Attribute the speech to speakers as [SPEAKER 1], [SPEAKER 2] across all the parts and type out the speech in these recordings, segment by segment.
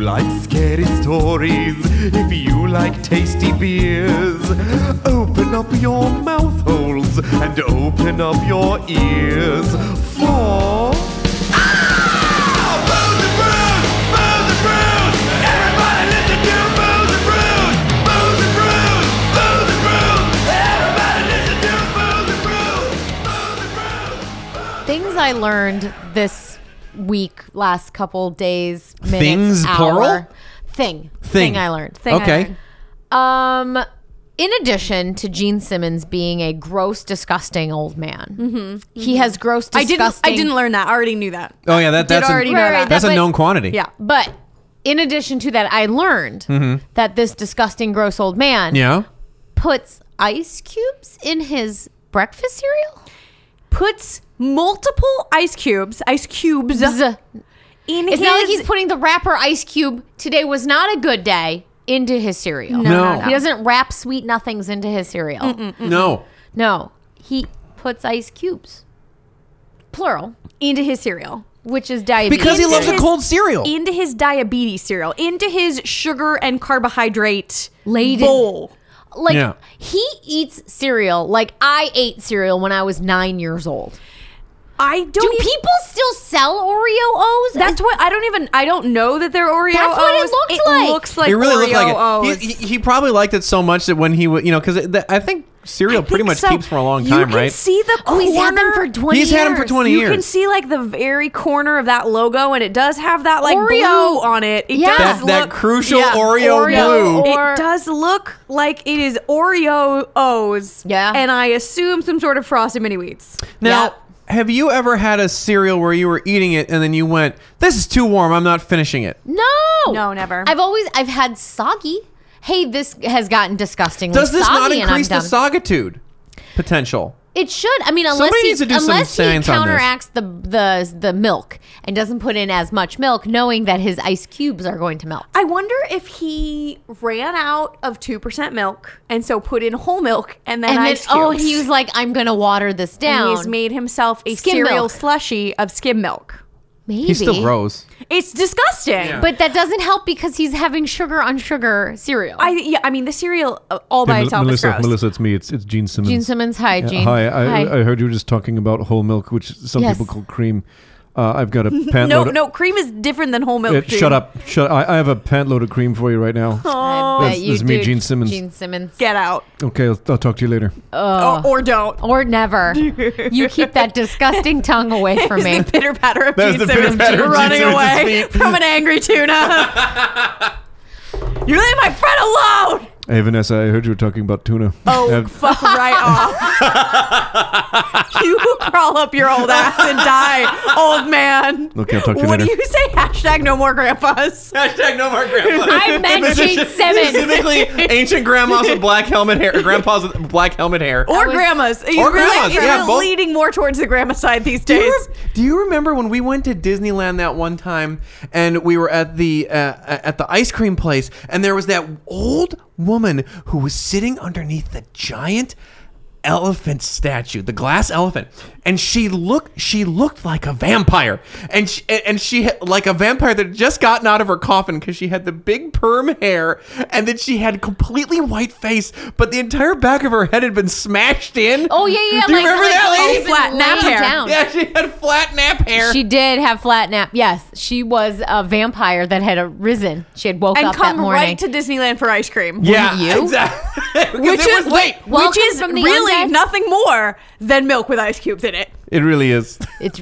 [SPEAKER 1] like scary stories, if you like tasty beers, open up your mouth holes and open up your ears for.
[SPEAKER 2] Things I learned this week, last couple days, minutes,
[SPEAKER 3] Things,
[SPEAKER 2] hour.
[SPEAKER 3] plural?
[SPEAKER 2] Thing, thing.
[SPEAKER 3] Thing.
[SPEAKER 2] I learned. Thing.
[SPEAKER 3] Okay.
[SPEAKER 2] Um, in addition to Gene Simmons being a gross, disgusting old man, he has gross,
[SPEAKER 4] Mm-hmm. I didn't.
[SPEAKER 2] disgusting.
[SPEAKER 4] I didn't learn that. I already knew that.
[SPEAKER 3] Oh yeah, that, that's
[SPEAKER 4] already
[SPEAKER 3] a,
[SPEAKER 4] know that.
[SPEAKER 3] that's a
[SPEAKER 2] But-
[SPEAKER 3] known quantity.
[SPEAKER 4] Yeah.
[SPEAKER 2] But in addition to that, I learned that this disgusting, gross old man
[SPEAKER 3] Mm-hmm. Yeah.
[SPEAKER 2] puts ice cubes in his breakfast cereal.
[SPEAKER 4] Puts multiple ice cubes, ice cubes
[SPEAKER 2] Z-
[SPEAKER 4] in
[SPEAKER 2] It's
[SPEAKER 4] his.
[SPEAKER 2] not like he's putting the wrapper ice cube. Today was not a good day into his cereal.
[SPEAKER 3] No. no, no.
[SPEAKER 2] He doesn't wrap sweet nothings into his cereal.
[SPEAKER 3] No.
[SPEAKER 2] No, he puts ice cubes, plural,
[SPEAKER 4] into his cereal,
[SPEAKER 2] which is diabetes.
[SPEAKER 3] Because he loves a
[SPEAKER 4] his-
[SPEAKER 3] cold cereal.
[SPEAKER 4] into his diabetes cereal, into his sugar and carbohydrate
[SPEAKER 2] Laden.
[SPEAKER 4] bowl.
[SPEAKER 2] like
[SPEAKER 3] Yeah.
[SPEAKER 2] he eats cereal like I ate cereal when I was nine years old.
[SPEAKER 4] I don't.
[SPEAKER 2] Do
[SPEAKER 4] even-
[SPEAKER 2] people still sell Oreo O's?
[SPEAKER 4] That's what I don't even. I don't know that they're Oreo.
[SPEAKER 2] That's what it
[SPEAKER 4] O's.
[SPEAKER 2] looked like.
[SPEAKER 4] It looks like
[SPEAKER 3] He really
[SPEAKER 4] Oreo Oh,
[SPEAKER 3] looked like
[SPEAKER 4] O's.
[SPEAKER 3] it. He, he, he probably liked it so much that when he was, you know, because I think cereal
[SPEAKER 4] I
[SPEAKER 3] pretty
[SPEAKER 4] think
[SPEAKER 3] much
[SPEAKER 4] so.
[SPEAKER 3] keeps for a long
[SPEAKER 4] You
[SPEAKER 3] time,
[SPEAKER 4] can
[SPEAKER 3] right?
[SPEAKER 4] See the
[SPEAKER 2] oh,
[SPEAKER 4] corner.
[SPEAKER 2] he's had them for twenty.
[SPEAKER 3] He's had 'em for
[SPEAKER 2] years.
[SPEAKER 3] 20
[SPEAKER 4] You
[SPEAKER 3] years.
[SPEAKER 4] can see like the very corner of that logo, and it does have that like
[SPEAKER 2] Oreo.
[SPEAKER 4] blue on it. It
[SPEAKER 2] Yeah.
[SPEAKER 3] that
[SPEAKER 4] does
[SPEAKER 3] that
[SPEAKER 4] look
[SPEAKER 3] crucial
[SPEAKER 4] yeah.
[SPEAKER 3] Oreo,
[SPEAKER 2] Oreo
[SPEAKER 3] blue.
[SPEAKER 2] or-
[SPEAKER 4] it does look like it is Oreo O's.
[SPEAKER 2] Yeah.
[SPEAKER 4] and I assume some sort of frosted mini wheats.
[SPEAKER 3] now,
[SPEAKER 2] Yep.
[SPEAKER 3] have you ever had a cereal where you were eating it and then you went, "This is too warm. I'm not finishing it."
[SPEAKER 2] No,
[SPEAKER 4] No, never.
[SPEAKER 2] I've always I've had soggy. Hey, this has gotten disgustingly
[SPEAKER 3] Does this
[SPEAKER 2] soggy,
[SPEAKER 3] not
[SPEAKER 2] and I'm
[SPEAKER 3] increase the
[SPEAKER 2] done.
[SPEAKER 3] sogitude potential?
[SPEAKER 2] It should. I mean, unless
[SPEAKER 3] Somebody
[SPEAKER 2] he,
[SPEAKER 3] needs to do some
[SPEAKER 2] unless he
[SPEAKER 3] science on this.
[SPEAKER 2] counteracts the the the milk and doesn't put in as much milk, knowing that his ice cubes are going to melt.
[SPEAKER 4] I wonder if he ran out of two percent milk and so put in whole milk and then
[SPEAKER 2] And then,
[SPEAKER 4] ice
[SPEAKER 2] oh,
[SPEAKER 4] cubes.
[SPEAKER 2] he was like, "I'm going to water this
[SPEAKER 4] And
[SPEAKER 2] down."
[SPEAKER 4] he's made himself a
[SPEAKER 2] Skim
[SPEAKER 4] cereal
[SPEAKER 2] milk.
[SPEAKER 4] slushy of skim milk.
[SPEAKER 2] Maybe
[SPEAKER 3] He's still gross.
[SPEAKER 4] It's disgusting.
[SPEAKER 3] Yeah.
[SPEAKER 2] But that doesn't help because he's having sugar on sugar cereal.
[SPEAKER 4] I yeah, I mean the cereal uh, all by
[SPEAKER 5] Hey, Mel-
[SPEAKER 4] itself
[SPEAKER 5] Melissa,
[SPEAKER 4] is gross.
[SPEAKER 5] Melissa, it's me. It's it's Gene Simmons.
[SPEAKER 2] Gene Simmons, hi,
[SPEAKER 5] Yeah,
[SPEAKER 2] Gene.
[SPEAKER 5] hi, I, I heard you were just talking about whole milk, which some
[SPEAKER 2] Yes.
[SPEAKER 5] people call cream. Uh, I've got a pant
[SPEAKER 4] No,
[SPEAKER 5] load. of-
[SPEAKER 4] no, cream is different than whole milk.
[SPEAKER 5] Uh, shut up! Shut. I, I have a pant load of cream for you right now.
[SPEAKER 6] Oh.
[SPEAKER 4] Oh.
[SPEAKER 2] I bet
[SPEAKER 5] That's- that's me,
[SPEAKER 2] do,
[SPEAKER 5] Gene Simmons.
[SPEAKER 2] Gene Simmons.
[SPEAKER 4] Get out.
[SPEAKER 5] Okay, I'll, I'll talk to you later.
[SPEAKER 6] Oh.
[SPEAKER 4] Or, or don't.
[SPEAKER 2] Or never. you keep that disgusting tongue away from me.
[SPEAKER 4] Pitter patter of
[SPEAKER 3] That was
[SPEAKER 4] Gene
[SPEAKER 3] the pitter
[SPEAKER 4] Simmons
[SPEAKER 3] patter of Gene
[SPEAKER 4] running
[SPEAKER 3] Simmons'
[SPEAKER 4] away from an angry tuna. you leave my friend alone.
[SPEAKER 5] Hey Vanessa, I heard you were talking about tuna.
[SPEAKER 4] Oh,
[SPEAKER 5] I've-
[SPEAKER 4] fuck right off. you crawl up your old ass and die, old man.
[SPEAKER 5] Okay, I'll talk to you
[SPEAKER 4] What do
[SPEAKER 5] later.
[SPEAKER 4] you say? Hashtag no more grandpas.
[SPEAKER 3] Hashtag no more grandpa.
[SPEAKER 2] I meant Gene Simmons.
[SPEAKER 3] Specifically, ancient grandmas with black helmet hair, grandpas with black helmet hair.
[SPEAKER 4] Or
[SPEAKER 2] was-
[SPEAKER 4] grandmas. He's
[SPEAKER 3] grandmas,
[SPEAKER 4] he's
[SPEAKER 3] yeah, both.
[SPEAKER 4] leading more towards the grandma side these
[SPEAKER 3] Do
[SPEAKER 4] days.
[SPEAKER 3] you, rem- do you remember when we went to Disneyland that one time and we were at the uh, at the ice cream place and there was that old woman who was sitting underneath the giant elephant statue, the glass elephant, and she looked she looked like a vampire and she, and she had, like a vampire that had just gotten out of her coffin because she had the big perm hair and then she had completely white face, but the entire back of her head had been smashed in.
[SPEAKER 2] Oh yeah, yeah.
[SPEAKER 3] Do you remember that lady?
[SPEAKER 2] she's been
[SPEAKER 4] Flat nap
[SPEAKER 2] laying
[SPEAKER 4] hair.
[SPEAKER 2] down.
[SPEAKER 3] Yeah, she had flat nap hair.
[SPEAKER 2] She did have flat nap. Yes, she was a vampire that had arisen. She had woke
[SPEAKER 4] and
[SPEAKER 2] up
[SPEAKER 4] come
[SPEAKER 2] that morning.
[SPEAKER 4] right to Disneyland for ice cream.
[SPEAKER 3] yeah,
[SPEAKER 2] you?
[SPEAKER 3] exactly. 'Cause
[SPEAKER 4] Which
[SPEAKER 3] it
[SPEAKER 4] is
[SPEAKER 3] was late.
[SPEAKER 4] which
[SPEAKER 2] Welcome
[SPEAKER 4] is
[SPEAKER 2] from the
[SPEAKER 4] really
[SPEAKER 2] undead.
[SPEAKER 4] nothing more than milk with ice cubes in it.
[SPEAKER 3] It really is.
[SPEAKER 2] it's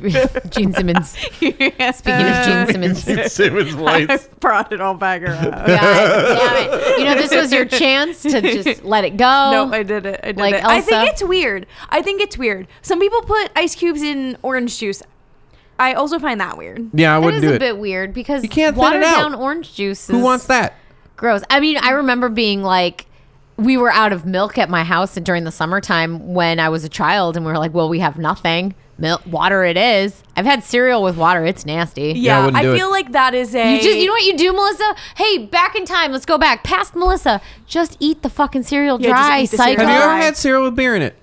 [SPEAKER 2] Gene Simmons. Speaking of Gene Simmons.
[SPEAKER 3] Simmons
[SPEAKER 4] I
[SPEAKER 3] voice.
[SPEAKER 4] brought it all back around.
[SPEAKER 2] God damn it. You know, this was your chance to just let it go.
[SPEAKER 4] No, I did it. I did
[SPEAKER 2] Like
[SPEAKER 4] it. I
[SPEAKER 2] Elsa.
[SPEAKER 4] think it's weird. I think it's weird. Some people put ice cubes in orange juice. I also find that weird.
[SPEAKER 3] Yeah, I
[SPEAKER 2] That
[SPEAKER 3] wouldn't
[SPEAKER 2] is
[SPEAKER 3] do
[SPEAKER 2] a
[SPEAKER 3] it.
[SPEAKER 2] bit weird because you
[SPEAKER 3] can't thin it
[SPEAKER 2] watered
[SPEAKER 3] out.
[SPEAKER 2] down orange juice.
[SPEAKER 3] Who
[SPEAKER 2] is
[SPEAKER 3] wants that?
[SPEAKER 2] Gross. I mean, I remember being like, we were out of milk at my house during the summertime when I was a child, and we were like, well, we have nothing. Milk, water, it is. I've had cereal with water. It's nasty.
[SPEAKER 3] Yeah, I
[SPEAKER 4] Yeah,
[SPEAKER 3] wouldn't
[SPEAKER 4] I
[SPEAKER 3] do
[SPEAKER 4] feel
[SPEAKER 3] it.
[SPEAKER 4] like that is a.
[SPEAKER 2] You just, you know what you do, Melissa? Hey, back in time. Let's go back past Melissa. Just eat the fucking cereal
[SPEAKER 4] Yeah, just
[SPEAKER 2] dry,
[SPEAKER 4] eat the
[SPEAKER 2] psycho.
[SPEAKER 4] cereal
[SPEAKER 3] Have you ever
[SPEAKER 4] Why?
[SPEAKER 3] had cereal with beer in it?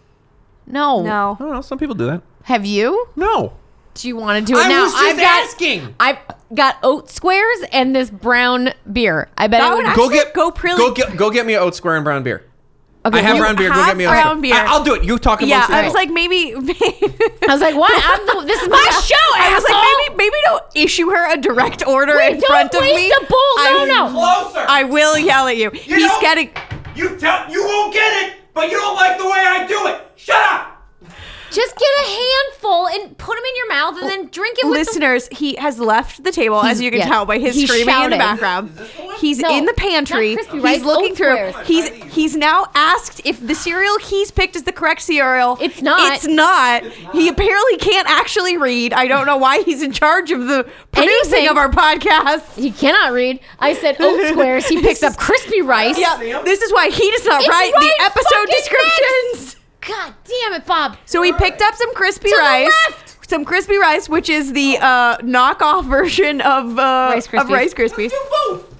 [SPEAKER 2] no,
[SPEAKER 3] I
[SPEAKER 4] No.
[SPEAKER 3] don't know. Some people do that.
[SPEAKER 2] Have you?
[SPEAKER 3] No.
[SPEAKER 2] Do you want to do it
[SPEAKER 3] I
[SPEAKER 2] now?
[SPEAKER 3] was just
[SPEAKER 2] I've got,
[SPEAKER 3] asking.
[SPEAKER 2] I've got oat squares and this brown beer. I bet
[SPEAKER 4] That
[SPEAKER 2] it
[SPEAKER 4] would
[SPEAKER 2] would.
[SPEAKER 4] actually-
[SPEAKER 6] Go get
[SPEAKER 4] go really-
[SPEAKER 6] Go get go get me oat square and brown beer.
[SPEAKER 2] Okay,
[SPEAKER 6] I have
[SPEAKER 2] you
[SPEAKER 6] brown beer. Go
[SPEAKER 4] have
[SPEAKER 6] get me oat
[SPEAKER 4] brown
[SPEAKER 6] square.
[SPEAKER 4] beer.
[SPEAKER 6] I, will do it. You talk amongst
[SPEAKER 4] yeah, I
[SPEAKER 6] yourselves.
[SPEAKER 4] was like maybe.
[SPEAKER 2] I was like, what? I'm the, this is my show.
[SPEAKER 4] I was
[SPEAKER 2] asshole.
[SPEAKER 4] like maybe maybe don't issue her a direct order
[SPEAKER 2] Wait,
[SPEAKER 4] in
[SPEAKER 2] don't
[SPEAKER 4] front of
[SPEAKER 2] waste
[SPEAKER 4] me.
[SPEAKER 2] a bowl. No,
[SPEAKER 4] I-
[SPEAKER 2] no.
[SPEAKER 3] Closer!
[SPEAKER 4] I will yell at you. He's
[SPEAKER 3] don't-
[SPEAKER 4] getting.
[SPEAKER 3] you tell you won't get it, but you don't like the way I do it. Shut up!
[SPEAKER 2] Just get a handful and put them in your mouth and then drink it with the
[SPEAKER 4] Listeners, he has left the table, as
[SPEAKER 2] He's-
[SPEAKER 4] you can
[SPEAKER 2] yeah.
[SPEAKER 4] tell by his
[SPEAKER 2] He's
[SPEAKER 4] screaming in the
[SPEAKER 2] shouting.
[SPEAKER 4] background. He's
[SPEAKER 2] No,
[SPEAKER 4] in the pantry.
[SPEAKER 2] not crispy
[SPEAKER 4] he's
[SPEAKER 2] rice,
[SPEAKER 4] looking
[SPEAKER 2] oat
[SPEAKER 4] through.
[SPEAKER 2] squares.
[SPEAKER 4] He's he's now asked if the cereal he's picked is the correct cereal.
[SPEAKER 2] It's not.
[SPEAKER 4] It's not. He apparently can't actually read. I don't know why he's in charge of the producing
[SPEAKER 2] Anything.
[SPEAKER 4] of our podcast.
[SPEAKER 2] He cannot read. I said oat squares. He picks up crispy rice.
[SPEAKER 4] Yeah, this is why he does not
[SPEAKER 2] It's
[SPEAKER 4] write
[SPEAKER 2] right
[SPEAKER 4] the episode
[SPEAKER 2] fucking
[SPEAKER 4] descriptions.
[SPEAKER 2] God damn it, Bob.
[SPEAKER 4] So he picked up some crispy
[SPEAKER 2] To the
[SPEAKER 4] rice.
[SPEAKER 2] left.
[SPEAKER 4] Some crispy rice, which is the uh, knockoff version of uh,
[SPEAKER 2] Rice
[SPEAKER 4] of
[SPEAKER 2] Krispies.
[SPEAKER 4] Rice Krispies.
[SPEAKER 3] You both!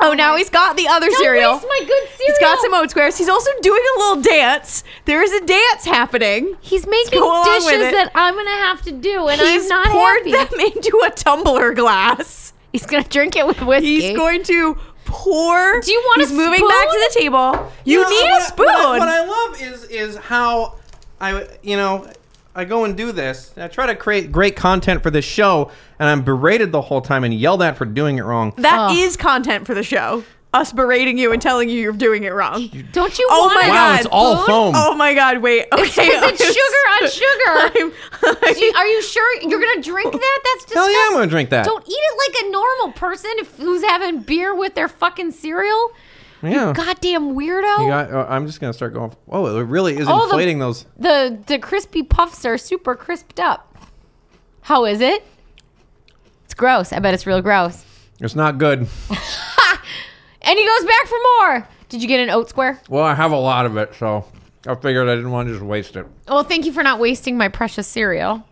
[SPEAKER 4] Oh, now he's got the other
[SPEAKER 2] Don't
[SPEAKER 4] cereal.
[SPEAKER 2] waste my good cereal.
[SPEAKER 4] He's got some oat squares. He's also doing a little dance. There is a dance happening.
[SPEAKER 2] He's making
[SPEAKER 4] go along with
[SPEAKER 2] dishes
[SPEAKER 4] it.
[SPEAKER 2] that I'm gonna have to do, and
[SPEAKER 4] He's
[SPEAKER 2] I'm not
[SPEAKER 4] poured
[SPEAKER 2] happy.
[SPEAKER 4] them into a tumbler glass.
[SPEAKER 2] He's gonna drink it with whiskey.
[SPEAKER 4] He's going to pour.
[SPEAKER 2] Do you want a
[SPEAKER 4] He's moving back to the
[SPEAKER 2] spoon?
[SPEAKER 4] table. You
[SPEAKER 3] know,
[SPEAKER 4] need
[SPEAKER 3] what
[SPEAKER 4] a
[SPEAKER 3] I-
[SPEAKER 4] spoon.
[SPEAKER 3] What I, what I love is is how I you know I go and do this. and I try to create great content for this show, and I'm berated the whole time and yelled at for doing it wrong.
[SPEAKER 4] That
[SPEAKER 2] Oh.
[SPEAKER 4] is content for the show. Us berating you and telling you you're doing it wrong.
[SPEAKER 2] Don't you?
[SPEAKER 4] Oh
[SPEAKER 2] want
[SPEAKER 4] my
[SPEAKER 2] a
[SPEAKER 4] God.
[SPEAKER 3] Wow, it's all
[SPEAKER 2] spoon?
[SPEAKER 3] foam.
[SPEAKER 4] Oh my God! Wait. Okay.
[SPEAKER 2] Because it's sugar oh on sugar.
[SPEAKER 4] I'm- I'm-
[SPEAKER 2] Do you- Are you sure you're gonna drink that? That's disgusting.
[SPEAKER 3] Hell yeah, I'm gonna drink that.
[SPEAKER 2] Don't eat it like a normal person if, who's having beer with their fucking cereal.
[SPEAKER 3] yeah.
[SPEAKER 2] Goddamn weirdo.
[SPEAKER 3] You got- oh, I'm just gonna start going. Oh, it really is
[SPEAKER 2] Oh, the-
[SPEAKER 3] inflating those.
[SPEAKER 2] The the crispy puffs are super crisped up. How is it? It's gross. I bet it's real gross.
[SPEAKER 3] It's not good.
[SPEAKER 2] And he goes back for more. Did you get an oat square?
[SPEAKER 3] Well, I have a lot of it, so I figured I didn't want to just waste it.
[SPEAKER 2] Well, thank you for not wasting my precious cereal.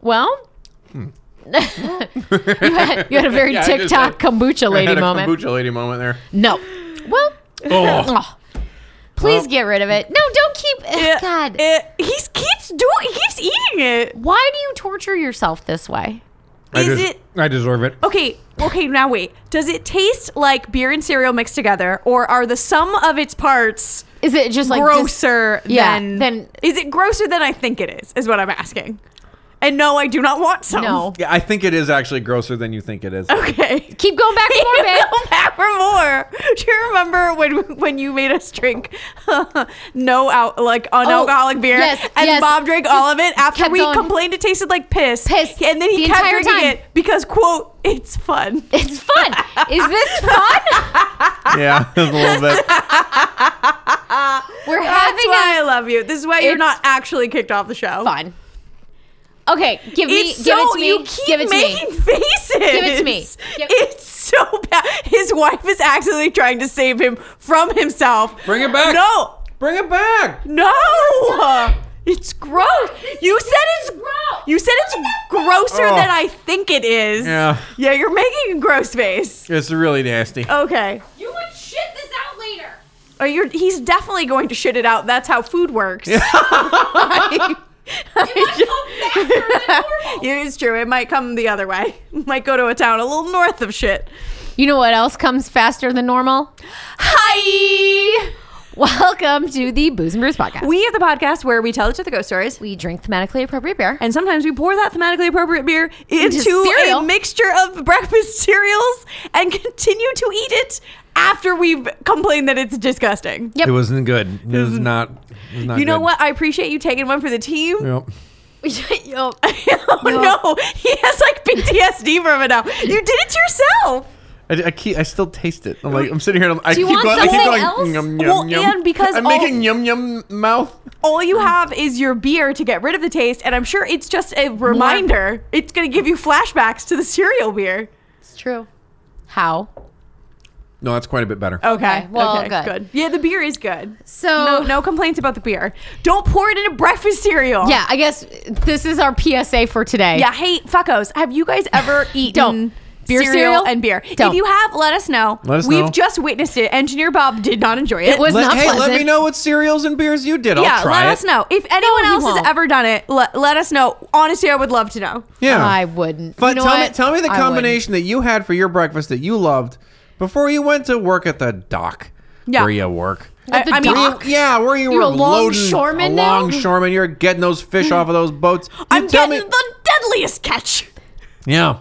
[SPEAKER 2] Well, you, had, you had a very
[SPEAKER 3] Yeah, I just
[SPEAKER 2] TikTok
[SPEAKER 3] had-
[SPEAKER 2] kombucha
[SPEAKER 3] I had
[SPEAKER 2] lady
[SPEAKER 3] a
[SPEAKER 2] moment.
[SPEAKER 3] kombucha lady moment there.
[SPEAKER 2] No. Well, oh. please get rid of it. No, don't keep. ugh,
[SPEAKER 4] It-
[SPEAKER 2] God,
[SPEAKER 4] it- he's keeps doing. He keeps eating it.
[SPEAKER 2] why do you torture yourself this way?
[SPEAKER 3] I
[SPEAKER 4] Is
[SPEAKER 3] just-
[SPEAKER 4] it-
[SPEAKER 3] I deserve it.
[SPEAKER 4] Okay, okay, now wait. Does it taste like beer and cereal mixed together, or are the sum of its parts
[SPEAKER 2] Is it just like dis-
[SPEAKER 4] grosser
[SPEAKER 2] yeah,
[SPEAKER 4] than,
[SPEAKER 2] then-
[SPEAKER 4] Is it grosser than I think it is? Is what I'm asking. And no, I do not want some.
[SPEAKER 2] no.
[SPEAKER 3] Yeah, I think it is actually grosser than you think it is.
[SPEAKER 4] Okay.
[SPEAKER 2] Keep going back for more, babe.
[SPEAKER 4] Go back for more. Do you remember when when you made us drink no out like unalcoholic beer,
[SPEAKER 2] Oh, yes,
[SPEAKER 4] and
[SPEAKER 2] yes.
[SPEAKER 4] Bob drank all of it after
[SPEAKER 2] kept
[SPEAKER 4] we
[SPEAKER 2] going.
[SPEAKER 4] complained it tasted like piss,
[SPEAKER 2] Piss.
[SPEAKER 4] and then he
[SPEAKER 2] The
[SPEAKER 4] kept
[SPEAKER 2] entire
[SPEAKER 4] drinking
[SPEAKER 2] time.
[SPEAKER 4] it because quote it's fun.
[SPEAKER 2] It's fun. Is this fun?
[SPEAKER 3] yeah, a little bit.
[SPEAKER 2] We're
[SPEAKER 4] That's
[SPEAKER 2] having
[SPEAKER 4] why
[SPEAKER 2] a
[SPEAKER 4] I love you. This is why you're
[SPEAKER 2] It's
[SPEAKER 4] not actually kicked off the show.
[SPEAKER 2] fun. Okay, give me,
[SPEAKER 4] It's
[SPEAKER 2] give
[SPEAKER 4] so
[SPEAKER 2] it to me,
[SPEAKER 4] you keep
[SPEAKER 2] give it to
[SPEAKER 4] making
[SPEAKER 2] me.
[SPEAKER 4] faces.
[SPEAKER 2] Give it to me. Give-
[SPEAKER 4] It's so bad. His wife is accidentally trying to save him from himself.
[SPEAKER 3] Bring it back.
[SPEAKER 4] No,
[SPEAKER 3] Bring it back.
[SPEAKER 4] no. It's gross. You said it's
[SPEAKER 2] gross.
[SPEAKER 4] You said it's grosser
[SPEAKER 3] Oh.
[SPEAKER 4] than I think it is.
[SPEAKER 3] Yeah.
[SPEAKER 4] Yeah, you're making a gross face.
[SPEAKER 3] It's really nasty.
[SPEAKER 4] Okay.
[SPEAKER 2] You would shit this out later.
[SPEAKER 4] Oh, you're, he's definitely going to shit it out. That's how food works. Yeah, it's true. It might come the other way. Might go to a town a little north of shit.
[SPEAKER 2] You know what else comes faster than normal?
[SPEAKER 4] Hi.
[SPEAKER 2] Welcome to the Booze and Brews podcast.
[SPEAKER 4] We have the podcast where we tell each other ghost stories,
[SPEAKER 2] we drink thematically appropriate beer.
[SPEAKER 4] and sometimes we pour that thematically appropriate beer into,
[SPEAKER 2] cereal.
[SPEAKER 4] a mixture of breakfast cereals and continue to eat it after we've complained that it's disgusting.
[SPEAKER 2] Yep.
[SPEAKER 3] It wasn't good. It was not. It was not
[SPEAKER 4] You know
[SPEAKER 3] good.
[SPEAKER 4] what? I appreciate you taking one for the team.
[SPEAKER 5] Yep.
[SPEAKER 2] Yo,
[SPEAKER 4] oh no, he has like PTSD from it now. You did it yourself.
[SPEAKER 3] I, I, keep, I still taste it. I'm like I'm sitting here. And I'm, I
[SPEAKER 2] Do you
[SPEAKER 3] keep
[SPEAKER 2] want
[SPEAKER 3] going. I
[SPEAKER 2] something
[SPEAKER 3] keep going.
[SPEAKER 2] else?
[SPEAKER 3] Yum, yum,
[SPEAKER 4] Well,
[SPEAKER 3] yum.
[SPEAKER 4] and because
[SPEAKER 3] I'm
[SPEAKER 4] all-
[SPEAKER 3] making yum yum mouth.
[SPEAKER 4] All you
[SPEAKER 2] Mm.
[SPEAKER 4] have is your beer to get rid of the taste, and I'm sure it's just a reminder. It's going to give you flashbacks to the cereal beer.
[SPEAKER 2] it's true. How?
[SPEAKER 3] No, that's quite a bit
[SPEAKER 2] Oh,
[SPEAKER 3] better.
[SPEAKER 4] Okay.
[SPEAKER 2] Okay, well, good.
[SPEAKER 4] Yeah, the beer is good.
[SPEAKER 2] So
[SPEAKER 4] No, no complaints about the beer. Don't pour it in a breakfast cereal.
[SPEAKER 2] Yeah, I guess this is our PSA for today.
[SPEAKER 4] Yeah. Hey, fuckos, have you guys ever eaten?
[SPEAKER 2] Don't. Beer cereal?
[SPEAKER 4] and beer.
[SPEAKER 2] Don't.
[SPEAKER 4] If you have, let us know.
[SPEAKER 6] Let us
[SPEAKER 4] We've
[SPEAKER 6] know.
[SPEAKER 4] just witnessed it. Engineer Bob did not enjoy it.
[SPEAKER 2] It was
[SPEAKER 3] Let-
[SPEAKER 2] not
[SPEAKER 3] hey,
[SPEAKER 2] pleasant.
[SPEAKER 3] let me know what cereals and beers you did.
[SPEAKER 4] yeah,
[SPEAKER 3] I'll try
[SPEAKER 4] let
[SPEAKER 3] it.
[SPEAKER 4] us know. If anyone
[SPEAKER 2] No, he
[SPEAKER 4] else
[SPEAKER 2] won't.
[SPEAKER 4] has ever done it, let, let us know. Honestly, I would love to know.
[SPEAKER 3] Yeah.
[SPEAKER 2] I wouldn't.
[SPEAKER 3] But
[SPEAKER 2] You know
[SPEAKER 3] tell me,
[SPEAKER 2] what?
[SPEAKER 3] tell me the
[SPEAKER 2] I
[SPEAKER 3] combination that you had for your breakfast that you loved before you went to work at the dock.
[SPEAKER 4] Yeah.
[SPEAKER 3] Where you work.
[SPEAKER 2] wouldn't. At the
[SPEAKER 4] I- I mean-
[SPEAKER 2] dock?
[SPEAKER 3] Yeah, where you
[SPEAKER 2] You're
[SPEAKER 3] were
[SPEAKER 2] a
[SPEAKER 3] loading-
[SPEAKER 2] longshoreman
[SPEAKER 3] a
[SPEAKER 2] now?
[SPEAKER 3] longshoreman. You're getting those fish off of those boats. You
[SPEAKER 4] I'm
[SPEAKER 3] tell
[SPEAKER 4] getting
[SPEAKER 3] me-
[SPEAKER 4] the deadliest catch.
[SPEAKER 3] yeah,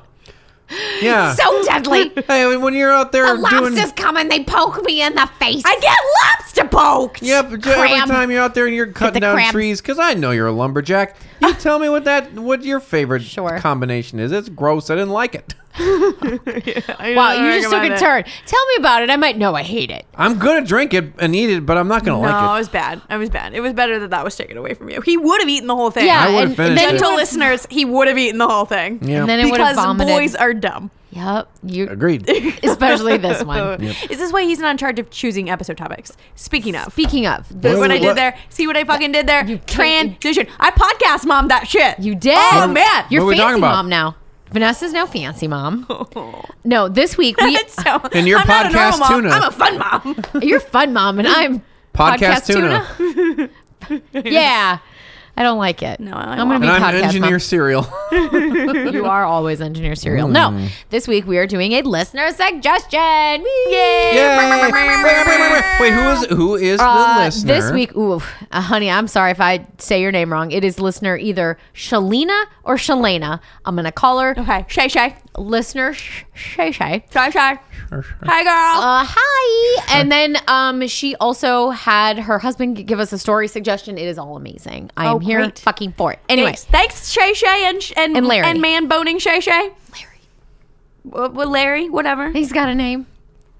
[SPEAKER 3] yeah.
[SPEAKER 2] oh, so deadly.
[SPEAKER 3] hey, when- when you're out there
[SPEAKER 2] The
[SPEAKER 3] doing,
[SPEAKER 2] lobsters come and they poke me in the face.
[SPEAKER 4] I get lobster poked.
[SPEAKER 3] yep, j- every
[SPEAKER 2] Crab.
[SPEAKER 3] time you're out there and you're cutting down
[SPEAKER 2] crabs.
[SPEAKER 3] trees, because I know you're a lumberjack. You tell me what that, what your favorite
[SPEAKER 2] Sure.
[SPEAKER 3] combination is. It's gross. I didn't like it.
[SPEAKER 2] wow, you just took a turn. Tell me about it. I might know I hate it.
[SPEAKER 3] I'm gonna drink it and eat it, but I'm not gonna
[SPEAKER 4] No,
[SPEAKER 3] like it.
[SPEAKER 4] it was bad. It was bad. It was better that that was taken away from you. He would have eaten the whole thing.
[SPEAKER 2] Yeah,
[SPEAKER 3] I would've
[SPEAKER 2] and,
[SPEAKER 3] finished
[SPEAKER 2] then
[SPEAKER 3] it.
[SPEAKER 4] Gentle
[SPEAKER 2] you would've-
[SPEAKER 4] listeners, he would have eaten the whole thing.
[SPEAKER 3] Yeah.
[SPEAKER 2] And then it would have
[SPEAKER 4] Because
[SPEAKER 2] vomited.
[SPEAKER 4] boys are dumb.
[SPEAKER 2] yep. You,
[SPEAKER 3] Agreed.
[SPEAKER 2] especially this one.
[SPEAKER 4] Is this why he's not in charge of choosing episode topics? Speaking of,
[SPEAKER 2] Speaking of,
[SPEAKER 4] look
[SPEAKER 2] this-
[SPEAKER 4] what I did
[SPEAKER 3] What-
[SPEAKER 4] there. See what I fucking did there?
[SPEAKER 2] You can't-
[SPEAKER 4] Transition. I podcast mom that shit.
[SPEAKER 2] You did.
[SPEAKER 4] Oh man.
[SPEAKER 2] you're
[SPEAKER 3] What are we
[SPEAKER 2] fancy
[SPEAKER 3] talking about?
[SPEAKER 2] mom now. Vanessa's now fancy mom. No, this week we
[SPEAKER 4] so,
[SPEAKER 3] And your
[SPEAKER 4] I'm not a normal
[SPEAKER 3] podcast
[SPEAKER 4] mom.
[SPEAKER 3] tuna.
[SPEAKER 4] I'm a fun mom.
[SPEAKER 2] you're fun mom and I'm
[SPEAKER 3] Podcast tuna.
[SPEAKER 2] tuna. yeah. I don't like it.
[SPEAKER 4] No, I
[SPEAKER 2] I'm gonna
[SPEAKER 4] want
[SPEAKER 2] be
[SPEAKER 3] And I'm
[SPEAKER 2] podcast
[SPEAKER 3] engineer
[SPEAKER 2] mom.
[SPEAKER 3] cereal.
[SPEAKER 2] you are always engineer serial.
[SPEAKER 3] Hmm.
[SPEAKER 2] No, this week we are doing a listener suggestion. Yay!
[SPEAKER 3] Yay! Wait, who is who is the
[SPEAKER 2] Uh,
[SPEAKER 3] listener?
[SPEAKER 2] this week, ooh, uh, honey, I'm sorry if I say your name wrong. It is listener either Shalina or Shalena. I'm gonna call her
[SPEAKER 3] Oh,
[SPEAKER 4] Okay. Shay Shay.
[SPEAKER 2] listener Sh- Shay Shay.
[SPEAKER 4] Shy Shy. Hi girl.
[SPEAKER 2] Uh, hi. And then um, she also had her husband g- give us a story suggestion. It is all amazing. I am
[SPEAKER 4] Oh,
[SPEAKER 2] here
[SPEAKER 4] great.
[SPEAKER 2] fucking for it. Anyway,
[SPEAKER 4] Thanks, thanks Shay Shay and and
[SPEAKER 2] And Larry.
[SPEAKER 4] and man boning Shay Shay. Larry. Well, Larry, whatever.
[SPEAKER 2] he's got a name.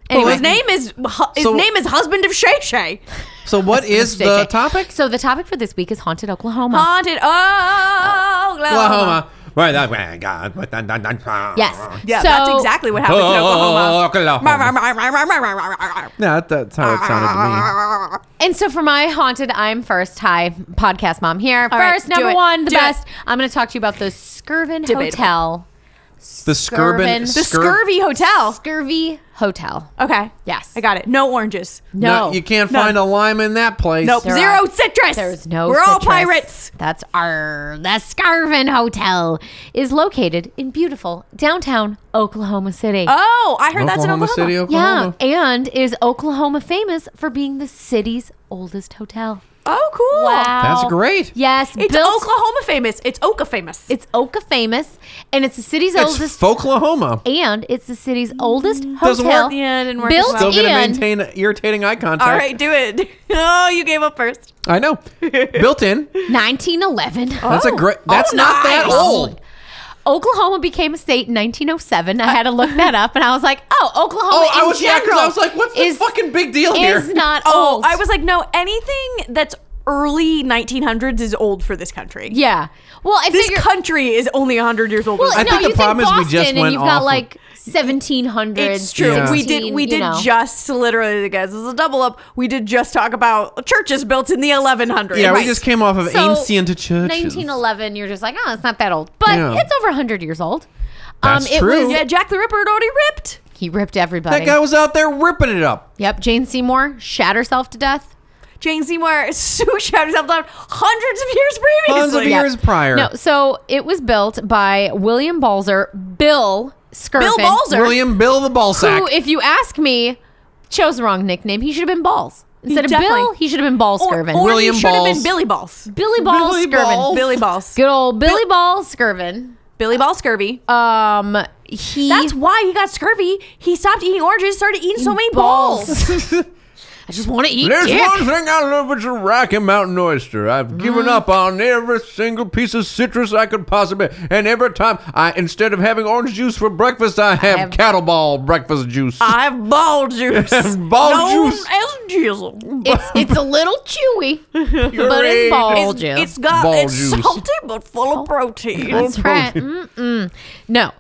[SPEAKER 4] Well,
[SPEAKER 2] Anyway.
[SPEAKER 4] his name is hu- his
[SPEAKER 3] So-
[SPEAKER 4] name is husband of Shay Shay.
[SPEAKER 3] So what is
[SPEAKER 2] JJ.
[SPEAKER 3] the topic?
[SPEAKER 2] So the topic for this week is haunted Oklahoma.
[SPEAKER 4] Haunted oh, Oklahoma.
[SPEAKER 3] Oklahoma. Right, that way, God. What the- the- the-
[SPEAKER 2] Um, Yes.
[SPEAKER 4] Yeah,
[SPEAKER 2] So-
[SPEAKER 4] that's exactly what happens in
[SPEAKER 3] Oh,
[SPEAKER 4] Oklahoma.
[SPEAKER 3] Oklahoma. Yeah, that- that's how it
[SPEAKER 2] Uh,
[SPEAKER 3] sounded
[SPEAKER 2] And so for my haunted, I'm first. Hi, podcast mom here.
[SPEAKER 4] All right,
[SPEAKER 2] first,
[SPEAKER 4] do
[SPEAKER 2] number
[SPEAKER 4] it.
[SPEAKER 2] one, the
[SPEAKER 4] Do it.
[SPEAKER 2] best. I'm going to talk to you about the Skirvin
[SPEAKER 4] Debatable.
[SPEAKER 2] Hotel,
[SPEAKER 3] to me. The Skirvin.
[SPEAKER 2] Skirvin.
[SPEAKER 4] The
[SPEAKER 3] Skir-
[SPEAKER 4] Scurvy Hotel.
[SPEAKER 2] Scurvy Hotel.
[SPEAKER 4] Okay.
[SPEAKER 2] Yes.
[SPEAKER 4] Oh. I got it. No oranges.
[SPEAKER 2] No,
[SPEAKER 3] you can't
[SPEAKER 4] No.
[SPEAKER 3] find a lime in that place.
[SPEAKER 4] Nope.
[SPEAKER 2] There
[SPEAKER 4] Zero
[SPEAKER 2] are-
[SPEAKER 4] citrus.
[SPEAKER 2] There's no.
[SPEAKER 4] We're all
[SPEAKER 2] citrus.
[SPEAKER 4] pirates.
[SPEAKER 2] That's our the Scarvin Hotel is located in beautiful downtown Oklahoma City.
[SPEAKER 4] Oh, I heard that's in
[SPEAKER 3] Oklahoma
[SPEAKER 4] Oklahoma.
[SPEAKER 3] City,
[SPEAKER 2] yeah,
[SPEAKER 3] Oklahoma.
[SPEAKER 2] and is Oklahoma famous for being the city's oldest hotel.
[SPEAKER 4] Oh, cool.
[SPEAKER 3] That's great.
[SPEAKER 2] Yes,
[SPEAKER 4] It's
[SPEAKER 2] built-
[SPEAKER 4] Oklahoma famous. It's Oka famous.
[SPEAKER 2] It's Oka famous, and it's the city's
[SPEAKER 3] It's
[SPEAKER 2] oldest.
[SPEAKER 3] Oklahoma.
[SPEAKER 2] and it's the city's oldest
[SPEAKER 3] Doesn't
[SPEAKER 2] hotel
[SPEAKER 3] work.
[SPEAKER 4] Yeah, it didn't Mm-hmm. work as
[SPEAKER 2] built
[SPEAKER 4] well.
[SPEAKER 3] Still gonna
[SPEAKER 2] in
[SPEAKER 3] maintain irritating eye contact.
[SPEAKER 4] all right, do it. Oh, you gave up first.
[SPEAKER 3] I know. Built in.
[SPEAKER 2] 1911.
[SPEAKER 4] Oh,
[SPEAKER 3] That's a great. That's not that
[SPEAKER 4] nice.
[SPEAKER 3] old.
[SPEAKER 2] Oklahoma became a state in 1907. I had to look that up, and I was like, "Oh, Oklahoma."
[SPEAKER 3] Oh, I
[SPEAKER 2] in
[SPEAKER 3] was yeah. 'cause
[SPEAKER 2] general
[SPEAKER 3] I was like, what's the
[SPEAKER 2] is-
[SPEAKER 3] fucking big deal here?
[SPEAKER 2] Is not
[SPEAKER 4] Oh,
[SPEAKER 2] old.
[SPEAKER 4] I was like, no, anything that's early 1900s is old for this country.
[SPEAKER 2] Yeah. Well, I
[SPEAKER 4] This
[SPEAKER 2] figure.
[SPEAKER 4] country is only 100 years old.
[SPEAKER 2] well,
[SPEAKER 3] I
[SPEAKER 2] no,
[SPEAKER 3] think the
[SPEAKER 2] you
[SPEAKER 3] problem is
[SPEAKER 2] think
[SPEAKER 3] we
[SPEAKER 2] Boston,
[SPEAKER 3] just went
[SPEAKER 2] and you've
[SPEAKER 3] off
[SPEAKER 2] got
[SPEAKER 3] of-
[SPEAKER 2] like 1700.
[SPEAKER 4] It's true.
[SPEAKER 3] Yeah.
[SPEAKER 4] We did we did just literally guys, this is a double up. We did just talk about churches built in the 1100s.
[SPEAKER 3] Yeah,
[SPEAKER 2] Right.
[SPEAKER 3] we just came off of
[SPEAKER 2] So,
[SPEAKER 3] ancient churches.
[SPEAKER 2] 1911. You're just like, oh, it's not that old, but
[SPEAKER 3] Yeah.
[SPEAKER 2] it's over 100 years old. Um,
[SPEAKER 3] That's
[SPEAKER 2] it
[SPEAKER 3] true.
[SPEAKER 2] was
[SPEAKER 4] Yeah, Jack the Ripper had already ripped.
[SPEAKER 2] he ripped everybody.
[SPEAKER 3] That guy was out there ripping it up.
[SPEAKER 2] yep, Jane Seymour shat herself to death.
[SPEAKER 4] Jane Seymour Sue shot herself down hundreds of years previously.
[SPEAKER 3] Tons of years prior.
[SPEAKER 2] No, so it was built by William Balzer, Bill Skirvin.
[SPEAKER 4] Bill Balzer.
[SPEAKER 3] William Bill the Ballsack.
[SPEAKER 2] Who, if you ask me, chose the wrong nickname. He should have been Balls. Instead of
[SPEAKER 4] definitely-
[SPEAKER 2] Bill, he should have been Ball
[SPEAKER 4] Or,
[SPEAKER 2] Skirvin.
[SPEAKER 4] or
[SPEAKER 3] William
[SPEAKER 4] he should have
[SPEAKER 3] Balls.
[SPEAKER 4] been Billy Balls.
[SPEAKER 2] Billy Ball
[SPEAKER 3] Billy
[SPEAKER 2] Skirvin.
[SPEAKER 3] Balls.
[SPEAKER 4] Billy Balls.
[SPEAKER 2] Good old Billy Ball Skirvin.
[SPEAKER 4] Billy Ball scurvy.
[SPEAKER 2] Um, he
[SPEAKER 4] That's why he got scurvy. He stopped eating oranges, started eating so many balls.
[SPEAKER 2] I just want to eat
[SPEAKER 3] There's
[SPEAKER 2] dick.
[SPEAKER 3] one thing I love, it's a Rocky Mountain oyster. I've given up on every single piece of citrus I could possibly, and every time I, instead of having orange juice for breakfast, I have,
[SPEAKER 2] have-
[SPEAKER 3] cattle ball breakfast juice.
[SPEAKER 4] I have ball juice.
[SPEAKER 3] Ball
[SPEAKER 4] Known
[SPEAKER 3] juice.
[SPEAKER 4] as jizzle.
[SPEAKER 2] It's, it's a little chewy, but
[SPEAKER 3] Puree.
[SPEAKER 2] it's ball
[SPEAKER 4] It's-
[SPEAKER 2] juice.
[SPEAKER 4] it's got
[SPEAKER 3] Ball
[SPEAKER 4] it's
[SPEAKER 3] juice.
[SPEAKER 4] salty but full of protein.
[SPEAKER 2] That's right. Mm-mm. No.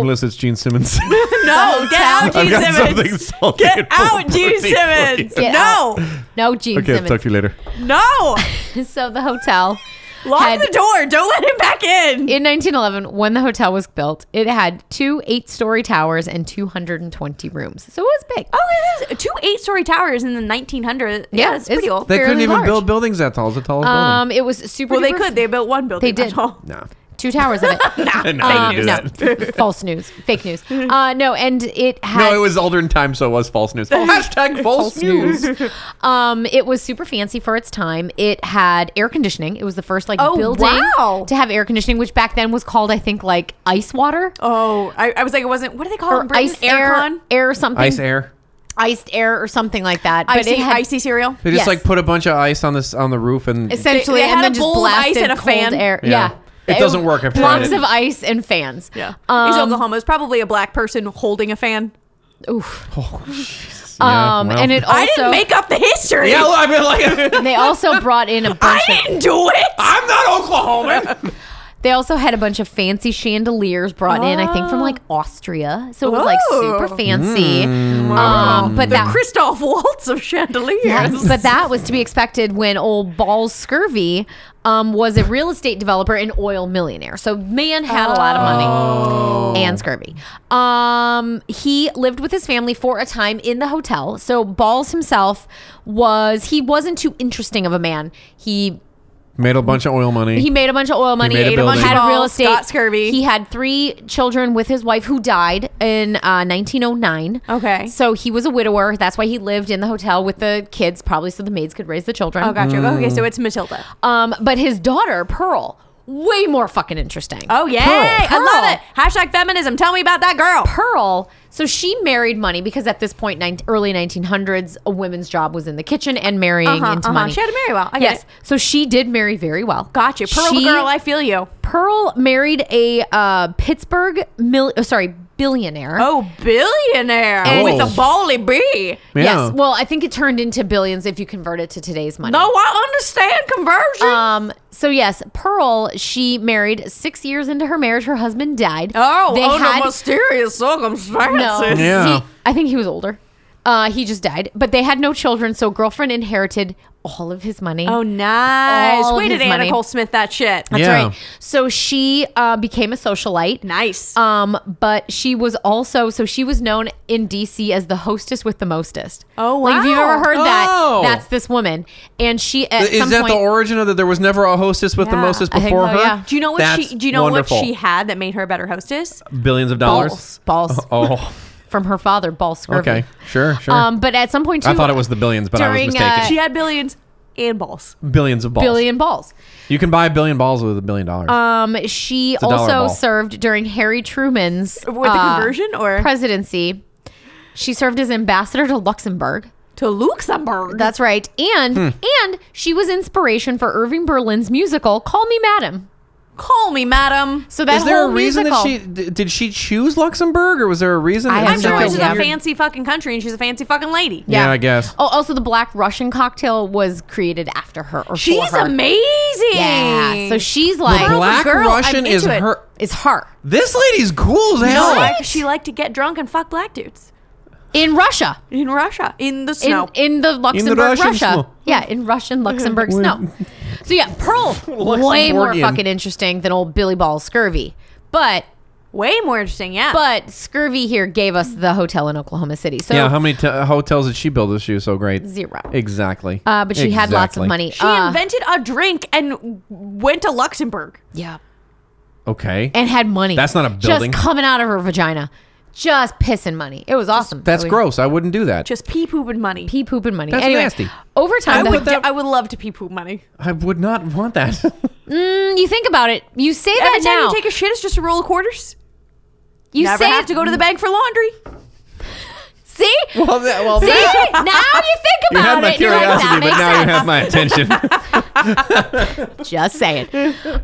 [SPEAKER 5] Unless it's Gene Simmons.
[SPEAKER 4] No, get out, Gene
[SPEAKER 5] got something
[SPEAKER 4] Simmons.
[SPEAKER 5] salty
[SPEAKER 4] Get
[SPEAKER 5] and full of
[SPEAKER 4] out, Gene
[SPEAKER 5] protein for you.
[SPEAKER 4] Simmons.
[SPEAKER 2] Get
[SPEAKER 4] No,
[SPEAKER 2] no Gene
[SPEAKER 5] okay, I'll
[SPEAKER 2] Simmons.
[SPEAKER 5] talk to you later.
[SPEAKER 4] no.
[SPEAKER 2] So the hotel
[SPEAKER 4] Lock
[SPEAKER 2] had-
[SPEAKER 4] the door. Don't let him back in.
[SPEAKER 2] In 1911, when the hotel was built, it had two eight-story towers and 220 rooms, so it was big.
[SPEAKER 4] oh, it is. Two eight story towers in the 1900s. Yeah,
[SPEAKER 2] Yeah,
[SPEAKER 4] it's pretty
[SPEAKER 2] it's-
[SPEAKER 4] old.
[SPEAKER 6] They couldn't
[SPEAKER 2] fairly
[SPEAKER 6] even
[SPEAKER 2] large.
[SPEAKER 6] build buildings that tall. It's the tallest
[SPEAKER 2] Um, it was super.
[SPEAKER 4] well, they
[SPEAKER 2] duper-
[SPEAKER 4] could. They built one building.
[SPEAKER 2] They did.
[SPEAKER 4] that's all.
[SPEAKER 6] building. Nah.
[SPEAKER 2] two towers of it. Um,
[SPEAKER 1] No, I didn't do that.
[SPEAKER 2] false news, fake news. Uh, no, and it had
[SPEAKER 6] No, it was older in time, so it was false news. Hashtag false, news.
[SPEAKER 2] Um, it was super fancy for its time. It had air conditioning. It was the first like
[SPEAKER 4] Oh,
[SPEAKER 2] building
[SPEAKER 4] wow.
[SPEAKER 2] to have air conditioning, which back then was called, I think, like ice water
[SPEAKER 4] Oh, I, I was like, it wasn't. What do they call it? in
[SPEAKER 2] or
[SPEAKER 4] Britain?
[SPEAKER 2] ice air,
[SPEAKER 4] Aircon?
[SPEAKER 2] air something,
[SPEAKER 6] Ice air.
[SPEAKER 2] iced air or something like that. But
[SPEAKER 4] Icy,
[SPEAKER 2] it had-
[SPEAKER 4] icy cereal.
[SPEAKER 6] They just
[SPEAKER 2] Yes.
[SPEAKER 6] like put a bunch of ice on this on the roof and
[SPEAKER 2] essentially,
[SPEAKER 4] They- they
[SPEAKER 2] and
[SPEAKER 4] had
[SPEAKER 2] then
[SPEAKER 4] a
[SPEAKER 2] just
[SPEAKER 4] bowl of ice
[SPEAKER 2] blasted
[SPEAKER 4] and a
[SPEAKER 2] cold
[SPEAKER 4] fan.
[SPEAKER 2] air.
[SPEAKER 6] Yeah.
[SPEAKER 2] Yeah.
[SPEAKER 6] It doesn't work. I've tried
[SPEAKER 2] blocks
[SPEAKER 6] it.
[SPEAKER 2] of ice and fans.
[SPEAKER 4] Yeah.
[SPEAKER 2] Um,
[SPEAKER 4] He's Oklahoma. It's probably a black person holding a fan.
[SPEAKER 2] Oof.
[SPEAKER 6] Yeah,
[SPEAKER 2] um,
[SPEAKER 6] well.
[SPEAKER 2] and it also
[SPEAKER 4] I didn't make up the history.
[SPEAKER 3] Yeah, I mean, like,
[SPEAKER 2] they also brought in a bunch
[SPEAKER 4] I
[SPEAKER 2] of
[SPEAKER 4] didn't do it.
[SPEAKER 5] Ah.
[SPEAKER 3] I'm not Oklahoman.
[SPEAKER 2] They also had a bunch of fancy chandeliers brought in, I think, from like Austria. So it was like
[SPEAKER 4] Ah. Oh.
[SPEAKER 2] super fancy.
[SPEAKER 6] Mm.
[SPEAKER 2] Um, but that.
[SPEAKER 4] Christoph Waltz of chandeliers.
[SPEAKER 2] Yes, but that was to be expected when old Balls Scurvy um, was a real estate developer and oil millionaire. So man had a lot of money and scurvy. Um, he lived with his family for a time in the hotel. So Balls himself was he wasn't too interesting of a man. He
[SPEAKER 6] made a bunch of oil money.
[SPEAKER 2] he made a bunch of oil money.
[SPEAKER 6] made a
[SPEAKER 2] ate
[SPEAKER 6] building.
[SPEAKER 2] Had a real
[SPEAKER 4] Balls,
[SPEAKER 2] estate.
[SPEAKER 4] got scurvy.
[SPEAKER 2] He had three children with his wife who died in uh, 1909.
[SPEAKER 4] Okay.
[SPEAKER 2] So he was a widower. That's why he lived in the hotel with the kids, probably so the maids could raise the children.
[SPEAKER 4] Oh, gotcha.
[SPEAKER 5] Mm.
[SPEAKER 4] Okay, so it's Matilda.
[SPEAKER 2] Um, but his daughter Pearl, way more fucking interesting.
[SPEAKER 4] Oh, yay. I
[SPEAKER 2] Pearl.
[SPEAKER 4] love it. Hashtag feminism. Tell me about that girl.
[SPEAKER 2] Pearl. So she married money because at this point, nine, early 1900s, a woman's job was in the kitchen and marrying
[SPEAKER 4] Uh-huh,
[SPEAKER 2] into
[SPEAKER 4] uh-huh.
[SPEAKER 2] money.
[SPEAKER 4] She had to marry well. I get
[SPEAKER 2] yes.
[SPEAKER 4] it.
[SPEAKER 2] So she did marry very well.
[SPEAKER 4] Gotcha. Pearl
[SPEAKER 2] She-
[SPEAKER 4] girl, I feel you.
[SPEAKER 2] Pearl married a uh, Pittsburgh mil- oh, sorry billionaire.
[SPEAKER 4] Oh, billionaire
[SPEAKER 2] And-
[SPEAKER 4] with a bally B.
[SPEAKER 6] Yeah.
[SPEAKER 2] Yes. Well, I think it turned into billions if you convert it to today's money.
[SPEAKER 4] No, I understand conversion.
[SPEAKER 2] Um. So yes, Pearl. She married six years into her marriage. Her husband died.
[SPEAKER 4] oh,
[SPEAKER 2] they
[SPEAKER 4] under
[SPEAKER 2] had
[SPEAKER 4] mysterious
[SPEAKER 2] no.
[SPEAKER 4] circumstances.
[SPEAKER 6] Yeah.
[SPEAKER 2] he- I think he was older. Uh, he just died. But they had no children, so girlfriend inherited all of his money.
[SPEAKER 4] Oh, nice.
[SPEAKER 2] All
[SPEAKER 4] Way
[SPEAKER 2] his
[SPEAKER 4] did Anna
[SPEAKER 2] money.
[SPEAKER 4] Nicole Smith that shit.
[SPEAKER 2] That's
[SPEAKER 6] Yeah.
[SPEAKER 2] right. So she uh, became a socialite.
[SPEAKER 4] Nice.
[SPEAKER 2] Um, but she was also so she was known in DC as the hostess with the mostest.
[SPEAKER 4] Oh,
[SPEAKER 2] Like if you've
[SPEAKER 4] wow.
[SPEAKER 2] ever heard that,
[SPEAKER 6] Oh.
[SPEAKER 2] that's this woman, and she at
[SPEAKER 6] Is
[SPEAKER 2] some
[SPEAKER 6] that
[SPEAKER 2] point
[SPEAKER 6] the origin of that? There was never a hostess with the
[SPEAKER 4] Yeah,
[SPEAKER 6] mostest
[SPEAKER 2] I think
[SPEAKER 6] before
[SPEAKER 2] so,
[SPEAKER 6] her.
[SPEAKER 2] yeah.
[SPEAKER 4] do you know what
[SPEAKER 6] That's
[SPEAKER 4] she do you know
[SPEAKER 6] wonderful.
[SPEAKER 4] what she had that made her a better hostess?
[SPEAKER 3] Billions of dollars.
[SPEAKER 2] balls balls
[SPEAKER 6] Oh,
[SPEAKER 2] from her father, ball scurvy.
[SPEAKER 6] okay, sure, sure.
[SPEAKER 2] Um, but at some point, too,
[SPEAKER 6] I thought it was the billions, but I was
[SPEAKER 2] during,
[SPEAKER 6] mistaken.
[SPEAKER 2] uh,
[SPEAKER 4] She had billions and balls.
[SPEAKER 6] billions of balls.
[SPEAKER 2] billion balls.
[SPEAKER 6] You can buy a billion balls with a billion dollars.
[SPEAKER 2] Um, she
[SPEAKER 6] a dollar
[SPEAKER 2] also
[SPEAKER 6] ball.
[SPEAKER 2] served during Harry Truman's uh,
[SPEAKER 4] With the conversion or
[SPEAKER 2] presidency. She served as ambassador to Luxembourg.
[SPEAKER 4] to Luxembourg.
[SPEAKER 2] That's right. And
[SPEAKER 6] Hmm.
[SPEAKER 2] and she was inspiration for Irving Berlin's musical Call Me Madam.
[SPEAKER 4] Call me, madam.
[SPEAKER 2] So that
[SPEAKER 6] is there a
[SPEAKER 2] whole
[SPEAKER 6] reason
[SPEAKER 2] musical,
[SPEAKER 6] that she d- did she choose Luxembourg, or was there a reason?
[SPEAKER 2] I
[SPEAKER 6] that
[SPEAKER 2] have
[SPEAKER 4] I'm
[SPEAKER 6] it's
[SPEAKER 2] no
[SPEAKER 4] sure
[SPEAKER 6] like
[SPEAKER 4] it's
[SPEAKER 2] idea.
[SPEAKER 4] just a
[SPEAKER 2] weird-
[SPEAKER 4] fancy fucking country and she's a fancy fucking lady.
[SPEAKER 6] Yeah, I guess.
[SPEAKER 2] Oh, also the Black Russian cocktail was created after her or
[SPEAKER 4] She's
[SPEAKER 2] for her.
[SPEAKER 4] amazing.
[SPEAKER 2] Yeah. So she's
[SPEAKER 6] The
[SPEAKER 2] like
[SPEAKER 6] Black
[SPEAKER 4] girl, I'm
[SPEAKER 6] Russian is
[SPEAKER 4] into it.
[SPEAKER 6] her.
[SPEAKER 2] is her
[SPEAKER 6] This lady's cool as hell.
[SPEAKER 4] Like, she liked to get drunk and fuck black dudes
[SPEAKER 2] in Russia.
[SPEAKER 4] in Russia in the
[SPEAKER 2] In,
[SPEAKER 4] snow.
[SPEAKER 2] in the Luxembourg,
[SPEAKER 6] Russian
[SPEAKER 2] Russia.
[SPEAKER 6] snow.
[SPEAKER 2] Yeah, in Russian Luxembourg snow. So yeah, Pearl way more
[SPEAKER 6] Luxembourgian.
[SPEAKER 2] fucking interesting than old Billy Ball Scurvy. But
[SPEAKER 4] Way more interesting, yeah.
[SPEAKER 2] but Scurvy here gave us the hotel in Oklahoma City. So
[SPEAKER 6] Yeah, how many t- hotels did she build if she was so great?
[SPEAKER 2] Zero.
[SPEAKER 6] Exactly.
[SPEAKER 2] uh, but she had lots of
[SPEAKER 6] Exactly.
[SPEAKER 2] money.
[SPEAKER 4] she
[SPEAKER 2] Uh,
[SPEAKER 4] invented a drink and went to Luxembourg.
[SPEAKER 2] yeah.
[SPEAKER 6] Okay.
[SPEAKER 2] and had money.
[SPEAKER 6] That's not a building.
[SPEAKER 2] Just coming out of her vagina, just pissing money. It was awesome.
[SPEAKER 6] That's
[SPEAKER 2] We-
[SPEAKER 6] gross. I wouldn't do that.
[SPEAKER 4] Just pee poop and money.
[SPEAKER 2] Pee pooping money.
[SPEAKER 6] That's
[SPEAKER 2] anyway,
[SPEAKER 6] nasty.
[SPEAKER 2] Over
[SPEAKER 4] I
[SPEAKER 2] time, the-
[SPEAKER 4] would, I would love to pee poop money.
[SPEAKER 6] I would not want that.
[SPEAKER 2] Mm, you think about it. You say
[SPEAKER 4] Every
[SPEAKER 2] that
[SPEAKER 4] time
[SPEAKER 2] now.
[SPEAKER 4] you take a shit, it's just a roll of quarters.
[SPEAKER 2] you
[SPEAKER 4] Never
[SPEAKER 2] say
[SPEAKER 4] have to go to the bank for laundry.
[SPEAKER 2] See,
[SPEAKER 6] well, that, well,
[SPEAKER 2] see. now you think about
[SPEAKER 6] you had my
[SPEAKER 2] it. You're
[SPEAKER 6] curiosity,
[SPEAKER 2] like, that
[SPEAKER 6] but now
[SPEAKER 2] makes sense.
[SPEAKER 6] you have my attention.
[SPEAKER 2] Just saying.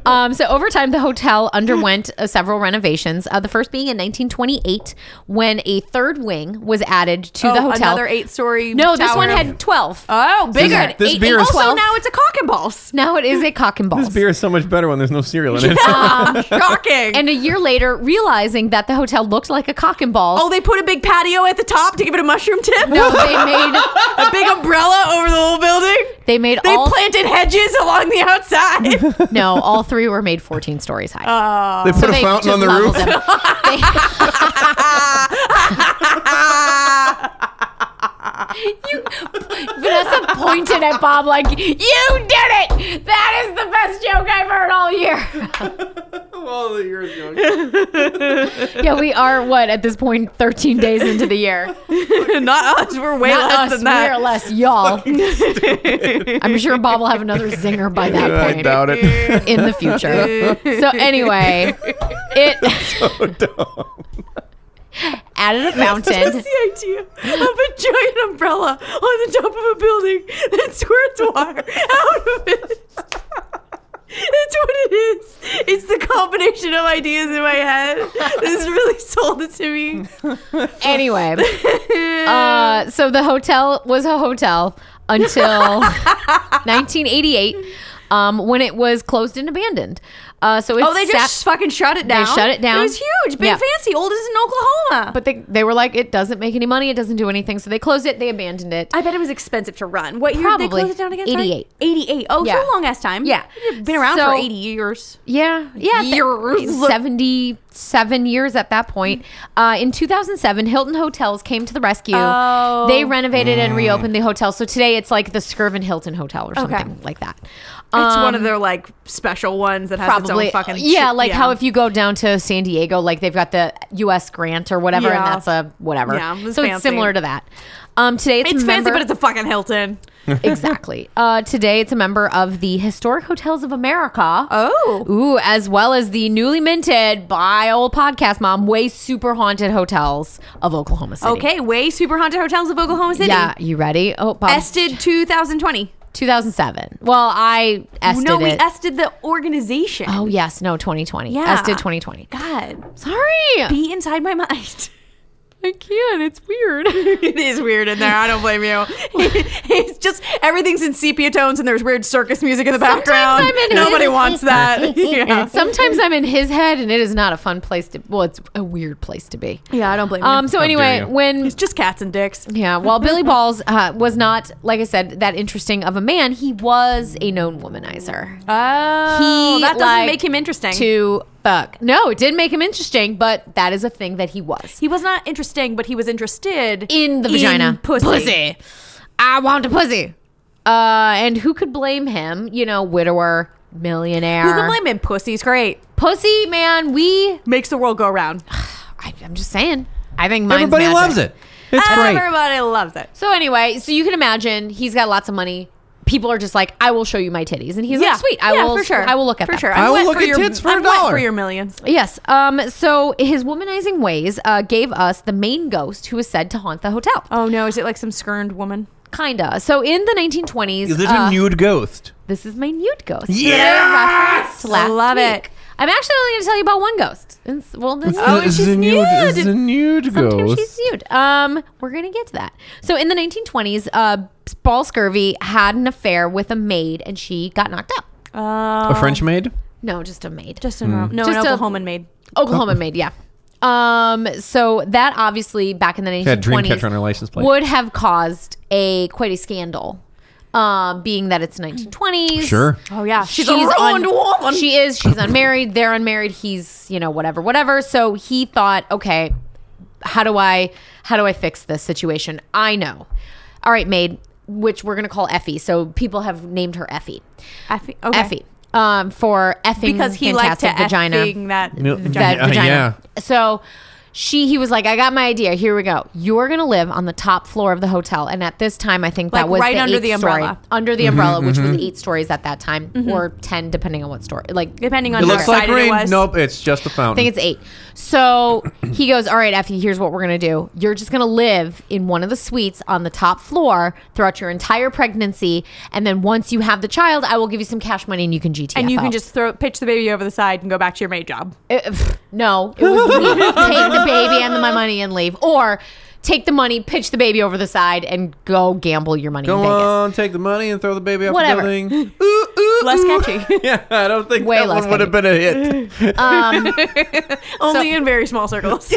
[SPEAKER 2] Um, so over time, the hotel underwent uh, several renovations. Uh, the first being in 1928, when a third wing was added to the
[SPEAKER 4] Oh,
[SPEAKER 2] hotel.
[SPEAKER 4] Another eight story.
[SPEAKER 2] no, this one had 12.
[SPEAKER 4] Oh, bigger.
[SPEAKER 2] This-
[SPEAKER 4] Eight-
[SPEAKER 6] this
[SPEAKER 4] eight-
[SPEAKER 6] beer is-
[SPEAKER 4] also,
[SPEAKER 2] Twelve.
[SPEAKER 4] now it's a cock and balls.
[SPEAKER 2] now it is a cock and balls.
[SPEAKER 6] this beer is so much better when there's no cereal in it.
[SPEAKER 4] Shocking.
[SPEAKER 2] And a year later, realizing that the hotel looked like a cock and balls,
[SPEAKER 4] oh, they put a big patio at the top to give it a mushroom tip?
[SPEAKER 2] No, they made
[SPEAKER 4] a big umbrella over the whole building.
[SPEAKER 2] they made
[SPEAKER 4] They
[SPEAKER 2] all
[SPEAKER 4] planted hedges along the outside.
[SPEAKER 2] no all three were made 14 stories high.
[SPEAKER 6] They Uh, put
[SPEAKER 2] So
[SPEAKER 6] a
[SPEAKER 2] they
[SPEAKER 6] fountain on
[SPEAKER 2] just
[SPEAKER 6] the
[SPEAKER 2] leveled
[SPEAKER 6] roof.
[SPEAKER 2] them. They- you, Vanessa pointed at Bob like, "You did it! That is the best joke I've heard all year."
[SPEAKER 3] All the years ago.
[SPEAKER 2] yeah, we are what at this point 13 days into the year.
[SPEAKER 4] Not us. We're way
[SPEAKER 2] Not
[SPEAKER 4] less
[SPEAKER 2] us,
[SPEAKER 4] than
[SPEAKER 2] we are
[SPEAKER 4] that.
[SPEAKER 2] less y'all. I'm sure Bob will have another zinger by that
[SPEAKER 6] I
[SPEAKER 2] point
[SPEAKER 6] doubt it.
[SPEAKER 2] in the future. so anyway, it added a fountain.
[SPEAKER 4] Just the idea of a giant umbrella on the top of a building that squirts water out of it. That's what it is. It's the combination of ideas in my head. This really sold it to me.
[SPEAKER 2] anyway, uh, so the hotel was a hotel until 1988, um, when it was closed and abandoned. Uh, so it
[SPEAKER 4] Oh, they just
[SPEAKER 2] sat-
[SPEAKER 4] fucking shut it down.
[SPEAKER 2] shut it down.
[SPEAKER 4] It was huge, big,
[SPEAKER 2] Yeah.
[SPEAKER 4] fancy, oldest in Oklahoma.
[SPEAKER 2] but they they were like, it doesn't make any money, it doesn't do anything, so they closed it, they abandoned it.
[SPEAKER 4] I bet it was expensive to run. What year did they
[SPEAKER 2] Probably.
[SPEAKER 4] close it down again? sorry?
[SPEAKER 2] 88.
[SPEAKER 4] 88. Oh,
[SPEAKER 2] Yeah.
[SPEAKER 4] so long ass time.
[SPEAKER 2] Yeah.
[SPEAKER 4] It's been around
[SPEAKER 2] So-
[SPEAKER 4] for 80 years.
[SPEAKER 2] Yeah, yeah, th-
[SPEAKER 4] Years.
[SPEAKER 2] 77 years at that point. Uh, in 2007, Hilton Hotels came to the rescue.
[SPEAKER 4] Oh.
[SPEAKER 2] They renovated and reopened the hotel. So today it's like the Skirvin Hilton Hotel or
[SPEAKER 4] Okay.
[SPEAKER 2] something like that.
[SPEAKER 4] it's
[SPEAKER 2] Um,
[SPEAKER 4] one of their like special ones that has
[SPEAKER 2] probably
[SPEAKER 4] its own fucking
[SPEAKER 2] yeah
[SPEAKER 4] sh-
[SPEAKER 2] like how if you go down to san diego like they've got the us grant or whatever
[SPEAKER 4] Yeah.
[SPEAKER 2] and that's a whatever
[SPEAKER 4] Yeah, it was
[SPEAKER 2] so it's
[SPEAKER 4] fancy.
[SPEAKER 2] similar to that um today it's,
[SPEAKER 4] it's
[SPEAKER 2] a
[SPEAKER 4] fancy,
[SPEAKER 2] member-
[SPEAKER 4] but it's a fucking Hilton.
[SPEAKER 2] exactly uh today it's a member of the historic hotels of america
[SPEAKER 4] Oh.
[SPEAKER 2] Ooh, as well as the newly minted by old podcast mom, way super haunted hotels of Oklahoma City.
[SPEAKER 4] Okay, way super haunted hotels of Oklahoma City.
[SPEAKER 2] yeah, you ready? Oh, Bob,
[SPEAKER 4] Ested 2020.
[SPEAKER 2] 2007. Well, I ested
[SPEAKER 4] no, we
[SPEAKER 2] it.
[SPEAKER 4] ested the organization.
[SPEAKER 2] oh yes, no, 2020.
[SPEAKER 4] Yeah.
[SPEAKER 2] ested 2020.
[SPEAKER 4] God.
[SPEAKER 2] Sorry,
[SPEAKER 4] Be inside my mind.
[SPEAKER 2] I can't. It's weird.
[SPEAKER 4] it is weird in there. I don't blame you. it's just everything's in sepia tones and there's weird circus music in the background.
[SPEAKER 2] I'm in
[SPEAKER 4] Nobody
[SPEAKER 2] his-
[SPEAKER 4] wants that. yeah.
[SPEAKER 2] Sometimes I'm in his head, and it is not a fun place to. Well, it's a weird place to be.
[SPEAKER 4] yeah, I don't blame
[SPEAKER 2] Um. So anyway,
[SPEAKER 5] you.
[SPEAKER 2] when
[SPEAKER 4] It's just cats and dicks.
[SPEAKER 2] yeah, while Billy Balls uh, was not, like I said, that interesting of a man, he was a known womanizer.
[SPEAKER 4] Oh,
[SPEAKER 2] he
[SPEAKER 4] that doesn't
[SPEAKER 2] liked
[SPEAKER 4] make him interesting.
[SPEAKER 2] To fuck. No, it did make him interesting, but that is a thing that he was
[SPEAKER 4] he was not interesting, but he was interested
[SPEAKER 2] in the vagina.
[SPEAKER 4] pussy.
[SPEAKER 2] pussy. I want a pussy. Uh, and who could blame him? You know, widower, millionaire.
[SPEAKER 4] Who can blame him? Pussy's great.
[SPEAKER 2] Pussy, man. We
[SPEAKER 4] Makes the world go round.
[SPEAKER 2] I, I'm just saying. I think mine's
[SPEAKER 3] Everybody
[SPEAKER 2] magic. Uh,
[SPEAKER 3] loves it. It's great.
[SPEAKER 4] Everybody loves it.
[SPEAKER 2] So anyway, so you can imagine he's got lots of money. People are just like, I will show you my titties, and he's
[SPEAKER 4] yeah,
[SPEAKER 2] like, sweet, I
[SPEAKER 4] yeah,
[SPEAKER 2] will,
[SPEAKER 4] for sure.
[SPEAKER 2] I will look at
[SPEAKER 4] for
[SPEAKER 2] them.
[SPEAKER 4] sure. I'm
[SPEAKER 3] I will
[SPEAKER 4] wet
[SPEAKER 3] look
[SPEAKER 4] for
[SPEAKER 3] at
[SPEAKER 4] your,
[SPEAKER 3] tits for a
[SPEAKER 4] I'm wet
[SPEAKER 3] dollar.
[SPEAKER 4] for your millions.
[SPEAKER 2] Yes. Um. So his womanizing ways uh, gave us the main ghost who is said to haunt the hotel.
[SPEAKER 4] Oh no, is it like some skirned woman?
[SPEAKER 2] Kinda. So in the 1920s,
[SPEAKER 3] Is it
[SPEAKER 2] uh,
[SPEAKER 3] a nude ghost?
[SPEAKER 2] this is my nude ghost.
[SPEAKER 3] Yes!
[SPEAKER 2] I
[SPEAKER 4] Love it.
[SPEAKER 2] I'm actually only going to tell you about one ghost. It's, well, this
[SPEAKER 5] The- the nude. The Oh, nude
[SPEAKER 2] Sometimes
[SPEAKER 5] ghost.
[SPEAKER 2] she's nude. Um, we're gonna get to that. So in the 1920s, uh, Ball Scurvy had an affair with a maid, and she got knocked up.
[SPEAKER 4] Uh,
[SPEAKER 5] a
[SPEAKER 2] Oh.
[SPEAKER 5] French maid.
[SPEAKER 2] No, just a maid.
[SPEAKER 4] just a
[SPEAKER 6] Hmm.
[SPEAKER 4] normal, no,
[SPEAKER 2] Just
[SPEAKER 4] an
[SPEAKER 2] a-
[SPEAKER 4] Oklahoman maid.
[SPEAKER 2] Oklahoma maid, yeah. Um, so that obviously back in the 1920s
[SPEAKER 3] had Dreamcatcher on her license plate.
[SPEAKER 2] would have caused a quite a scandal. Um, being that it's 1920s.
[SPEAKER 5] Sure.
[SPEAKER 4] Oh yeah, she's,
[SPEAKER 2] She's
[SPEAKER 4] a ruined
[SPEAKER 2] un-
[SPEAKER 4] woman.
[SPEAKER 2] She is. She's unmarried. They're unmarried. He's, you know, whatever, whatever. So he thought, okay, how do I, how do I fix this situation? I know. All right, maid, which we're gonna call Effie. So people have named her Effie.
[SPEAKER 4] Effie, okay.
[SPEAKER 2] Effie. Um, for effing
[SPEAKER 4] because he liked to
[SPEAKER 2] fantastic vagina.
[SPEAKER 4] effing that
[SPEAKER 3] No,
[SPEAKER 2] That
[SPEAKER 4] vagina.
[SPEAKER 3] Yeah,
[SPEAKER 2] vagina. So she, he was like, I got my idea. Here we go. You're gonna live on the top floor of the hotel, and at this time, I think that
[SPEAKER 4] Like,
[SPEAKER 2] was
[SPEAKER 4] right
[SPEAKER 2] the
[SPEAKER 4] under
[SPEAKER 2] eighth
[SPEAKER 4] the
[SPEAKER 2] story.
[SPEAKER 4] umbrella. Mm-hmm.
[SPEAKER 2] under
[SPEAKER 3] Mm-hmm,
[SPEAKER 2] the umbrella, which was eight stories at that time, or ten, depending on what story. Like
[SPEAKER 4] Depending on
[SPEAKER 6] It
[SPEAKER 4] how
[SPEAKER 6] looks like
[SPEAKER 4] excited
[SPEAKER 6] rain.
[SPEAKER 4] it was.
[SPEAKER 6] Nope, it's just a
[SPEAKER 2] I think
[SPEAKER 6] fountain.
[SPEAKER 2] it's eight. So he goes, All right, Effie, here's what we're going to do. You're just going to live in one of the suites on the top floor throughout your entire pregnancy. And then once you have the child, I will give you some cash money and you can GTFO.
[SPEAKER 4] and you can just throw pitch the baby over the side and go back to your maid job.
[SPEAKER 2] Uh, pff, no, it was leave. take the baby and my money and leave. Or take the money, pitch the baby over the side, and go gamble your money
[SPEAKER 6] Go
[SPEAKER 2] in Vegas.
[SPEAKER 6] on, take the money and throw the baby off
[SPEAKER 2] Whatever.
[SPEAKER 6] the building. Ooh, ooh,
[SPEAKER 4] Less
[SPEAKER 6] ooh.
[SPEAKER 4] catchy.
[SPEAKER 6] Yeah, I don't think
[SPEAKER 2] Way
[SPEAKER 6] that
[SPEAKER 2] less
[SPEAKER 6] one would have been a hit.
[SPEAKER 4] Only in very small circles.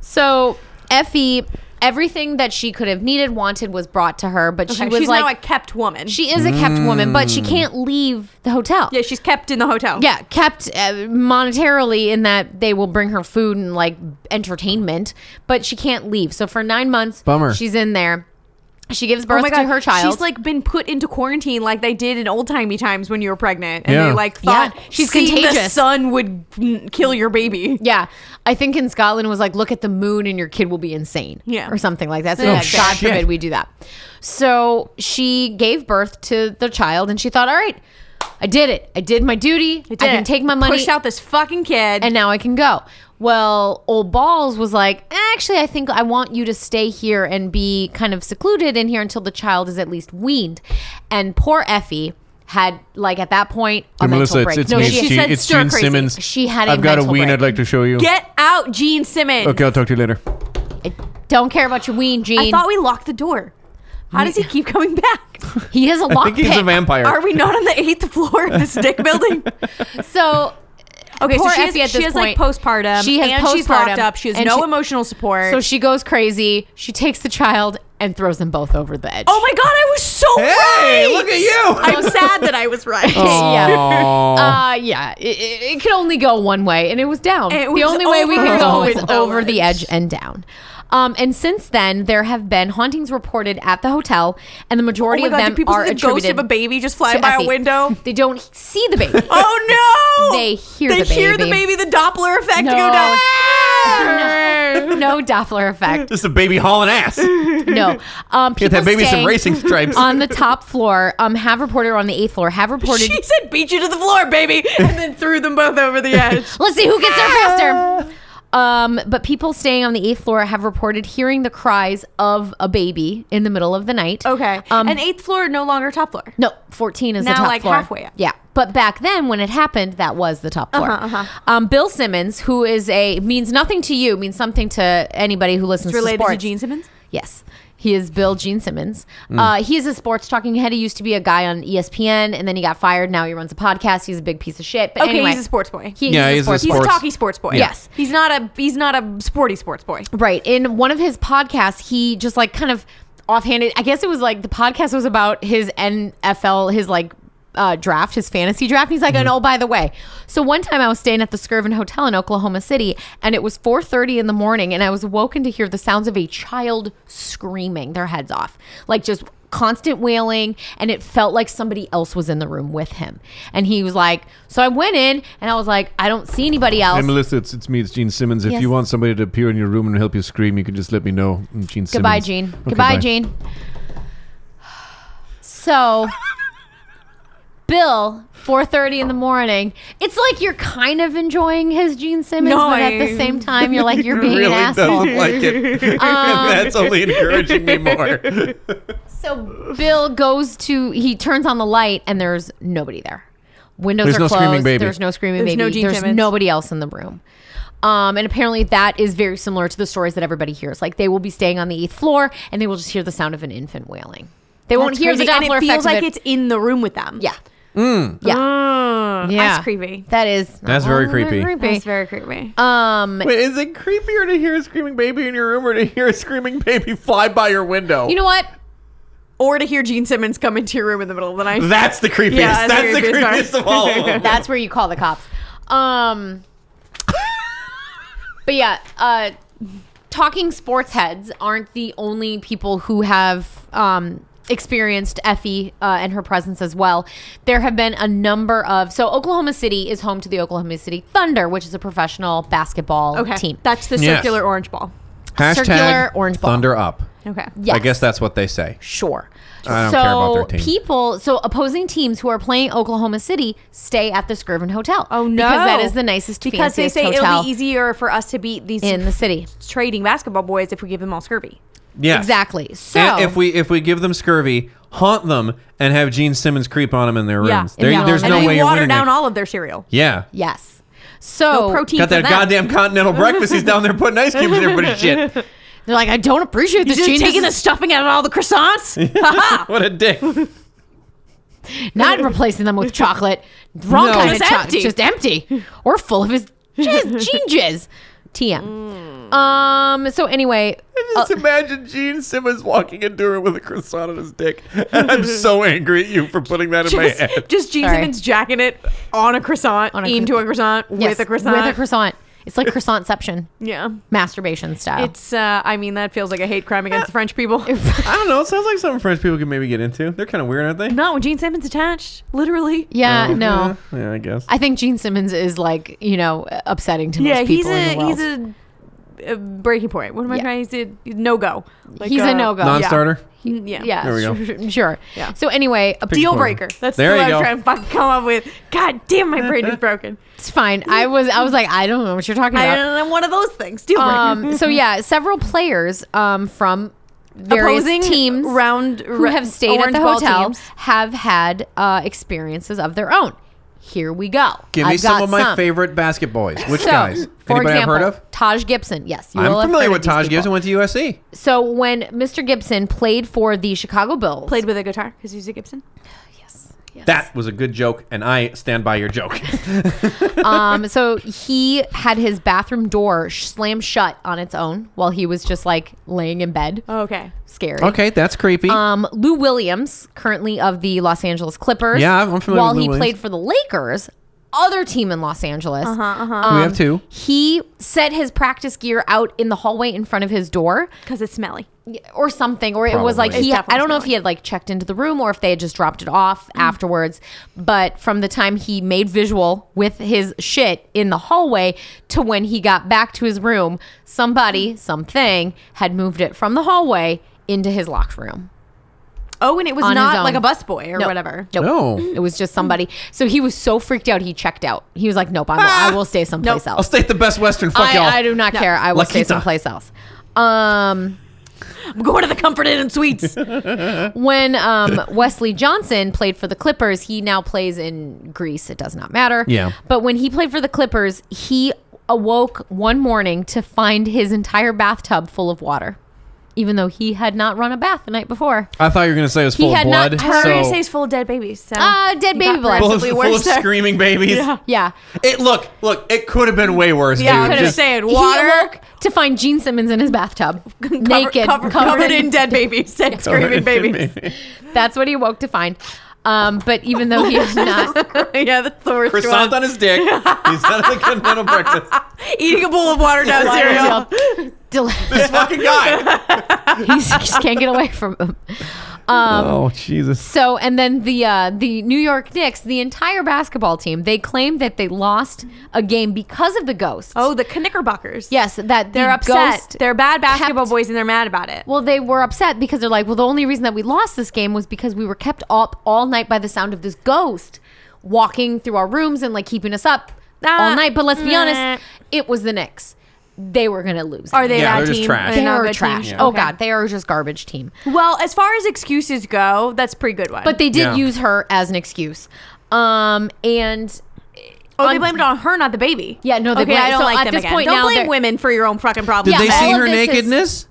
[SPEAKER 2] So Effie everything that she could have needed, wanted was brought to her, but she
[SPEAKER 4] Okay,
[SPEAKER 2] was
[SPEAKER 4] she's
[SPEAKER 2] like
[SPEAKER 4] now a kept woman.
[SPEAKER 2] she is a kept woman, but
[SPEAKER 6] Mm.
[SPEAKER 2] she can't leave the hotel.
[SPEAKER 4] yeah, she's kept in the hotel.
[SPEAKER 2] Yeah, kept uh, monetarily in that they will bring her food and like entertainment, but she can't leave. So for nine months,
[SPEAKER 6] Bummer.
[SPEAKER 2] she's in there. She gives birth
[SPEAKER 4] Oh my god,
[SPEAKER 2] to her child.
[SPEAKER 4] She's like been put into quarantine, like they did in old timey times when you were pregnant, and
[SPEAKER 5] Yeah.
[SPEAKER 4] they like
[SPEAKER 2] Yeah.
[SPEAKER 4] thought
[SPEAKER 2] She's
[SPEAKER 4] seeing The
[SPEAKER 2] contagious.
[SPEAKER 4] sun would mm, kill your baby.
[SPEAKER 2] yeah, I think in Scotland was like, look at the moon and your kid will be insane.
[SPEAKER 4] Yeah.
[SPEAKER 2] or something like that. So
[SPEAKER 4] Oh,
[SPEAKER 2] yeah, God
[SPEAKER 5] shit.
[SPEAKER 2] forbid we do that. So she gave birth to the child, and she thought, all right, I did it. I did my duty. I,
[SPEAKER 4] did
[SPEAKER 2] can
[SPEAKER 4] it.
[SPEAKER 2] take my money.
[SPEAKER 4] Pushed out this fucking kid.
[SPEAKER 2] and now I can go. Well, old Balls was like, actually, I think I want you to stay here and be kind of secluded in here until the child is at least weaned. And poor Effie had, like, at that point, a
[SPEAKER 5] Hey, Melissa,
[SPEAKER 2] mental
[SPEAKER 5] it's,
[SPEAKER 2] break.
[SPEAKER 5] it's
[SPEAKER 2] no,
[SPEAKER 5] me,
[SPEAKER 2] she,
[SPEAKER 5] it's
[SPEAKER 4] she
[SPEAKER 5] Gene,
[SPEAKER 4] said
[SPEAKER 5] it's
[SPEAKER 4] stir
[SPEAKER 5] Gene
[SPEAKER 4] crazy.
[SPEAKER 5] Simmons.
[SPEAKER 2] She had a
[SPEAKER 5] I've got a
[SPEAKER 2] mental
[SPEAKER 5] ween
[SPEAKER 2] break.
[SPEAKER 5] I'd like to show you.
[SPEAKER 4] get out, Gene Simmons.
[SPEAKER 5] okay, I'll talk to you later.
[SPEAKER 2] don't care about your wean, Gene.
[SPEAKER 4] I thought we locked the door. How does he keep coming back?
[SPEAKER 2] he has a
[SPEAKER 3] I
[SPEAKER 2] lock
[SPEAKER 3] think he's a
[SPEAKER 2] pick.
[SPEAKER 3] vampire.
[SPEAKER 4] Are we not on the eighth floor of this dick building?
[SPEAKER 2] So
[SPEAKER 4] Okay,
[SPEAKER 2] Poor
[SPEAKER 4] so she has,
[SPEAKER 2] Effie at
[SPEAKER 4] she
[SPEAKER 2] this
[SPEAKER 4] has, like
[SPEAKER 2] point.
[SPEAKER 4] postpartum.
[SPEAKER 2] She has
[SPEAKER 4] and she's
[SPEAKER 2] postpartum,
[SPEAKER 4] locked up. She has
[SPEAKER 2] and
[SPEAKER 4] no
[SPEAKER 2] she-
[SPEAKER 4] emotional support.
[SPEAKER 2] so she goes crazy. She takes the child and throws them both over the edge.
[SPEAKER 4] oh my god, I was so right.
[SPEAKER 3] Hey, look at you!
[SPEAKER 4] I'm sad that I was
[SPEAKER 2] Oh.
[SPEAKER 4] right. Oh
[SPEAKER 2] yeah. Uh, yeah. It, it, it could only go one way, and it was down.
[SPEAKER 4] It
[SPEAKER 2] the
[SPEAKER 4] was
[SPEAKER 2] only way we
[SPEAKER 4] over
[SPEAKER 2] could go
[SPEAKER 4] and
[SPEAKER 2] was over the
[SPEAKER 4] over.
[SPEAKER 2] edge and down. Um, and since then, there have been hauntings reported at the hotel, and the
[SPEAKER 4] Oh
[SPEAKER 2] majority
[SPEAKER 4] my
[SPEAKER 2] of
[SPEAKER 4] god,
[SPEAKER 2] them
[SPEAKER 4] did people
[SPEAKER 2] are
[SPEAKER 4] see the
[SPEAKER 2] attributed
[SPEAKER 4] ghost of a baby just flying
[SPEAKER 2] to
[SPEAKER 4] by
[SPEAKER 2] Effie.
[SPEAKER 4] a window?
[SPEAKER 2] They don't see the baby.
[SPEAKER 4] Oh no!
[SPEAKER 2] They hear
[SPEAKER 4] they
[SPEAKER 2] the
[SPEAKER 4] hear the
[SPEAKER 2] baby.
[SPEAKER 4] baby. The Doppler effect
[SPEAKER 2] No.
[SPEAKER 4] go down.
[SPEAKER 2] no, no Doppler effect.
[SPEAKER 3] This is a baby hauling ass. Get
[SPEAKER 2] No. Um, people
[SPEAKER 3] that baby some
[SPEAKER 2] staying
[SPEAKER 3] racing stripes.
[SPEAKER 2] on the top floor. Um, have reported or on the eighth floor. Have reported.
[SPEAKER 4] She said, "Beat you to the floor, baby," and then threw them both over the edge.
[SPEAKER 2] Let's see who gets
[SPEAKER 4] Ah!
[SPEAKER 2] there faster. Um, but people staying on the eighth floor have reported hearing the cries of a baby in the middle of the night.
[SPEAKER 4] Okay,
[SPEAKER 2] Um,
[SPEAKER 4] and eighth floor, no longer top floor.
[SPEAKER 2] no, fourteen is the
[SPEAKER 4] Now,
[SPEAKER 2] top
[SPEAKER 4] like,
[SPEAKER 2] floor.
[SPEAKER 4] halfway up.
[SPEAKER 2] Yeah, but back then when it happened, that was the top floor.
[SPEAKER 4] Uh-huh, uh-huh.
[SPEAKER 2] Um, Bill Simmons, who is a means nothing to you, means something to anybody who listens to
[SPEAKER 4] Related to
[SPEAKER 2] sports.
[SPEAKER 4] Gene Simmons.
[SPEAKER 2] Yes. He is Bill Gene Simmons. Uh, he is a sports talking head. He used to be a guy on E ESPN, and then he got fired. Now he runs a podcast. He's a big piece of shit. But
[SPEAKER 4] Okay,
[SPEAKER 2] anyway,
[SPEAKER 4] he's a sports boy.
[SPEAKER 2] He,
[SPEAKER 5] Yeah,
[SPEAKER 2] he's, a
[SPEAKER 5] he's a
[SPEAKER 2] sports.
[SPEAKER 4] He's a
[SPEAKER 5] Sports.
[SPEAKER 4] talky sports boy.
[SPEAKER 2] Yes.
[SPEAKER 4] he's not a he's not a sporty sports boy.
[SPEAKER 2] Right. In one of his podcasts, he just like kind of offhanded. I guess it was like the podcast was about his NFL, his like uh, draft, his fantasy draft. And he's like, and oh, by the way, so one time I was staying at the Skirvin Hotel in Oklahoma City, and it was 4:30 in the morning, and I was woken to hear the sounds of a child screaming their heads off, like just constant wailing and it felt like somebody else was in the room with him and he was like so i went in and i was like i don't see anybody else
[SPEAKER 5] Hey, Melissa, it's, it's me, it's Gene Simmons. If
[SPEAKER 2] Yes.
[SPEAKER 5] you want somebody to appear in your room and help you scream, you can just let me know. I'm Gene
[SPEAKER 2] Goodbye,
[SPEAKER 5] Simmons.
[SPEAKER 2] Gene.
[SPEAKER 5] Okay,
[SPEAKER 2] Goodbye,
[SPEAKER 5] bye.
[SPEAKER 2] Gene. So, Bill, four thirty in the morning. It's like you're kind of enjoying his Gene Simmons,
[SPEAKER 4] No,
[SPEAKER 2] but at the
[SPEAKER 4] I-
[SPEAKER 2] same time, you're like you're being
[SPEAKER 3] really
[SPEAKER 2] an asshole.
[SPEAKER 3] doesn't like it. That's only encouraging me more.
[SPEAKER 2] So Bill goes to he turns on the light and there's nobody there. Windows
[SPEAKER 5] There's
[SPEAKER 2] are
[SPEAKER 5] no
[SPEAKER 2] closed.
[SPEAKER 5] screaming baby.
[SPEAKER 2] There's no screaming
[SPEAKER 4] There's
[SPEAKER 2] baby.
[SPEAKER 4] no Gene
[SPEAKER 2] there's
[SPEAKER 4] Simmons.
[SPEAKER 2] nobody else in the room. Um, and apparently that is very similar to the stories that everybody hears. Like they will be staying on the eighth floor and they will just hear the sound of an infant wailing. They won't
[SPEAKER 4] That's
[SPEAKER 2] hear
[SPEAKER 4] crazy.
[SPEAKER 2] the
[SPEAKER 4] and
[SPEAKER 2] Doppler
[SPEAKER 4] it
[SPEAKER 2] effect.
[SPEAKER 4] feels like
[SPEAKER 2] of it.
[SPEAKER 4] it's in the room with them.
[SPEAKER 2] Yeah. Yeah.
[SPEAKER 4] Mm,
[SPEAKER 2] yeah.
[SPEAKER 4] That's creepy.
[SPEAKER 2] That is.
[SPEAKER 5] That's very
[SPEAKER 2] Oh,
[SPEAKER 5] creepy.
[SPEAKER 4] That's very creepy.
[SPEAKER 2] um,
[SPEAKER 3] Wait, is it creepier to hear a screaming baby in your room or to hear a screaming baby fly by your window?
[SPEAKER 2] you know what?
[SPEAKER 4] or to hear Gene Simmons come into your room in the middle of the night.
[SPEAKER 3] that's the creepiest.
[SPEAKER 4] Yeah,
[SPEAKER 3] that's,
[SPEAKER 4] that's
[SPEAKER 3] the
[SPEAKER 4] the creepiest
[SPEAKER 3] creepiest
[SPEAKER 4] part.
[SPEAKER 3] of all. Of them.
[SPEAKER 2] That's where you call the cops. Um, but yeah, uh, talking sports heads aren't the only people who have um, experienced Effie uh, and her presence as well. There have been a number of. So Oklahoma City is home to the Oklahoma City Thunder, which is a professional basketball
[SPEAKER 4] okay.
[SPEAKER 2] team.
[SPEAKER 4] That's the
[SPEAKER 5] Yes.
[SPEAKER 4] circular orange ball.
[SPEAKER 5] Hashtag
[SPEAKER 2] Circular orange ball.
[SPEAKER 5] Thunder up.
[SPEAKER 4] Okay.
[SPEAKER 2] Yes.
[SPEAKER 3] I guess that's what they say.
[SPEAKER 2] Sure.
[SPEAKER 5] I don't
[SPEAKER 2] so
[SPEAKER 5] care about their team.
[SPEAKER 2] people, so opposing teams who are playing Oklahoma City stay at the Skirvin Hotel.
[SPEAKER 4] Oh no!
[SPEAKER 2] because that is the nicest,
[SPEAKER 4] Because they
[SPEAKER 2] fanciest
[SPEAKER 4] say
[SPEAKER 2] hotel
[SPEAKER 4] it'll be easier for us to beat these
[SPEAKER 2] in the city.
[SPEAKER 4] trading basketball boys if we give them all scurvy.
[SPEAKER 3] Yeah,
[SPEAKER 2] Exactly. So
[SPEAKER 3] And if we if we give them scurvy, haunt them, and have Gene Simmons creep on them in their rooms,
[SPEAKER 4] Yeah.
[SPEAKER 3] There-
[SPEAKER 2] Yeah.
[SPEAKER 3] there's
[SPEAKER 4] and
[SPEAKER 3] no
[SPEAKER 4] we
[SPEAKER 3] way you're
[SPEAKER 4] water
[SPEAKER 3] winning.
[SPEAKER 4] down
[SPEAKER 3] it.
[SPEAKER 4] all of their cereal.
[SPEAKER 3] yeah,
[SPEAKER 2] yes, so
[SPEAKER 4] No protein.
[SPEAKER 3] got
[SPEAKER 4] for
[SPEAKER 3] that
[SPEAKER 4] them.
[SPEAKER 3] goddamn continental breakfast. He's down there putting ice cubes in everybody's shit.
[SPEAKER 2] They're like, I don't appreciate this.
[SPEAKER 4] Just
[SPEAKER 2] Gene.
[SPEAKER 4] taking the
[SPEAKER 2] This
[SPEAKER 4] stuffing out of all the croissants.
[SPEAKER 3] What a dick.
[SPEAKER 2] Uh, is not replacing them with chocolate. Wrong
[SPEAKER 3] No.
[SPEAKER 2] kind
[SPEAKER 4] Just
[SPEAKER 2] of chocolate.
[SPEAKER 4] empty.
[SPEAKER 2] Just empty or full of his jizz, Gene jizz. TM.
[SPEAKER 4] Mm.
[SPEAKER 2] Um. So anyway,
[SPEAKER 1] Just imagine Gene Simmons walking into her with a croissant on his dick. And I'm so angry at you for putting that in my head.
[SPEAKER 4] Just, just Gene
[SPEAKER 2] Sorry.
[SPEAKER 4] Simmons jacking it on a croissant,
[SPEAKER 2] On a
[SPEAKER 4] aimed
[SPEAKER 2] cro-
[SPEAKER 4] to a croissant,
[SPEAKER 2] yes,
[SPEAKER 4] with a croissant.
[SPEAKER 2] with a croissant. It's like croissantception,
[SPEAKER 4] Yeah.
[SPEAKER 2] masturbation style.
[SPEAKER 4] It's, uh, I mean, that feels like a hate crime against the French people.
[SPEAKER 3] I don't know. It sounds like something French people could maybe get into. They're kind of weird, aren't they? Uh,
[SPEAKER 4] Not when Gene Simmons attached, literally.
[SPEAKER 2] yeah. No.
[SPEAKER 3] Yeah, I guess.
[SPEAKER 2] I think Gene Simmons is like you know upsetting to
[SPEAKER 4] Yeah,
[SPEAKER 2] most
[SPEAKER 4] he's
[SPEAKER 2] people
[SPEAKER 4] a
[SPEAKER 2] in the world.
[SPEAKER 4] he's a, a breaking point. What am I
[SPEAKER 2] Yeah.
[SPEAKER 4] trying to say? No go.
[SPEAKER 2] He's a no-go.
[SPEAKER 4] Yeah.
[SPEAKER 3] Non-starter.
[SPEAKER 4] Yeah.
[SPEAKER 2] yeah.
[SPEAKER 3] There we go.
[SPEAKER 2] sure, Sure.
[SPEAKER 4] Yeah.
[SPEAKER 2] So anyway, a
[SPEAKER 4] Deal
[SPEAKER 3] Corner.
[SPEAKER 4] breaker. That's what
[SPEAKER 3] There you
[SPEAKER 4] I'm
[SPEAKER 3] go.
[SPEAKER 4] trying to fucking come up with. God damn, my brain is broken.
[SPEAKER 2] It's fine. I was I was like, I don't know what you're talking
[SPEAKER 4] I
[SPEAKER 2] about.
[SPEAKER 4] don't know, one of those things. Deal breaker.
[SPEAKER 2] Um,
[SPEAKER 4] Mm-hmm.
[SPEAKER 2] so yeah, several players um, from various
[SPEAKER 4] Opposing
[SPEAKER 2] teams
[SPEAKER 4] round
[SPEAKER 2] who have stayed at the hotel have had uh, experiences of their own. Here we go.
[SPEAKER 6] Give me
[SPEAKER 2] I've
[SPEAKER 6] some
[SPEAKER 2] got
[SPEAKER 6] of my favorite basket boys. Which
[SPEAKER 2] So,
[SPEAKER 6] guys?
[SPEAKER 2] For
[SPEAKER 6] Anybody
[SPEAKER 2] example,
[SPEAKER 6] I've heard of?
[SPEAKER 2] Taj Gibson. Yes, you will
[SPEAKER 6] I'm
[SPEAKER 2] have
[SPEAKER 6] familiar
[SPEAKER 2] heard
[SPEAKER 6] with
[SPEAKER 2] of these
[SPEAKER 6] Taj
[SPEAKER 2] people.
[SPEAKER 6] Gibson. Went to USC.
[SPEAKER 2] So when Mr. Gibson played for the Chicago Bulls,
[SPEAKER 4] Played with a guitar because he's a Gibson.
[SPEAKER 3] That was a good joke, and I stand by your joke.
[SPEAKER 2] Um, so he had his bathroom door sh- slammed shut on its own while he was just like laying in bed.
[SPEAKER 4] Oh, Okay.
[SPEAKER 2] Scary.
[SPEAKER 6] Okay, that's creepy.
[SPEAKER 2] Um, Lou Williams, currently of the Los Angeles Clippers.
[SPEAKER 6] Yeah, I'm familiar
[SPEAKER 2] While
[SPEAKER 6] with Lou
[SPEAKER 2] he
[SPEAKER 6] Williams.
[SPEAKER 2] played for the Lakers, other team in Los Angeles. Uh-huh,
[SPEAKER 6] we have two.
[SPEAKER 2] He set his practice gear out in the hallway in front of his door
[SPEAKER 4] Because it's smelly.
[SPEAKER 2] or something or it was like
[SPEAKER 4] It's
[SPEAKER 2] he I
[SPEAKER 4] definitely
[SPEAKER 2] don't know if
[SPEAKER 4] smelly.
[SPEAKER 2] he had like checked into the room or if they had just dropped it off afterwards but from the time he made visual with his shit in the hallway to when he got back to his room somebody something had moved it from the hallway into his locked room
[SPEAKER 4] Oh, and it was
[SPEAKER 2] On his
[SPEAKER 4] not
[SPEAKER 2] own.
[SPEAKER 4] like a busboy or
[SPEAKER 2] Nope.
[SPEAKER 4] whatever.
[SPEAKER 2] Nope.
[SPEAKER 3] Oh.
[SPEAKER 6] No.
[SPEAKER 2] it was just somebody so he was so freaked out he checked out he was like nope I'm, I will stay someplace
[SPEAKER 4] Nope.
[SPEAKER 2] else
[SPEAKER 6] I'll stay at the Best Western. Fuck
[SPEAKER 2] I,
[SPEAKER 6] y'all.
[SPEAKER 2] I do not care I will
[SPEAKER 6] La
[SPEAKER 2] stay
[SPEAKER 6] Quinta.
[SPEAKER 2] someplace else um
[SPEAKER 4] I'm going to the Comfort Inn and Suites.
[SPEAKER 2] when um, Wesley Johnson played for the Clippers, he now plays in Greece. It does not matter.
[SPEAKER 6] Yeah.
[SPEAKER 2] But when he played for the Clippers, he awoke one morning to find his entire bathtub full of water, even though he had not run a bath the night before.
[SPEAKER 6] I thought you were gonna say it was
[SPEAKER 2] He
[SPEAKER 6] full of
[SPEAKER 2] had not
[SPEAKER 6] blood.
[SPEAKER 4] I was going to
[SPEAKER 6] so-
[SPEAKER 4] say he's full of dead babies. So
[SPEAKER 2] Ah, dead
[SPEAKER 4] you
[SPEAKER 2] baby
[SPEAKER 4] got
[SPEAKER 2] blood.
[SPEAKER 4] progressively
[SPEAKER 6] full of, full of
[SPEAKER 4] worse there.
[SPEAKER 6] screaming babies.
[SPEAKER 4] Yeah.
[SPEAKER 2] Yeah.
[SPEAKER 6] It look, look. It could have been way worse,
[SPEAKER 4] Yeah, I
[SPEAKER 6] dude.
[SPEAKER 4] could've-
[SPEAKER 6] Just-
[SPEAKER 4] saying,
[SPEAKER 2] He
[SPEAKER 4] water-
[SPEAKER 2] awoke to find Gene Simmons in his bathtub,
[SPEAKER 4] Cover-
[SPEAKER 2] naked,
[SPEAKER 4] cover- covered in dead babies and screaming babies.
[SPEAKER 2] That's what he awoke to find. Um, but even though he was not
[SPEAKER 4] yeah, that's the worst
[SPEAKER 3] Croissant
[SPEAKER 4] one.
[SPEAKER 3] on his dick. He's not a continental breakfast.
[SPEAKER 4] Eating a bowl of water down cereal.
[SPEAKER 3] This fucking guy.
[SPEAKER 2] he just can't get away from him.
[SPEAKER 3] oh Jesus.
[SPEAKER 2] So, and then the uh, the New York Knicks, the entire basketball team, they claimed that they lost a game because of the ghosts.
[SPEAKER 4] Oh, the Knickerbockers.
[SPEAKER 2] yes, that
[SPEAKER 4] They're
[SPEAKER 2] the
[SPEAKER 4] upset.
[SPEAKER 2] ghost-
[SPEAKER 4] they're bad basketball
[SPEAKER 2] kept-
[SPEAKER 4] boys and they're mad about it.
[SPEAKER 2] well, they were upset because they're like, well, the only reason that we lost this game was because we were kept up all night by the sound of this ghost walking through our rooms and like keeping us up
[SPEAKER 4] Ah,
[SPEAKER 2] all night. But let's be
[SPEAKER 4] nah.
[SPEAKER 2] honest, it was the Knicks. They were gonna lose.
[SPEAKER 4] Are they
[SPEAKER 3] Yeah,
[SPEAKER 4] a
[SPEAKER 3] they're
[SPEAKER 4] bad
[SPEAKER 3] just
[SPEAKER 4] team?
[SPEAKER 3] trash.
[SPEAKER 4] Are
[SPEAKER 2] They
[SPEAKER 4] not a
[SPEAKER 2] are
[SPEAKER 4] good
[SPEAKER 2] trash.
[SPEAKER 4] team?
[SPEAKER 2] Oh
[SPEAKER 4] Okay.
[SPEAKER 2] god, they are just garbage team.
[SPEAKER 4] Well, as far as excuses go, that's a pretty good one.
[SPEAKER 2] But they did
[SPEAKER 3] Yeah.
[SPEAKER 2] use her as an excuse. Um and
[SPEAKER 4] oh,
[SPEAKER 2] on-
[SPEAKER 4] they blamed it on her, not the baby.
[SPEAKER 2] Yeah, no, they
[SPEAKER 4] okay,
[SPEAKER 2] blamed-
[SPEAKER 4] I don't
[SPEAKER 2] so
[SPEAKER 4] like
[SPEAKER 2] at
[SPEAKER 4] them
[SPEAKER 2] this
[SPEAKER 4] again.
[SPEAKER 2] point
[SPEAKER 4] don't
[SPEAKER 2] now
[SPEAKER 4] blame
[SPEAKER 2] they're-
[SPEAKER 4] women for your own fucking
[SPEAKER 6] Did
[SPEAKER 4] problems.
[SPEAKER 6] they
[SPEAKER 2] Yeah,
[SPEAKER 6] see
[SPEAKER 2] all of
[SPEAKER 6] her
[SPEAKER 2] this is-
[SPEAKER 6] nakedness?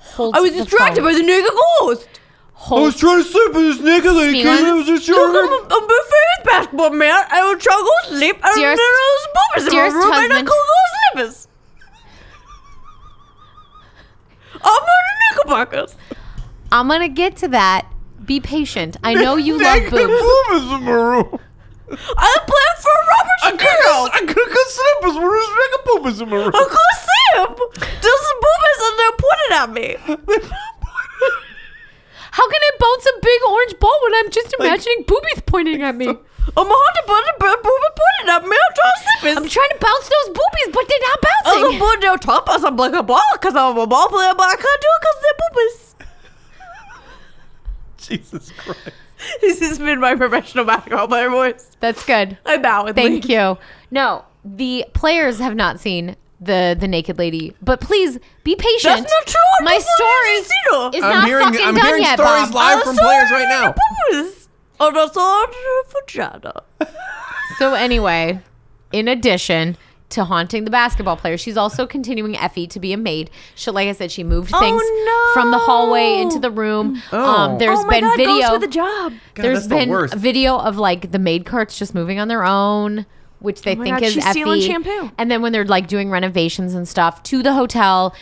[SPEAKER 2] holds
[SPEAKER 4] I was
[SPEAKER 2] the
[SPEAKER 4] distracted
[SPEAKER 2] phone.
[SPEAKER 4] by the naked ghost.
[SPEAKER 2] Holds-
[SPEAKER 6] trying to sleep with this nigga that
[SPEAKER 2] he came in, it was
[SPEAKER 6] just
[SPEAKER 4] Look, I'm a, I'm a famous basketball man. I will try to go sleep. And there are
[SPEAKER 2] Dearest-
[SPEAKER 4] those boobies in my
[SPEAKER 2] dearest
[SPEAKER 4] room and I
[SPEAKER 2] husband.
[SPEAKER 4] call those slippers. I'm on the Knickerbockers.
[SPEAKER 2] I'm gonna get to that. Be patient. I know you love boobs.
[SPEAKER 1] Boobas in my room.
[SPEAKER 4] I plan for a Robert
[SPEAKER 1] I could
[SPEAKER 4] Shapiro.
[SPEAKER 1] I could get slippers with his nigga boobas in my room.
[SPEAKER 4] Uncle Sam, there's some boobies and they're pointing at me.
[SPEAKER 2] How can I bounce a big orange ball when I'm just imagining boobies pointing at me?
[SPEAKER 4] I'm a haunted bunny, but booby pointing at me. I'm trying to sleep.
[SPEAKER 2] I'm trying to bounce those boobies, but they're not
[SPEAKER 4] I'm
[SPEAKER 2] bouncing.
[SPEAKER 4] a boy down top as I'm like a ball because I'm a ball player, but I can't do it because they're boobies.
[SPEAKER 3] Jesus Christ.
[SPEAKER 4] This has been my professional basketball player voice.
[SPEAKER 2] That's good.
[SPEAKER 4] I bow with
[SPEAKER 2] Thank you. No, the players have not seen the the naked lady, but please be patient.
[SPEAKER 4] That's not true. I'm
[SPEAKER 2] My
[SPEAKER 4] just already
[SPEAKER 2] story
[SPEAKER 4] seen
[SPEAKER 2] is
[SPEAKER 4] her.
[SPEAKER 2] not
[SPEAKER 6] I'm hearing,
[SPEAKER 2] fucking
[SPEAKER 6] I'm
[SPEAKER 2] done
[SPEAKER 6] hearing
[SPEAKER 2] yet,
[SPEAKER 6] stories
[SPEAKER 2] Bob.
[SPEAKER 6] live from players right now.
[SPEAKER 4] Boobies. And that's all for Jada.
[SPEAKER 2] So anyway, in addition to haunting the basketball player, she's also continuing Effie to be a maid. She, like I said, she moved things
[SPEAKER 4] Oh, no.
[SPEAKER 2] from the hallway into the room. Um, there's
[SPEAKER 4] Oh my
[SPEAKER 2] been
[SPEAKER 4] God,
[SPEAKER 2] video.
[SPEAKER 4] ghost with a job.
[SPEAKER 2] There's
[SPEAKER 6] that's the
[SPEAKER 2] been
[SPEAKER 6] worst.
[SPEAKER 2] video of like the maid carts just moving on their own. which they
[SPEAKER 4] Oh my
[SPEAKER 2] think
[SPEAKER 4] God,
[SPEAKER 2] is
[SPEAKER 4] she's
[SPEAKER 2] effie.
[SPEAKER 4] stealing shampoo.
[SPEAKER 2] And then when they're like doing renovations and stuff to the hotel.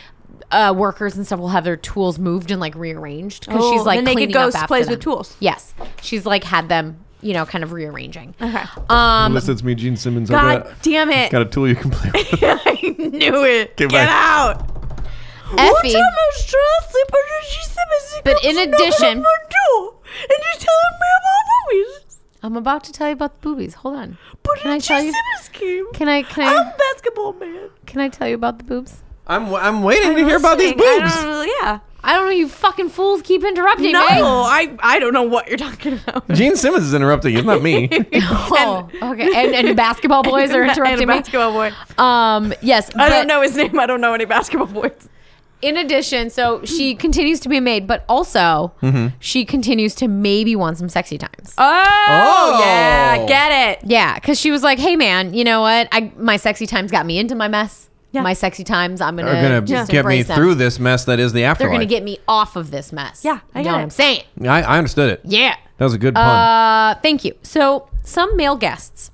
[SPEAKER 2] Uh, workers and stuff will have their tools moved and like rearranged because
[SPEAKER 4] Oh,
[SPEAKER 2] she's like
[SPEAKER 4] then they could
[SPEAKER 2] cleaning
[SPEAKER 4] go
[SPEAKER 2] up after
[SPEAKER 4] plays with
[SPEAKER 2] them.
[SPEAKER 4] tools.
[SPEAKER 2] Yes, she's like had them, you know, kind of rearranging.
[SPEAKER 4] Okay.
[SPEAKER 2] Um,
[SPEAKER 5] Unless it's me, Gene Simmons. I
[SPEAKER 4] God
[SPEAKER 5] got,
[SPEAKER 4] damn it.
[SPEAKER 5] got a tool you can play with.
[SPEAKER 4] I knew it. Get,
[SPEAKER 5] back.
[SPEAKER 4] out.
[SPEAKER 2] Effie.
[SPEAKER 4] But
[SPEAKER 2] But in addition-
[SPEAKER 4] and you tell me about movies.
[SPEAKER 2] I'm about to tell you about the boobies. Hold on.
[SPEAKER 4] But
[SPEAKER 2] Can I tell you?
[SPEAKER 4] Game.
[SPEAKER 2] Can I? Can
[SPEAKER 4] I'm
[SPEAKER 2] I?
[SPEAKER 4] a basketball man.
[SPEAKER 2] Can I tell you about the boobs?
[SPEAKER 3] I'm, I'm waiting to hear about these
[SPEAKER 4] Listening, I
[SPEAKER 3] boobs.
[SPEAKER 2] Um,
[SPEAKER 4] don't really- yeah.
[SPEAKER 2] I don't know. You fucking fools keep interrupting
[SPEAKER 4] No,
[SPEAKER 2] me.
[SPEAKER 4] I, I don't know what you're talking about.
[SPEAKER 3] Gene Simmons is interrupting. It's not me.
[SPEAKER 2] Oh, okay. And, and basketball boys are
[SPEAKER 4] And a
[SPEAKER 2] interrupting me.
[SPEAKER 4] Basketball boy.
[SPEAKER 2] Um, yes.
[SPEAKER 4] I
[SPEAKER 2] but
[SPEAKER 4] don't know his name. I don't know any basketball boys.
[SPEAKER 2] In addition, so she continues to be made, but also
[SPEAKER 3] Mm-hmm.
[SPEAKER 2] she continues to maybe want some sexy times.
[SPEAKER 4] Oh, yeah,
[SPEAKER 3] Oh.
[SPEAKER 4] get it.
[SPEAKER 2] Yeah, because she was like, "Hey, man, you know what? I my sexy times got me into my mess.
[SPEAKER 4] Yeah.
[SPEAKER 2] My sexy times, I'm gonna,
[SPEAKER 3] They're gonna
[SPEAKER 2] just
[SPEAKER 3] get me
[SPEAKER 2] embrace them.
[SPEAKER 3] through this mess that is the
[SPEAKER 2] They're
[SPEAKER 3] afterlife.
[SPEAKER 2] gonna get me off of this mess.
[SPEAKER 4] Yeah, I
[SPEAKER 2] you know
[SPEAKER 4] get
[SPEAKER 2] what
[SPEAKER 4] it.
[SPEAKER 2] I'm saying.
[SPEAKER 3] I, I understood it.
[SPEAKER 2] Yeah.
[SPEAKER 3] That was a good pun.
[SPEAKER 2] Uh, thank you. So some male guests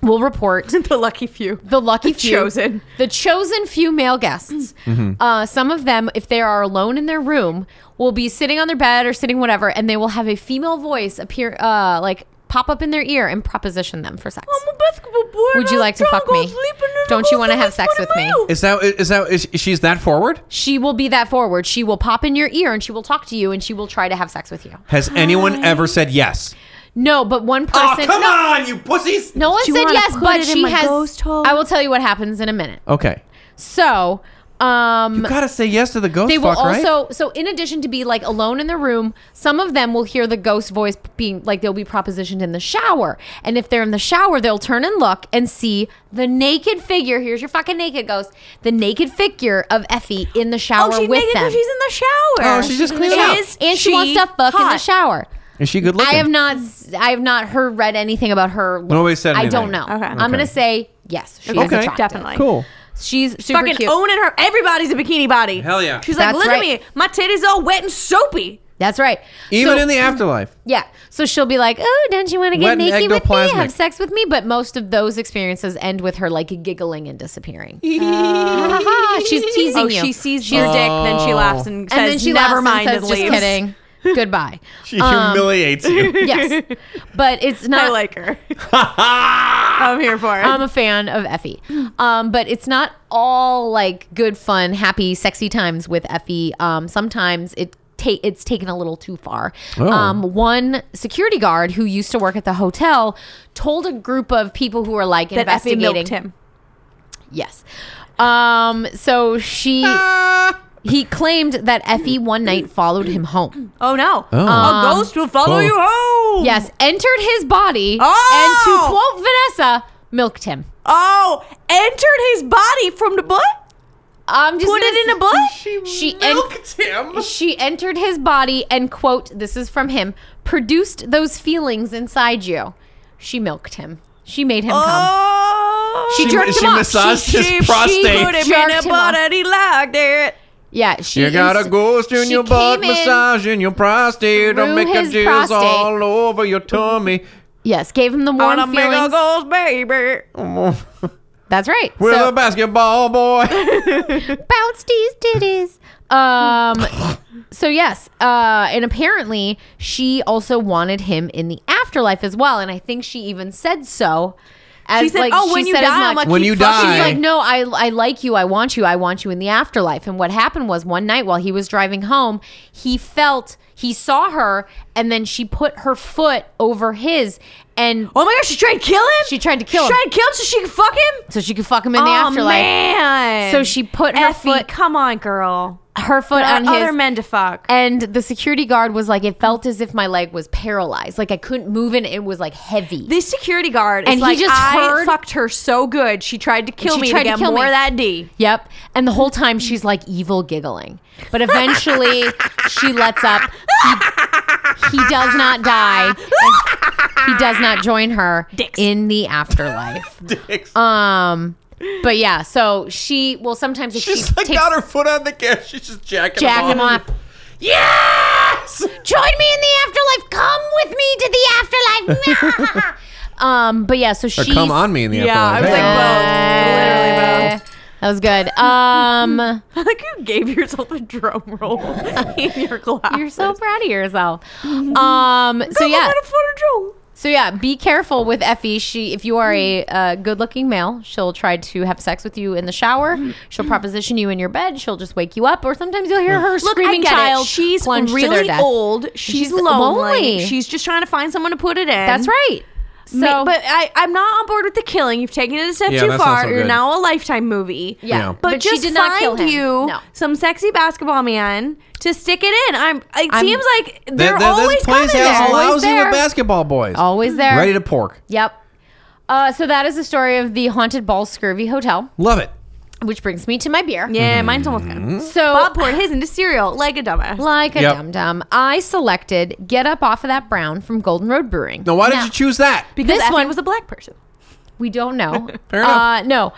[SPEAKER 2] will report
[SPEAKER 4] The lucky few.
[SPEAKER 2] the lucky few,
[SPEAKER 4] chosen. Mm-hmm.
[SPEAKER 2] the chosen few male guests. Uh, some of them, if they are alone in their room, will be sitting on their bed or sitting whatever, and they will have a female voice appear, uh, like pop up in their ear and proposition them for sex.
[SPEAKER 4] I'm a basketball boy.
[SPEAKER 2] Would you
[SPEAKER 4] I'm
[SPEAKER 2] like to
[SPEAKER 4] drunk,
[SPEAKER 2] fuck me?
[SPEAKER 4] I'm sleeping in a
[SPEAKER 2] Don't you
[SPEAKER 4] booth
[SPEAKER 2] wanna
[SPEAKER 4] and
[SPEAKER 2] have
[SPEAKER 4] it's
[SPEAKER 2] sex
[SPEAKER 4] funny
[SPEAKER 2] with me?
[SPEAKER 4] about you.
[SPEAKER 3] Is that is that is she's that forward?
[SPEAKER 2] She will be that forward. She will pop in your ear and she will talk to you and she will try to have sex with you.
[SPEAKER 3] Has anyone ever said yes?
[SPEAKER 2] No, but one
[SPEAKER 3] Oh,
[SPEAKER 2] person.
[SPEAKER 3] come
[SPEAKER 2] no,
[SPEAKER 3] on, you pussies!
[SPEAKER 2] No one
[SPEAKER 4] Do you
[SPEAKER 2] said
[SPEAKER 4] wanna
[SPEAKER 2] yes,
[SPEAKER 4] put
[SPEAKER 2] but
[SPEAKER 4] it in
[SPEAKER 2] she
[SPEAKER 4] my
[SPEAKER 2] has.
[SPEAKER 4] ghost hole?
[SPEAKER 2] I will tell you what happens in a minute.
[SPEAKER 3] Okay,
[SPEAKER 2] So, um,
[SPEAKER 3] you gotta say yes to the ghost
[SPEAKER 2] they will
[SPEAKER 3] fuck, right?
[SPEAKER 2] also so in addition to be like alone in the room some of them will hear the ghost voice being like they'll be propositioned in the shower and if they're in the shower they'll turn and look and see the naked figure here's your fucking naked ghost the naked figure of effie in the shower
[SPEAKER 4] Oh, she
[SPEAKER 2] with
[SPEAKER 4] naked
[SPEAKER 2] them
[SPEAKER 4] because she's in the shower.
[SPEAKER 3] Oh, she's just cleaning up.
[SPEAKER 4] Is
[SPEAKER 2] and she, wants to fuck in the
[SPEAKER 4] hot?
[SPEAKER 2] shower
[SPEAKER 3] Is she good looking?
[SPEAKER 2] I have not, I have not heard, read anything about her. looks.
[SPEAKER 3] Nobody said
[SPEAKER 2] I don't know.
[SPEAKER 3] anything.
[SPEAKER 4] Okay.
[SPEAKER 2] I'm gonna say yes. She is
[SPEAKER 3] Okay.
[SPEAKER 2] attractive.
[SPEAKER 4] Definitely.
[SPEAKER 3] Cool.
[SPEAKER 2] She's super
[SPEAKER 4] Fucking
[SPEAKER 2] cute.
[SPEAKER 4] owning her. Everybody's a bikini body.
[SPEAKER 3] Hell yeah.
[SPEAKER 4] She's like,
[SPEAKER 2] That's
[SPEAKER 4] look
[SPEAKER 2] right.
[SPEAKER 4] at me. My titties all wet and soapy.
[SPEAKER 2] That's right.
[SPEAKER 3] Even
[SPEAKER 2] So-
[SPEAKER 3] in the afterlife.
[SPEAKER 2] Yeah. So she'll be like, "Oh, don't you want to get
[SPEAKER 3] Wet and
[SPEAKER 2] naked with me,
[SPEAKER 3] ectoplasmic.
[SPEAKER 2] have sex with me?" But most of those experiences end with her like giggling and disappearing. Ah, she's teasing
[SPEAKER 4] Oh,
[SPEAKER 2] you.
[SPEAKER 4] she sees your dick, then she laughs and says,
[SPEAKER 2] and then she
[SPEAKER 4] "Never
[SPEAKER 2] laughs
[SPEAKER 4] mind."
[SPEAKER 2] and
[SPEAKER 4] and
[SPEAKER 2] says, "Just
[SPEAKER 4] leaves.
[SPEAKER 2] kidding." Goodbye.
[SPEAKER 3] She
[SPEAKER 6] Um,
[SPEAKER 3] humiliates you.
[SPEAKER 2] Yes, but it's
[SPEAKER 4] I
[SPEAKER 2] not.
[SPEAKER 4] like her. I'm here for it.
[SPEAKER 2] I'm a fan of Effie, um, but it's not all like good, fun, happy, sexy times with Effie. Um, sometimes it. ta- It's taken a little too far. Um, one security guard who used to work at the hotel told a group of people who were like
[SPEAKER 4] that Effie
[SPEAKER 2] investigating.
[SPEAKER 4] milked him.
[SPEAKER 2] Yes. Um, so she he claimed that Effie one night followed him home.
[SPEAKER 4] Oh no!
[SPEAKER 3] Oh.
[SPEAKER 4] a ghost will follow
[SPEAKER 3] Oh.
[SPEAKER 4] you home.
[SPEAKER 2] Um, Yes, entered his body
[SPEAKER 4] Oh!
[SPEAKER 2] and to quote Vanessa, milked him.
[SPEAKER 4] Oh, entered his body from the butt.
[SPEAKER 2] Um just
[SPEAKER 4] Put
[SPEAKER 2] gonna
[SPEAKER 4] it in a
[SPEAKER 2] s-
[SPEAKER 4] butt.
[SPEAKER 2] she milked him. She entered his body and quote, this is from him, produced those feelings inside you. She milked him. She made him come.
[SPEAKER 4] Oh,
[SPEAKER 2] She jerked
[SPEAKER 3] she
[SPEAKER 2] him off.
[SPEAKER 3] massaged
[SPEAKER 2] She-
[SPEAKER 3] his
[SPEAKER 4] she, She put
[SPEAKER 3] prostate.
[SPEAKER 4] him in a
[SPEAKER 2] Jerked him off.
[SPEAKER 4] butt and he liked it.
[SPEAKER 2] Yeah, she
[SPEAKER 3] You got
[SPEAKER 2] ins-
[SPEAKER 3] a ghost in
[SPEAKER 2] she
[SPEAKER 3] your butt,
[SPEAKER 2] came in-
[SPEAKER 3] massaging your prostate,
[SPEAKER 2] through
[SPEAKER 3] and make a
[SPEAKER 2] his
[SPEAKER 3] jizz
[SPEAKER 2] prostate.
[SPEAKER 3] all over your tummy.
[SPEAKER 2] Yes, gave him the
[SPEAKER 4] On
[SPEAKER 2] warm
[SPEAKER 4] a big
[SPEAKER 2] feelings.
[SPEAKER 4] old ghost, baby.
[SPEAKER 2] That's right.
[SPEAKER 3] With
[SPEAKER 2] So-
[SPEAKER 3] a basketball boy.
[SPEAKER 2] bounce these titties. Um, so yes, uh, and apparently she also wanted him in the afterlife as well, and I think she even said so. As
[SPEAKER 4] She said,
[SPEAKER 2] like,
[SPEAKER 4] "Oh,
[SPEAKER 2] she
[SPEAKER 4] when you
[SPEAKER 2] said
[SPEAKER 4] die,
[SPEAKER 2] as
[SPEAKER 4] I'm
[SPEAKER 2] much-
[SPEAKER 4] like,
[SPEAKER 3] When you
[SPEAKER 2] She's
[SPEAKER 3] die.
[SPEAKER 2] like, no, I, I like you. I want you. I want you in the afterlife. And what happened was one night while he was driving home, he felt, he saw her, and then she put her foot over his, and
[SPEAKER 4] Oh my gosh, she tried to kill him?
[SPEAKER 2] She tried to kill
[SPEAKER 4] she
[SPEAKER 2] him.
[SPEAKER 4] tried to kill him so she could fuck him?
[SPEAKER 2] so she could fuck him in the
[SPEAKER 4] oh,
[SPEAKER 2] afterlife.
[SPEAKER 4] man.
[SPEAKER 2] So she put her
[SPEAKER 4] Effie,
[SPEAKER 2] foot-
[SPEAKER 4] come on, girl.
[SPEAKER 2] Her foot
[SPEAKER 4] There are
[SPEAKER 2] on his.
[SPEAKER 4] other men to fuck.
[SPEAKER 2] And the security guard was like, it felt as if my leg was paralyzed. Like I couldn't move and it was like heavy.
[SPEAKER 4] This security guard is
[SPEAKER 2] And he
[SPEAKER 4] like,
[SPEAKER 2] just
[SPEAKER 4] I
[SPEAKER 2] heard-
[SPEAKER 4] fucked her so good, she tried to kill
[SPEAKER 2] she
[SPEAKER 4] me
[SPEAKER 2] tried
[SPEAKER 4] to
[SPEAKER 2] to
[SPEAKER 4] get
[SPEAKER 2] kill
[SPEAKER 4] more
[SPEAKER 2] me.
[SPEAKER 4] of that D.
[SPEAKER 2] yep. And the whole time she's like evil giggling. But eventually she lets up. He, he does not die. And he does not join her
[SPEAKER 4] Dicks.
[SPEAKER 2] in the afterlife. Um, but yeah, so she well sometimes if she
[SPEAKER 3] She's like
[SPEAKER 2] takes
[SPEAKER 3] got her foot on the gas. She's just jacking
[SPEAKER 2] Jack him
[SPEAKER 3] him
[SPEAKER 2] off.
[SPEAKER 3] off.
[SPEAKER 2] Yes! Join me in the afterlife. Come with me to the afterlife. Um, but yeah, so
[SPEAKER 3] Or
[SPEAKER 2] she
[SPEAKER 3] come on me in the
[SPEAKER 4] Yeah, I was
[SPEAKER 3] afterlife.
[SPEAKER 4] like, both. Literally both.
[SPEAKER 2] That was good. Um,
[SPEAKER 4] I like you gave yourself a drum roll in your glass.
[SPEAKER 2] you're so proud of yourself. Um, so yeah, so yeah, be careful with Effie. She, if you are a uh, good-looking male, she'll try to have sex with you in the shower. She'll proposition you in your bed. She'll just wake you up, or sometimes you'll hear her
[SPEAKER 4] Look,
[SPEAKER 2] screaming
[SPEAKER 4] I get
[SPEAKER 2] child.
[SPEAKER 4] it. She's
[SPEAKER 2] plunge to their
[SPEAKER 4] really
[SPEAKER 2] death.
[SPEAKER 4] old. She's,
[SPEAKER 2] She's
[SPEAKER 4] lonely.
[SPEAKER 2] lonely.
[SPEAKER 4] She's just trying to find someone to put it in.
[SPEAKER 2] That's right. So,
[SPEAKER 4] Ma- but I, I'm not on board with the killing. You've taken it a step
[SPEAKER 3] Yeah,
[SPEAKER 4] too
[SPEAKER 3] that's not
[SPEAKER 4] far.
[SPEAKER 3] so
[SPEAKER 4] You're
[SPEAKER 3] good.
[SPEAKER 4] now a lifetime movie.
[SPEAKER 2] Yeah.
[SPEAKER 4] But,
[SPEAKER 2] But she
[SPEAKER 4] just
[SPEAKER 2] did not
[SPEAKER 4] find
[SPEAKER 2] kill him.
[SPEAKER 4] you
[SPEAKER 2] No.
[SPEAKER 4] some sexy basketball man to stick it in. I'm. It
[SPEAKER 2] I'm-
[SPEAKER 4] seems like they're
[SPEAKER 3] That- that-
[SPEAKER 4] always
[SPEAKER 3] this place
[SPEAKER 4] coming there.
[SPEAKER 3] has
[SPEAKER 2] Always
[SPEAKER 3] lousy
[SPEAKER 2] there.
[SPEAKER 3] with basketball boys.
[SPEAKER 2] always there.
[SPEAKER 3] Ready to pork.
[SPEAKER 2] Yep. Uh, so that is the story of the haunted ball scurvy hotel,
[SPEAKER 3] Love it.
[SPEAKER 2] which brings me to my beer.
[SPEAKER 4] Yeah,
[SPEAKER 3] Mm-hmm.
[SPEAKER 4] mine's almost gone.
[SPEAKER 2] So
[SPEAKER 4] Bob poured his into cereal like a dumbass.
[SPEAKER 2] like a
[SPEAKER 3] Yep.
[SPEAKER 2] dum dum, I selected "Get Up Off of That Brown" from Golden Road Brewing.
[SPEAKER 3] Now, why did you choose that?
[SPEAKER 4] because
[SPEAKER 2] this
[SPEAKER 4] Effie
[SPEAKER 2] one
[SPEAKER 4] was a black person.
[SPEAKER 2] we don't know. Uh, no,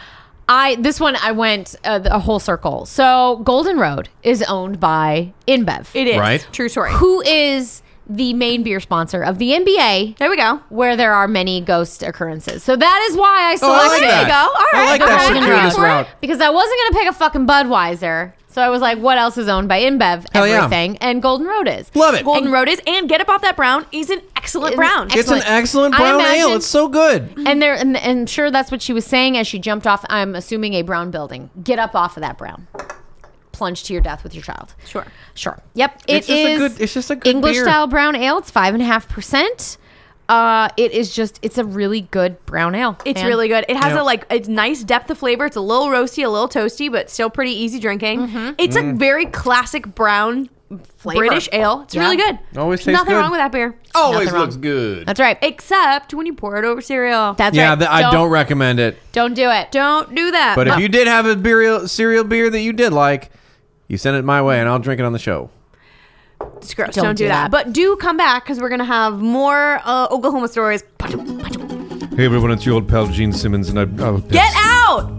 [SPEAKER 2] I this one I went uh, the- a whole circle. So Golden Road is owned by InBev,
[SPEAKER 4] It is
[SPEAKER 3] Right.
[SPEAKER 4] True story.
[SPEAKER 2] who is the main beer sponsor of the NBA,
[SPEAKER 4] There we go.
[SPEAKER 2] where there are many ghost occurrences. So that is why I
[SPEAKER 3] Oh, I like
[SPEAKER 2] selected
[SPEAKER 3] that.
[SPEAKER 4] you go. All
[SPEAKER 3] I
[SPEAKER 4] right.
[SPEAKER 3] like
[SPEAKER 2] Okay.
[SPEAKER 3] that
[SPEAKER 2] Golden
[SPEAKER 3] circuitous
[SPEAKER 2] Road.
[SPEAKER 3] route.
[SPEAKER 2] because I wasn't gonna pick a fucking Budweiser. So I was like, what else is owned by InBev?
[SPEAKER 3] Hell yeah.
[SPEAKER 2] Everything, and Golden Road is.
[SPEAKER 3] Love it.
[SPEAKER 4] Golden Road is and get up off that brown. He's an excellent
[SPEAKER 2] Is an
[SPEAKER 4] brown.
[SPEAKER 2] ex-
[SPEAKER 3] It's an
[SPEAKER 2] Excellent.
[SPEAKER 3] excellent
[SPEAKER 2] I
[SPEAKER 3] brown
[SPEAKER 2] imagine-
[SPEAKER 3] ale. It's so good.
[SPEAKER 2] And there, and, and I'm sure that's what she was saying as she jumped off. I'm assuming a brown building. Get up off of that brown. Plunge to your death with your child.
[SPEAKER 4] Sure.
[SPEAKER 2] sure. Yep. It
[SPEAKER 3] It's just a
[SPEAKER 2] is
[SPEAKER 3] good- it's just a good
[SPEAKER 2] English
[SPEAKER 3] beer.
[SPEAKER 2] style brown ale. It's five and a half percent. Uh, it is just. It's a really good brown ale.
[SPEAKER 4] It's
[SPEAKER 2] man.
[SPEAKER 4] really good. It has a
[SPEAKER 3] Yeah.
[SPEAKER 4] like a nice depth of flavor. It's a little roasty, a little toasty, but still pretty easy drinking. It's a
[SPEAKER 3] Mm.
[SPEAKER 4] very classic brown
[SPEAKER 2] Flavor.
[SPEAKER 4] British ale. It's
[SPEAKER 2] Yeah.
[SPEAKER 4] really good.
[SPEAKER 3] Always
[SPEAKER 4] There's
[SPEAKER 3] tastes
[SPEAKER 4] nothing
[SPEAKER 3] good.
[SPEAKER 4] wrong with that beer. Oh,
[SPEAKER 3] Always
[SPEAKER 2] wrong.
[SPEAKER 3] looks good.
[SPEAKER 2] That's right.
[SPEAKER 4] Except when you pour it over cereal.
[SPEAKER 2] That's
[SPEAKER 3] yeah,
[SPEAKER 2] right.
[SPEAKER 3] th- I don't recommend it.
[SPEAKER 2] Don't do it.
[SPEAKER 4] Don't do that.
[SPEAKER 3] But if
[SPEAKER 4] Mom.
[SPEAKER 3] you did have a beer, cereal beer that you did like, you send it my way and I'll drink it on the show.
[SPEAKER 4] It's gross. Don't, do that. But do come back because we're gonna have more uh, Oklahoma stories.
[SPEAKER 5] Hey everyone, it's your old pal Gene Simmons, and I. oh, I was
[SPEAKER 4] Get out!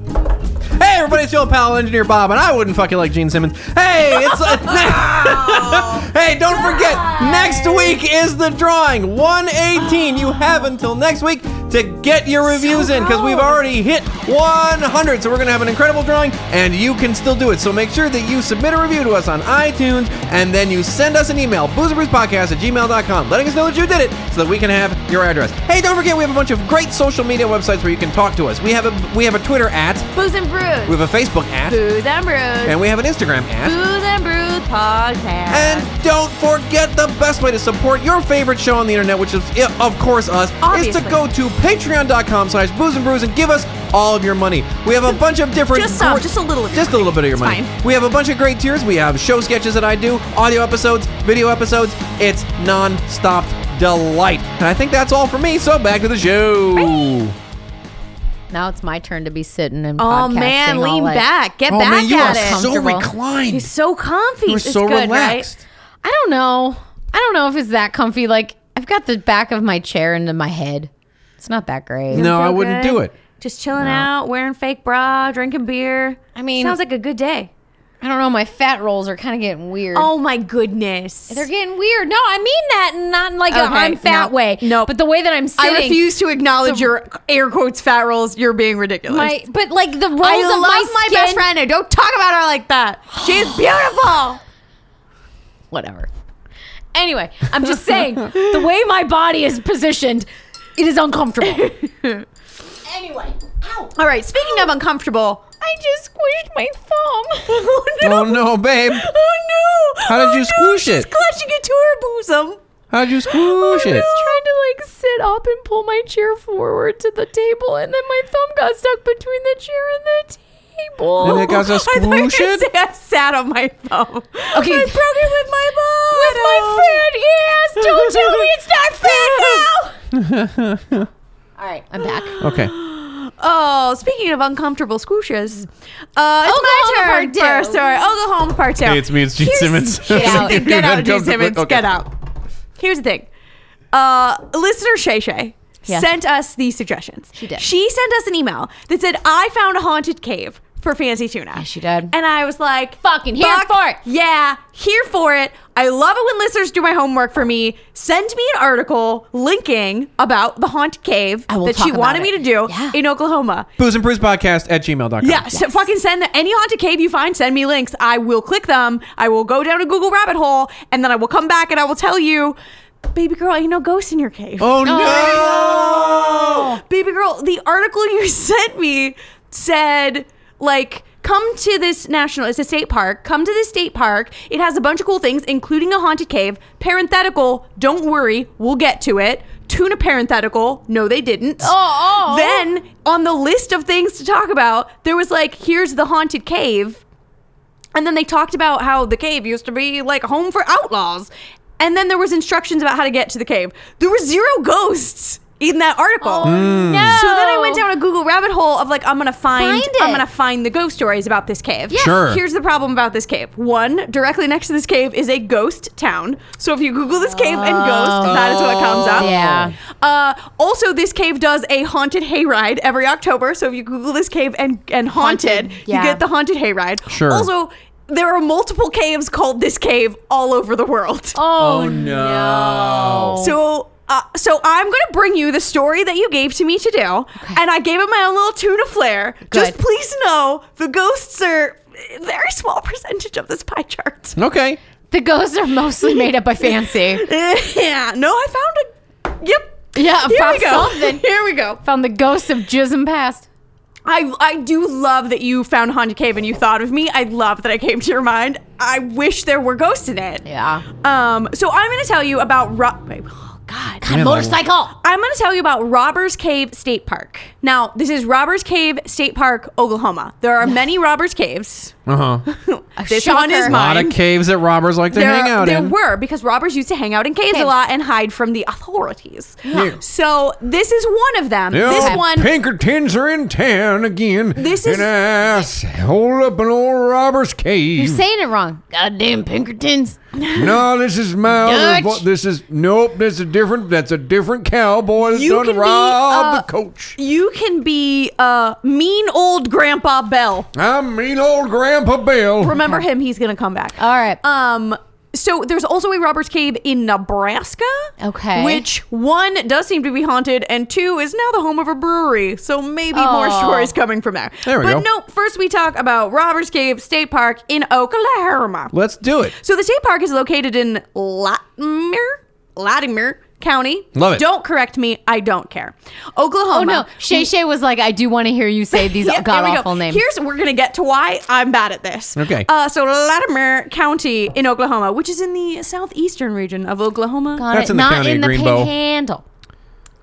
[SPEAKER 3] Hey, everybody, it's your old pal engineer Bob, and I wouldn't fucking like Gene Simmons. Hey, it's. hey, don't forget, next week is the drawing 118. You have until next week to get your reviews in because we've already hit 100. So we're going to have an incredible drawing, and you can still do it. So make sure that you submit a review to us on iTunes, and then you send us an email, boozerbrewspodcast at gmail.com, letting us know that you did it so that we can have your address. Hey, don't forget, we have a bunch of great social media websites where you can talk to us. We have a, we have a Twitter at.
[SPEAKER 4] Booze and brews.
[SPEAKER 3] We have a Facebook ad,
[SPEAKER 4] Booze and brews.
[SPEAKER 3] and we have an Instagram ad.
[SPEAKER 4] Booze and brews podcast.
[SPEAKER 3] And don't forget the best way to support your favorite show on the internet, which is, i- of course, us, is
[SPEAKER 4] Obviously.
[SPEAKER 3] to go to patreon.com slash booze and brews and give us all of your money. We have a bunch of different...
[SPEAKER 4] Just some,
[SPEAKER 3] gr-
[SPEAKER 4] just a little of your
[SPEAKER 3] Just a little bit of your money.
[SPEAKER 4] It's
[SPEAKER 3] We have a bunch of great tiers. We have show sketches that I do, audio episodes, video episodes. It's non-stop delight. And I think that's all for me, so back to the show.
[SPEAKER 2] Now it's my turn to be sitting and
[SPEAKER 4] oh
[SPEAKER 2] podcasting
[SPEAKER 4] man,
[SPEAKER 2] all
[SPEAKER 4] lean
[SPEAKER 2] like-
[SPEAKER 4] back. Get
[SPEAKER 3] Oh,
[SPEAKER 4] back
[SPEAKER 3] man, you
[SPEAKER 4] at
[SPEAKER 3] are
[SPEAKER 4] it.
[SPEAKER 3] so
[SPEAKER 2] Comfortable.
[SPEAKER 3] reclined.
[SPEAKER 4] He's so comfy.
[SPEAKER 3] You're
[SPEAKER 4] it's
[SPEAKER 3] so
[SPEAKER 4] good,
[SPEAKER 3] relaxed.
[SPEAKER 4] Right?
[SPEAKER 2] I don't know. I don't know if it's that comfy. Like I've got the back of my chair into my head. It's not that great.
[SPEAKER 3] No,
[SPEAKER 4] Feel
[SPEAKER 3] I wouldn't
[SPEAKER 4] good.
[SPEAKER 3] do it.
[SPEAKER 4] Just chilling out, wearing fake bra, drinking beer.
[SPEAKER 2] I mean-
[SPEAKER 4] sounds like a good day.
[SPEAKER 2] I don't know. My fat rolls are kind of getting weird.
[SPEAKER 4] Oh my goodness.
[SPEAKER 2] They're getting weird. No, I mean that not in like a
[SPEAKER 4] Okay,
[SPEAKER 2] I'm fat
[SPEAKER 4] no,
[SPEAKER 2] way.
[SPEAKER 4] no.
[SPEAKER 2] but the way that I'm sitting.
[SPEAKER 4] I refuse to acknowledge your air quotes fat rolls. You're being ridiculous.
[SPEAKER 2] My, but like the rolls of
[SPEAKER 4] I love
[SPEAKER 2] my,
[SPEAKER 4] my,
[SPEAKER 2] skin-
[SPEAKER 4] best friend. and Don't talk about her like that. She's beautiful.
[SPEAKER 2] Whatever. Anyway, I'm just saying the way my body is positioned, it is uncomfortable. anyway, ow!
[SPEAKER 4] All right. Speaking of uncomfortable,
[SPEAKER 2] I just squished my thumb.
[SPEAKER 3] Oh, no, babe.
[SPEAKER 4] Oh no!
[SPEAKER 3] How did
[SPEAKER 4] Oh,
[SPEAKER 3] you
[SPEAKER 4] no,
[SPEAKER 3] squish
[SPEAKER 4] she's
[SPEAKER 3] it?
[SPEAKER 4] clutching it to her bosom.
[SPEAKER 3] How'd you squish it?
[SPEAKER 2] trying to like sit up and pull my chair forward to the table, and then my thumb got stuck between the chair and the table.
[SPEAKER 3] And it got
[SPEAKER 4] I
[SPEAKER 3] so
[SPEAKER 4] thought you were gonna
[SPEAKER 3] squished?
[SPEAKER 4] say I sat on my thumb.
[SPEAKER 2] Okay.
[SPEAKER 4] I broke it with
[SPEAKER 2] With my fat
[SPEAKER 4] my mom.
[SPEAKER 2] ass. Don't tell me it's not fat now. All right, I'm back.
[SPEAKER 3] Okay.
[SPEAKER 4] Oh, speaking of uncomfortable squishes, uh, it's
[SPEAKER 2] Oklahoma
[SPEAKER 4] my turn
[SPEAKER 2] part two.
[SPEAKER 4] for a story. Oklahoma part two.
[SPEAKER 5] Hey, it's me. It's Gene
[SPEAKER 4] Here's-
[SPEAKER 5] Simmons.
[SPEAKER 2] Get out.
[SPEAKER 5] You're
[SPEAKER 4] Get out, Gene
[SPEAKER 5] uncomfortable.
[SPEAKER 4] Simmons.
[SPEAKER 5] Okay.
[SPEAKER 4] Get out. Here's the thing. Uh, listener Shay Shay
[SPEAKER 2] Yeah.
[SPEAKER 4] sent us these suggestions. She
[SPEAKER 2] did.
[SPEAKER 4] She sent us an email that said, "I found a haunted cave for fancy tuna."
[SPEAKER 2] Yes, she did.
[SPEAKER 4] And I was like,
[SPEAKER 2] Fucking here
[SPEAKER 4] "Fuck
[SPEAKER 2] for it."
[SPEAKER 4] Yeah, here for it. I love it when listeners do my homework for me. Send me an article linking about the haunt cave
[SPEAKER 2] I will
[SPEAKER 4] that
[SPEAKER 2] talk
[SPEAKER 4] she
[SPEAKER 2] about
[SPEAKER 4] wanted
[SPEAKER 2] it.
[SPEAKER 4] me to do
[SPEAKER 2] Yeah.
[SPEAKER 4] in Oklahoma.
[SPEAKER 3] Booze and Brews Podcast at gmail.com.
[SPEAKER 4] Yeah, so fucking send the, any haunted cave you find. Send me links. I will click them. I will go down a Google rabbit hole, and then I will come back and I will tell you, baby girl, ain't no ghosts in your cave.
[SPEAKER 3] Oh, no.
[SPEAKER 4] Baby girl, the article you sent me said like come to this national it's a state park come to this state park it has a bunch of cool things including a haunted cave parenthetical don't worry we'll get to it tuna parenthetical no they didn't
[SPEAKER 2] oh.
[SPEAKER 4] then on the list of things to talk about there was like here's the haunted cave and then they talked about how the cave used to be like a home for outlaws and then there was instructions about how to get to the cave there were zero ghosts in that article
[SPEAKER 2] Oh. No.
[SPEAKER 4] so then I went down a Google rabbit hole of like I'm gonna find,
[SPEAKER 2] Oh. Find it.
[SPEAKER 4] I'm gonna find the ghost stories about this cave.
[SPEAKER 2] Yes.
[SPEAKER 5] Sure.
[SPEAKER 4] Here's the problem about this cave. One, directly next to this cave is a ghost town. So if you Google this cave and ghost, that is what comes
[SPEAKER 6] Oh.
[SPEAKER 4] up.
[SPEAKER 2] Oh. Yeah.
[SPEAKER 4] Uh, also, this cave does a haunted hayride every October. So if you Google this cave and and haunted,
[SPEAKER 2] Haunted, yeah.
[SPEAKER 4] you get the haunted hayride.
[SPEAKER 5] Sure.
[SPEAKER 4] Also. There are multiple caves called this cave all over the world.
[SPEAKER 2] Oh,
[SPEAKER 5] no.
[SPEAKER 2] no.
[SPEAKER 4] So, uh, so I'm gonna bring you the story that you gave to me to do, and I gave it my own little tuna flair. Just
[SPEAKER 2] Good.
[SPEAKER 4] please know the ghosts are a very small percentage of this pie chart.
[SPEAKER 3] Okay.
[SPEAKER 2] the ghosts are mostly made up by fancy.
[SPEAKER 4] yeah, no, I found a. Yep.
[SPEAKER 2] Yeah,
[SPEAKER 4] Here
[SPEAKER 2] found
[SPEAKER 4] we go.
[SPEAKER 2] something.
[SPEAKER 4] Here we go.
[SPEAKER 2] Found the ghost of Jism past.
[SPEAKER 4] I I do love that you found Haunted Cave and you thought of me. I love that I came to your mind. I wish there were ghosts in it.
[SPEAKER 2] Yeah.
[SPEAKER 4] Um. So I'm gonna tell you about. Ro- wait, oh God.
[SPEAKER 2] God, motorcycle.
[SPEAKER 4] I'm going to tell you about Robbers Cave State Park. Now, this is Robbers Cave State Park, Oklahoma. There are many Robbers Caves.
[SPEAKER 5] Uh-huh.
[SPEAKER 3] Uh huh.
[SPEAKER 4] This one is
[SPEAKER 2] shocker.
[SPEAKER 3] A lot
[SPEAKER 4] mine.
[SPEAKER 3] of caves that robbers like to
[SPEAKER 4] There,
[SPEAKER 3] hang out
[SPEAKER 4] there
[SPEAKER 3] in.
[SPEAKER 4] were because robbers used to hang out in caves, a
[SPEAKER 2] Caves.
[SPEAKER 4] lot and hide from the authorities. So this is one of them.
[SPEAKER 5] Yeah,
[SPEAKER 4] This one,
[SPEAKER 5] Pinkertons are in town again.
[SPEAKER 4] This is-
[SPEAKER 5] an ass. Hold up an old robber's cave.
[SPEAKER 2] You're saying it wrong. Goddamn Pinkertons.
[SPEAKER 5] no, this is my other.
[SPEAKER 2] Dutch.
[SPEAKER 5] vo- This is nope. That's a different. That's a different cowboy. that's
[SPEAKER 4] You
[SPEAKER 5] gonna
[SPEAKER 4] can be,
[SPEAKER 5] rob
[SPEAKER 4] uh,
[SPEAKER 5] the coach.
[SPEAKER 4] you can be uh, mean old Grandpa Bell.
[SPEAKER 5] I mean, old Grandpa Bill.
[SPEAKER 4] Remember him; he's going to come back.
[SPEAKER 2] All right.
[SPEAKER 4] Um. So there's also a Robbers Cave in Nebraska.
[SPEAKER 2] Okay.
[SPEAKER 4] Which one does seem to be haunted, and two is now the home of a brewery. So maybe more
[SPEAKER 2] Oh.
[SPEAKER 4] stories coming from there.
[SPEAKER 3] There we
[SPEAKER 4] but
[SPEAKER 3] go.
[SPEAKER 4] nope. First, we talk about Robbers Cave State Park in Oklahoma.
[SPEAKER 3] Let's do it.
[SPEAKER 4] So the state park is located in Latimer, Latimer County.
[SPEAKER 3] Love it.
[SPEAKER 4] Don't correct me. I don't care. Oklahoma.
[SPEAKER 2] oh no. Shay Shay was like, I do want to hear you say these
[SPEAKER 4] Yeah, there
[SPEAKER 2] god
[SPEAKER 4] we go.
[SPEAKER 2] awful names.
[SPEAKER 4] Here's we're gonna get to why I'm bad at this.
[SPEAKER 3] Okay.
[SPEAKER 4] Uh, so Latimer County in Oklahoma, which is in the southeastern region of Oklahoma.
[SPEAKER 2] Got
[SPEAKER 3] That's
[SPEAKER 2] it.
[SPEAKER 3] in the
[SPEAKER 2] Not
[SPEAKER 3] county of
[SPEAKER 2] in the
[SPEAKER 3] Greenbow.
[SPEAKER 2] panhandle.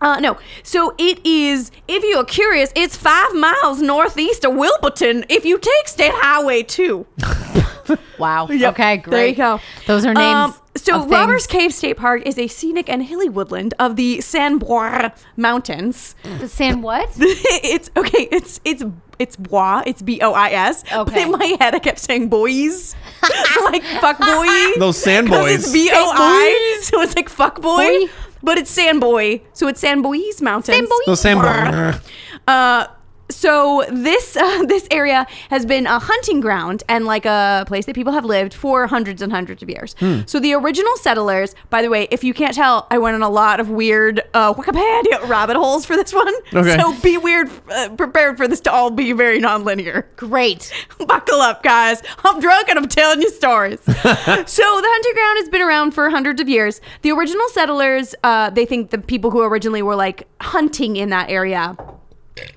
[SPEAKER 4] Uh, no. So it is. If you are curious, it's five miles northeast of Wilburton. If you take State Highway two.
[SPEAKER 2] Wow. Okay, great.
[SPEAKER 4] There you go. Um,
[SPEAKER 2] Those are names.
[SPEAKER 4] so
[SPEAKER 2] of
[SPEAKER 4] Robbers
[SPEAKER 2] things.
[SPEAKER 4] Cave State Park is a scenic and hilly woodland of the San Bois Mountains.
[SPEAKER 2] The San what?
[SPEAKER 4] it's okay. It's it's it's bois. It's b o i s. But
[SPEAKER 2] Okay.
[SPEAKER 4] in my head, I kept saying boys, like fuck boy.
[SPEAKER 3] Those sandboys.
[SPEAKER 4] It's b o i. So it's like fuck boy.
[SPEAKER 2] Boy.
[SPEAKER 4] But it's Sandboy. So it's Sandboy's mountains.
[SPEAKER 2] Sandboy.
[SPEAKER 3] Those sandboys.
[SPEAKER 4] Uh, so this uh, this area has been a hunting ground and like a place that people have lived for hundreds and hundreds of years. So the original settlers, by the way, if you can't tell, I went on a lot of weird uh, Wikipedia rabbit holes for this one.
[SPEAKER 3] Okay.
[SPEAKER 4] So be weird, uh, prepared for this to all be very nonlinear.
[SPEAKER 2] Great.
[SPEAKER 4] Buckle up, guys. I'm drunk and I'm telling you stories. so the hunting ground has been around for hundreds of years. The original settlers, uh, they think the people who originally were like hunting in that area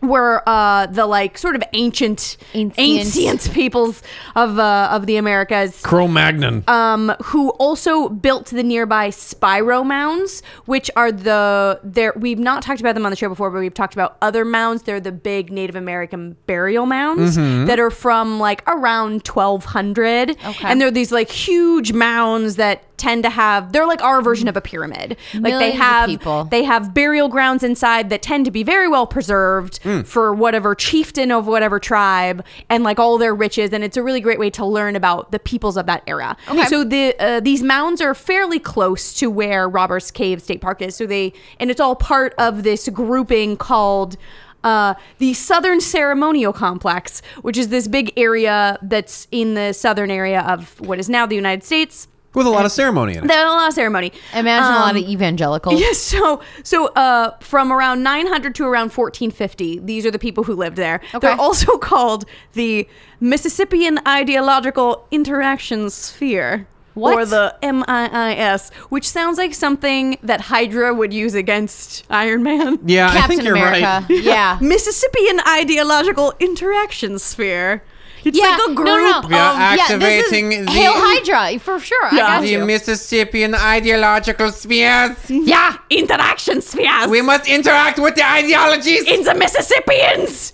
[SPEAKER 4] were uh, the like sort of ancient ancient,
[SPEAKER 2] Ancient.
[SPEAKER 4] peoples of uh, of the Americas
[SPEAKER 3] Cro-Magnon.
[SPEAKER 4] um, who also built the nearby Spyro mounds, which are the there we've not talked about them on the show before, but we've talked about other mounds. They're the big Native American burial mounds that are from like around 1200,
[SPEAKER 2] Okay.
[SPEAKER 4] and they're these like huge mounds that tend to have they're like our version of a pyramid. Like they
[SPEAKER 2] Millions of
[SPEAKER 4] have
[SPEAKER 2] people.
[SPEAKER 4] they have burial grounds inside that tend to be very well preserved for whatever chieftain of whatever tribe and like all their riches and it's a really great way to learn about the peoples of that era
[SPEAKER 2] Okay.
[SPEAKER 4] so the uh, these mounds are fairly close to where robbers cave state park is so they and it's all part of this grouping called uh, the Southern Ceremonial Complex, which is this big area that's in the southern area of what is now the United States
[SPEAKER 6] with a lot of ceremony in it.
[SPEAKER 4] They had a lot of ceremony.
[SPEAKER 2] Imagine a lot
[SPEAKER 4] Um,
[SPEAKER 2] of evangelicals.
[SPEAKER 4] Yes. So, so uh, from around 900 to around 1450, these are the people who lived there. They're also called the Mississippian Ideological Interaction Sphere.
[SPEAKER 2] What?
[SPEAKER 4] Or the MIIS, which sounds like something that Hydra would use against Iron Man.
[SPEAKER 6] Yeah, I
[SPEAKER 2] Captain
[SPEAKER 6] think you're
[SPEAKER 2] America.
[SPEAKER 6] right.
[SPEAKER 2] Yeah.
[SPEAKER 4] Mississippian Ideological Interaction Sphere. It's like a group
[SPEAKER 6] We are
[SPEAKER 2] Um, Yeah, this is
[SPEAKER 6] activating the-
[SPEAKER 2] Hail Hydra for sure.
[SPEAKER 4] Yeah.
[SPEAKER 2] I got
[SPEAKER 4] The
[SPEAKER 2] you.
[SPEAKER 6] Mississippian ideological spheres.
[SPEAKER 2] yeah.
[SPEAKER 4] interaction spheres
[SPEAKER 6] must interact with the ideologies.
[SPEAKER 4] in the Mississippians.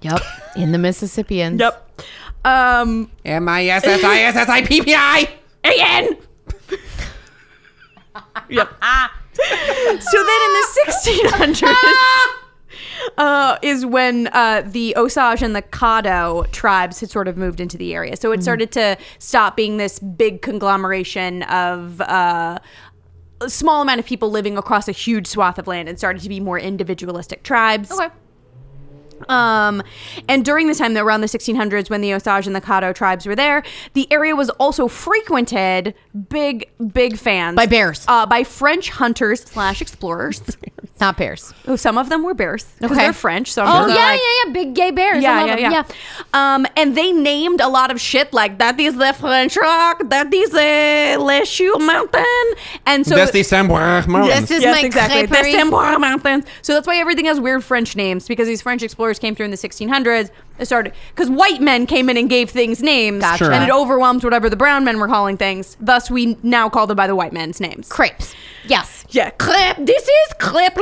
[SPEAKER 2] Yep. In the Mississippians.
[SPEAKER 4] Yep. Um,
[SPEAKER 6] M I S S I S S I P P I.
[SPEAKER 4] again. yep. so then in the 1600s uh, is when uh, the Osage and the Caddo tribes had sort of moved into the area. So it started to stop being this big conglomeration of. Uh, a small amount of people living across a huge swath of land and started to be more individualistic tribes.
[SPEAKER 2] Okay.
[SPEAKER 4] Um, and during this time, though, around the 1600s, when the Osage and the Caddo tribes were there, the area was also frequented big, big fans
[SPEAKER 2] By bears.
[SPEAKER 4] uh, by French hunters slash explorers.
[SPEAKER 2] Not bears.
[SPEAKER 4] Oh, Some of them were bears because
[SPEAKER 2] Okay.
[SPEAKER 4] they're French. So I'm
[SPEAKER 2] Oh
[SPEAKER 4] sure
[SPEAKER 2] yeah,
[SPEAKER 4] they're like,
[SPEAKER 2] yeah, yeah. Big gay bears. I love
[SPEAKER 4] yeah,
[SPEAKER 2] them.
[SPEAKER 4] yeah, yeah. Um, and they named a lot of shit like that is the French rock, that is the Lechou Mountain, and so
[SPEAKER 6] That's the Samboir
[SPEAKER 2] This
[SPEAKER 5] Um,
[SPEAKER 2] is my
[SPEAKER 4] the
[SPEAKER 2] creperie.
[SPEAKER 4] Samboa Mountains. So that's why everything has weird French names because these French explorers came through in the 1600s. They started because white men came in and gave things names,
[SPEAKER 2] Gotcha. Sure.
[SPEAKER 4] and it overwhelmed whatever the brown men were calling things. Thus, we now call them by the white men's names.
[SPEAKER 2] crepes. Yes.
[SPEAKER 4] Yeah, crepe. This is crepe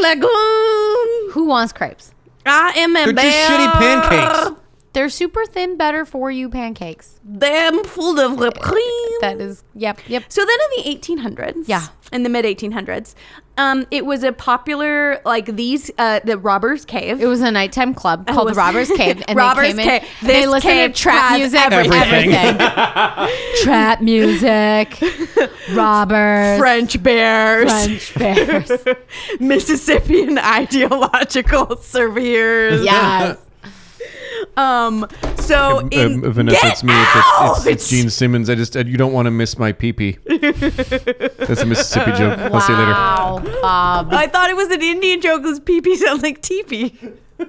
[SPEAKER 4] lagoon.
[SPEAKER 2] Who wants crepes?
[SPEAKER 4] I am a
[SPEAKER 6] They're just
[SPEAKER 4] bear.
[SPEAKER 6] shitty pancakes.
[SPEAKER 2] They're super thin, better for you pancakes.
[SPEAKER 4] Them full of whipped cream.
[SPEAKER 2] That is. Yep. Yep.
[SPEAKER 4] So then in the 1800s,
[SPEAKER 2] Yeah.
[SPEAKER 4] in the mid 1800s, um, it was a popular like these uh, the robbers cave.
[SPEAKER 2] It was a nighttime club
[SPEAKER 4] It
[SPEAKER 2] called
[SPEAKER 4] was-
[SPEAKER 2] Robbers Cave, and
[SPEAKER 4] Robbers
[SPEAKER 2] they came in.
[SPEAKER 4] Cave.
[SPEAKER 2] They
[SPEAKER 4] This
[SPEAKER 2] listened
[SPEAKER 4] cave
[SPEAKER 2] to trap
[SPEAKER 4] has
[SPEAKER 2] music,
[SPEAKER 4] everything.
[SPEAKER 2] everything. trap music, robbers,
[SPEAKER 4] French bears,
[SPEAKER 2] French bears.
[SPEAKER 4] Mississippian ideological surveyors.
[SPEAKER 2] Yes.
[SPEAKER 4] Um. So in
[SPEAKER 5] Um, Vanessa,
[SPEAKER 4] get
[SPEAKER 5] it's me. It's,
[SPEAKER 4] out!
[SPEAKER 5] it's, it's, it's Gene Simmons. I just, I, you don't want to miss my pee pee. That's a Mississippi joke. I'll see you later.
[SPEAKER 2] Wow, Bob.
[SPEAKER 4] I thought it was an Indian joke because pee sounds like teepee.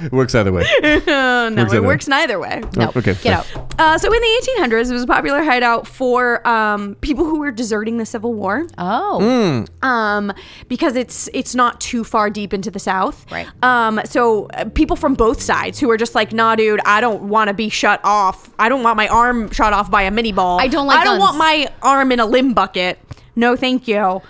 [SPEAKER 5] It works either way.
[SPEAKER 4] Oh, no,
[SPEAKER 5] Works
[SPEAKER 4] it
[SPEAKER 5] either way.
[SPEAKER 4] works neither way.
[SPEAKER 2] No.
[SPEAKER 5] Oh, okay,
[SPEAKER 2] Get out.
[SPEAKER 4] Uh, so in the 1800s, it was a popular hideout for um, people who were deserting the Civil War.
[SPEAKER 2] Oh.
[SPEAKER 4] um, because it's it's not too far deep into the South.
[SPEAKER 2] Right.
[SPEAKER 4] Um, so uh, people from both sides who are just like, nah, dude, I don't want to be shut off. I don't want my arm shot off by a mini ball.
[SPEAKER 2] I don't like
[SPEAKER 4] I don't
[SPEAKER 2] guns."
[SPEAKER 4] want my arm in a limb bucket. No, thank you.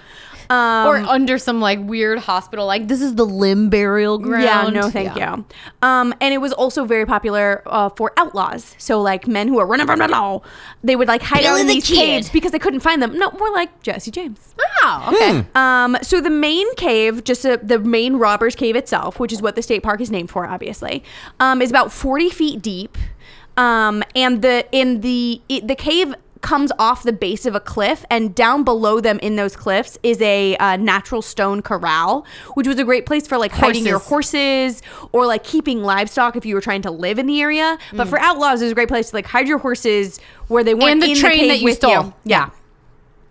[SPEAKER 4] Um,
[SPEAKER 2] or under some like weird hospital, like this is the limb burial ground.
[SPEAKER 4] yeah, no, thank you. Um, and it was also very popular uh, for outlaws. So like men who are running from the law, they would like hide out
[SPEAKER 2] Billy
[SPEAKER 4] in
[SPEAKER 2] the
[SPEAKER 4] these
[SPEAKER 2] Kid.
[SPEAKER 4] caves because they couldn't find them. No, more like Jesse James.
[SPEAKER 2] Wow. Oh, Okay.
[SPEAKER 4] Um, so the main cave, just uh the main robbers cave itself, which is what the state park is named for, obviously, um, is about 40 feet deep. Um, and the in the it, the cave comes off the base of a cliff, and down below them in those cliffs is a uh, natural stone corral, which was a great place for like hiding your
[SPEAKER 2] Horses.
[SPEAKER 4] horses or like keeping livestock if you were trying to live in the area. But for outlaws, it was a great place to like hide your horses where they weren't
[SPEAKER 2] Hmm. And the
[SPEAKER 4] in
[SPEAKER 2] train
[SPEAKER 4] the cave
[SPEAKER 2] that you
[SPEAKER 4] with
[SPEAKER 2] stole.
[SPEAKER 4] Yeah.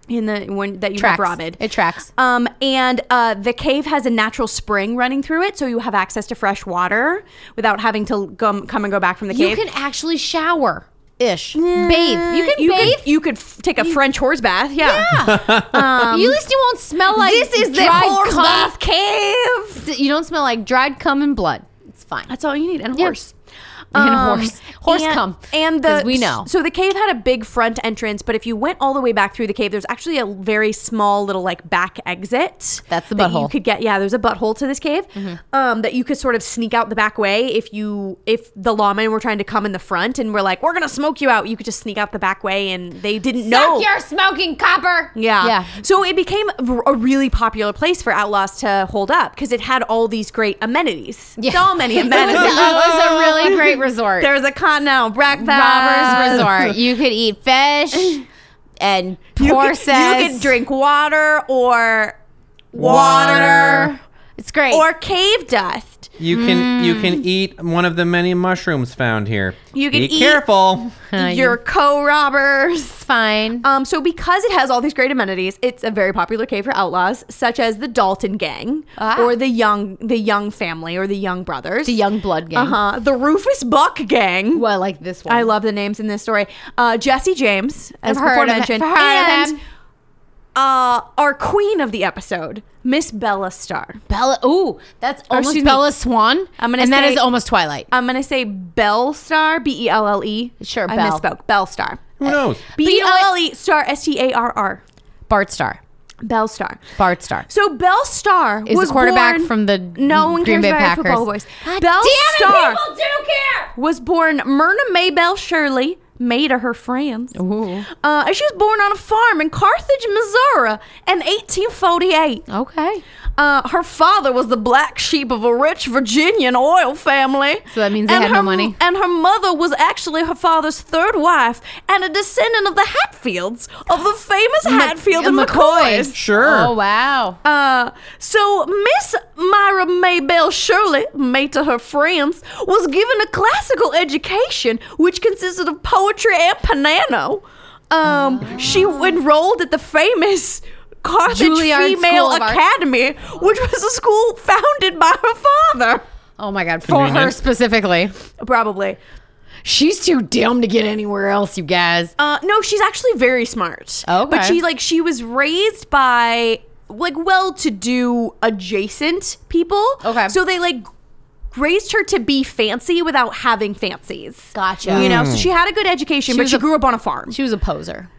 [SPEAKER 4] In the one that you have
[SPEAKER 2] Tracks.
[SPEAKER 4] robbed.
[SPEAKER 2] It tracks.
[SPEAKER 4] Um, and uh, the cave has a natural spring running through it, so you have access to fresh water without having to come, come and go back from the
[SPEAKER 2] You
[SPEAKER 4] cave.
[SPEAKER 2] can actually shower ish. bathe. You can
[SPEAKER 4] you
[SPEAKER 2] bathe.
[SPEAKER 4] Could, you could f- take a French horse bath. Yeah. Um,
[SPEAKER 2] you, at least you won't smell like
[SPEAKER 4] This is the
[SPEAKER 2] dried
[SPEAKER 4] horse
[SPEAKER 2] cum.
[SPEAKER 4] bath cave.
[SPEAKER 2] You don't smell like dried cum and blood. It's fine.
[SPEAKER 4] That's all you need, and a
[SPEAKER 2] Yeah.
[SPEAKER 4] horse.
[SPEAKER 2] And a
[SPEAKER 4] Um,
[SPEAKER 2] horse. Horse
[SPEAKER 4] and,
[SPEAKER 2] cum.
[SPEAKER 4] And the
[SPEAKER 2] 'Cause we know.
[SPEAKER 4] So the cave had a big front entrance, but if you went all the way back through the cave, there's actually a very small little like back exit.
[SPEAKER 2] That's the
[SPEAKER 4] that You
[SPEAKER 2] butthole. Mm-hmm.
[SPEAKER 4] could get yeah. There's a butthole to this cave um, that you could sort of sneak out the back way if you if the lawmen were trying to come in the front and were like we're gonna smoke you out. You could just sneak out the back way, and they didn't know.
[SPEAKER 2] Suck your smoking copper.
[SPEAKER 4] Yeah.
[SPEAKER 2] Yeah.
[SPEAKER 4] So it became a- a really popular place for outlaws to hold up because it had all these great amenities.
[SPEAKER 2] Yeah.
[SPEAKER 4] So many
[SPEAKER 2] That was,
[SPEAKER 4] amenities.
[SPEAKER 2] a, that was a really great resort.
[SPEAKER 4] There was a continental breakfast.
[SPEAKER 2] Robbers Resort. You could eat fish and
[SPEAKER 4] You could,
[SPEAKER 2] horses.
[SPEAKER 4] you could drink water or
[SPEAKER 2] water. It's great.
[SPEAKER 4] or cave dust.
[SPEAKER 2] left.
[SPEAKER 3] You can you can eat one of the many mushrooms found here.
[SPEAKER 4] Hmm. You can
[SPEAKER 3] be
[SPEAKER 4] eat-
[SPEAKER 3] careful.
[SPEAKER 4] Your co-robbers.
[SPEAKER 2] It's fine.
[SPEAKER 4] Um, so because it has all these great amenities, it's a very popular cave for outlaws, such as the Dalton gang
[SPEAKER 2] Ah.
[SPEAKER 4] or the young the young family or the young brothers.
[SPEAKER 2] the Young Blood gang.
[SPEAKER 4] Uh huh. The Rufus Buck gang.
[SPEAKER 2] Well, I like this one.
[SPEAKER 4] I love the names in this story. Uh, Jesse James, as
[SPEAKER 2] I've heard
[SPEAKER 4] before
[SPEAKER 2] of it.
[SPEAKER 4] mentioned,
[SPEAKER 2] I've heard of
[SPEAKER 4] and
[SPEAKER 2] him.
[SPEAKER 4] uh, our queen of the episode, Miss Bella Star.
[SPEAKER 2] Bella. Ooh, that's almost
[SPEAKER 4] excuse me.
[SPEAKER 2] Bella Swan.
[SPEAKER 4] I'm gonna
[SPEAKER 2] and that
[SPEAKER 4] say-
[SPEAKER 2] is almost Twilight.
[SPEAKER 4] I'm gonna say Bell Star, B E L L E.
[SPEAKER 2] Sure,
[SPEAKER 4] I
[SPEAKER 2] Bell.
[SPEAKER 4] misspoke. Bell Star.
[SPEAKER 3] Who knows?
[SPEAKER 4] B E
[SPEAKER 2] you know what?
[SPEAKER 4] L L E Star S T A R R.
[SPEAKER 2] Bart Star.
[SPEAKER 4] Bell Star.
[SPEAKER 2] Bart Star.
[SPEAKER 4] So Bell Star
[SPEAKER 2] Is the
[SPEAKER 4] was
[SPEAKER 2] quarterback
[SPEAKER 4] born-
[SPEAKER 2] from the
[SPEAKER 4] no one
[SPEAKER 2] Green
[SPEAKER 4] cares
[SPEAKER 2] Bay
[SPEAKER 4] about
[SPEAKER 2] Packers.
[SPEAKER 4] Football boys.
[SPEAKER 2] God
[SPEAKER 4] Bell
[SPEAKER 2] damn it,
[SPEAKER 4] Star
[SPEAKER 2] people
[SPEAKER 4] do care. Was born Myrna Maybell Shirley, maid of her friends.
[SPEAKER 2] Ooh.
[SPEAKER 4] Uh, and she was born on a farm in Carthage, Missouri, in 1848.
[SPEAKER 2] Okay.
[SPEAKER 4] Uh, her father was the black sheep of a rich Virginian oil family.
[SPEAKER 2] So that means they
[SPEAKER 4] And
[SPEAKER 2] had no
[SPEAKER 4] her-
[SPEAKER 2] money.
[SPEAKER 4] And her mother was actually her father's third wife and a descendant of the Hatfields, of the famous Hatfield and McCoys.
[SPEAKER 3] Sure.
[SPEAKER 2] Oh wow.
[SPEAKER 4] Uh, so Miss Myra Maybell Shirley, mate to her friends, was given a classical education which consisted of poetry and piano. Um, she enrolled at the famous Carthage
[SPEAKER 2] Juilliard
[SPEAKER 4] Female
[SPEAKER 2] School of Art.
[SPEAKER 4] Academy, which was a school founded by her father.
[SPEAKER 2] Oh my god. For her
[SPEAKER 3] Convenient.
[SPEAKER 2] specifically.
[SPEAKER 4] Probably.
[SPEAKER 2] She's too dumb to get anywhere else, you guys.
[SPEAKER 4] Uh, no, she's actually very smart.
[SPEAKER 2] Okay.
[SPEAKER 4] But she like she was raised by like well-to-do adjacent people.
[SPEAKER 2] Okay.
[SPEAKER 4] So they like raised her to be fancy without having fancies.
[SPEAKER 2] Gotcha.
[SPEAKER 4] You know, so she had a good education, but
[SPEAKER 2] Mm. was
[SPEAKER 4] she
[SPEAKER 2] a-
[SPEAKER 4] grew up on a farm.
[SPEAKER 2] She was a poser.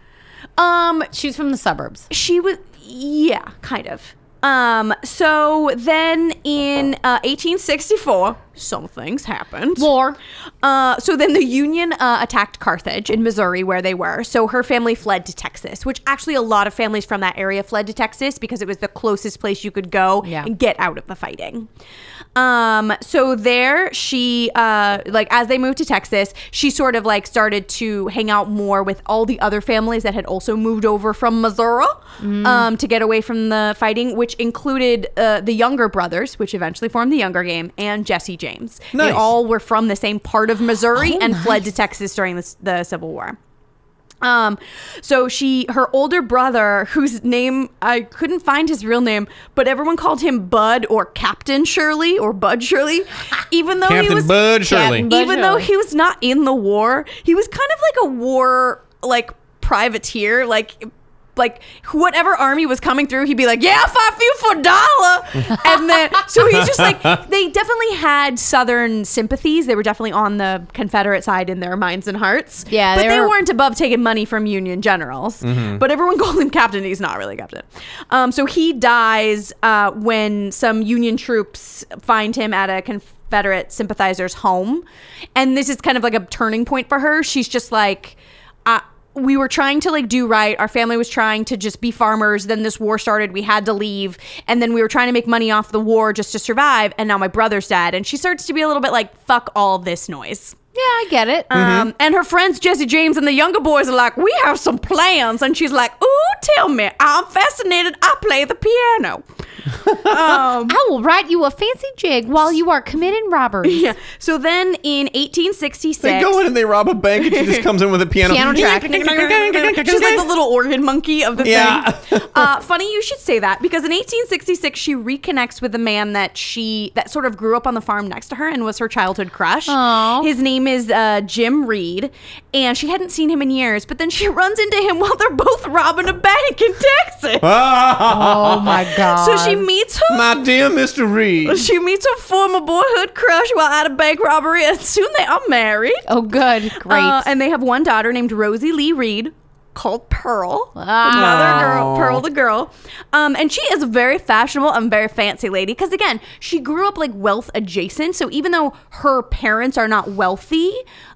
[SPEAKER 4] um,
[SPEAKER 2] She's from the suburbs.
[SPEAKER 4] she was yeah, kind of. Um, so then in uh, 1864, some things happened.
[SPEAKER 2] War.
[SPEAKER 4] Uh, so then the Union uh, attacked Carthage in Missouri, where they were. So her family fled to Texas, which actually a lot of families from that area fled to Texas because it was the closest place you could go
[SPEAKER 2] Yeah.
[SPEAKER 4] and get out of the fighting. Um, so there she, uh, like, as they moved to Texas, she sort of like started to hang out more with all the other families that had also moved over from Missouri um, to get away from the fighting, which included uh, the Younger Brothers, which eventually formed the Younger Game, and Jesse James. They
[SPEAKER 3] Nice.
[SPEAKER 4] all all were from the same part of Missouri and fled to Texas during the, the Civil War. Um, so she, her older brother, whose name I couldn't find his real name, but everyone called him Bud or Captain Shirley or Bud Shirley, even though Oh, he
[SPEAKER 3] Captain
[SPEAKER 4] was
[SPEAKER 3] Bud Shirley.
[SPEAKER 2] Captain Bud
[SPEAKER 4] even though
[SPEAKER 2] Shirley.
[SPEAKER 4] he was not in the war, he was kind of like a war like privateer, like like whatever army was coming through, he'd be like, "Yeah, five you for a dollar," and then so he's just like they definitely had Southern sympathies. They were definitely on the Confederate side in their minds and hearts.
[SPEAKER 2] Yeah,
[SPEAKER 4] but
[SPEAKER 2] they
[SPEAKER 4] they,
[SPEAKER 2] were-
[SPEAKER 4] were, not above taking money from Union generals. But everyone called him captain. He's not really captain. Um, so he dies uh, when some Union troops find him at a Confederate sympathizer's home, and this is kind of like a turning point for her. She's just like. I we were trying to like do right. Our family was trying to just be farmers. Then this war started. We had to leave. And then we were trying to make money off the war just to survive. And now my brother's dead. And she starts to be a little bit like, fuck all this noise.
[SPEAKER 2] Yeah, I get it.
[SPEAKER 4] Um, and her friends Jesse James and the younger boys are like, we have some plans, and she's like, ooh, tell me, I'm fascinated. I play the piano.
[SPEAKER 2] I will write you a fancy jig while you are committing robberies.
[SPEAKER 4] Yeah. So then in 1866,
[SPEAKER 3] They go in and they rob a bank and she just comes in with a piano.
[SPEAKER 2] Piano track.
[SPEAKER 4] She's like the little organ monkey of the
[SPEAKER 3] Yeah.
[SPEAKER 4] thing. Uh, funny you should say that because in 1866 she reconnects with a man that she that sort of grew up on the farm next to her and was her childhood crush.
[SPEAKER 2] Aw.
[SPEAKER 4] His name is uh, Jim Reed, and she hadn't seen him in years. But then she runs into him while they're both robbing a bank in Texas.
[SPEAKER 5] Ah!
[SPEAKER 2] Oh my god.
[SPEAKER 4] So she meets her.
[SPEAKER 3] My dear Mr. Reed.
[SPEAKER 4] she meets her former boyhood crush while at a bank robbery, and soon they are married.
[SPEAKER 2] Oh good. Great.
[SPEAKER 4] Uh, and they have one daughter named Rosie Lee Reed called Pearl. The
[SPEAKER 2] Ah.
[SPEAKER 4] mother girl, Pearl the girl. Um, and she is a very fashionable and very fancy lady because, again, she grew up like wealth adjacent. So even though her parents are not wealthy,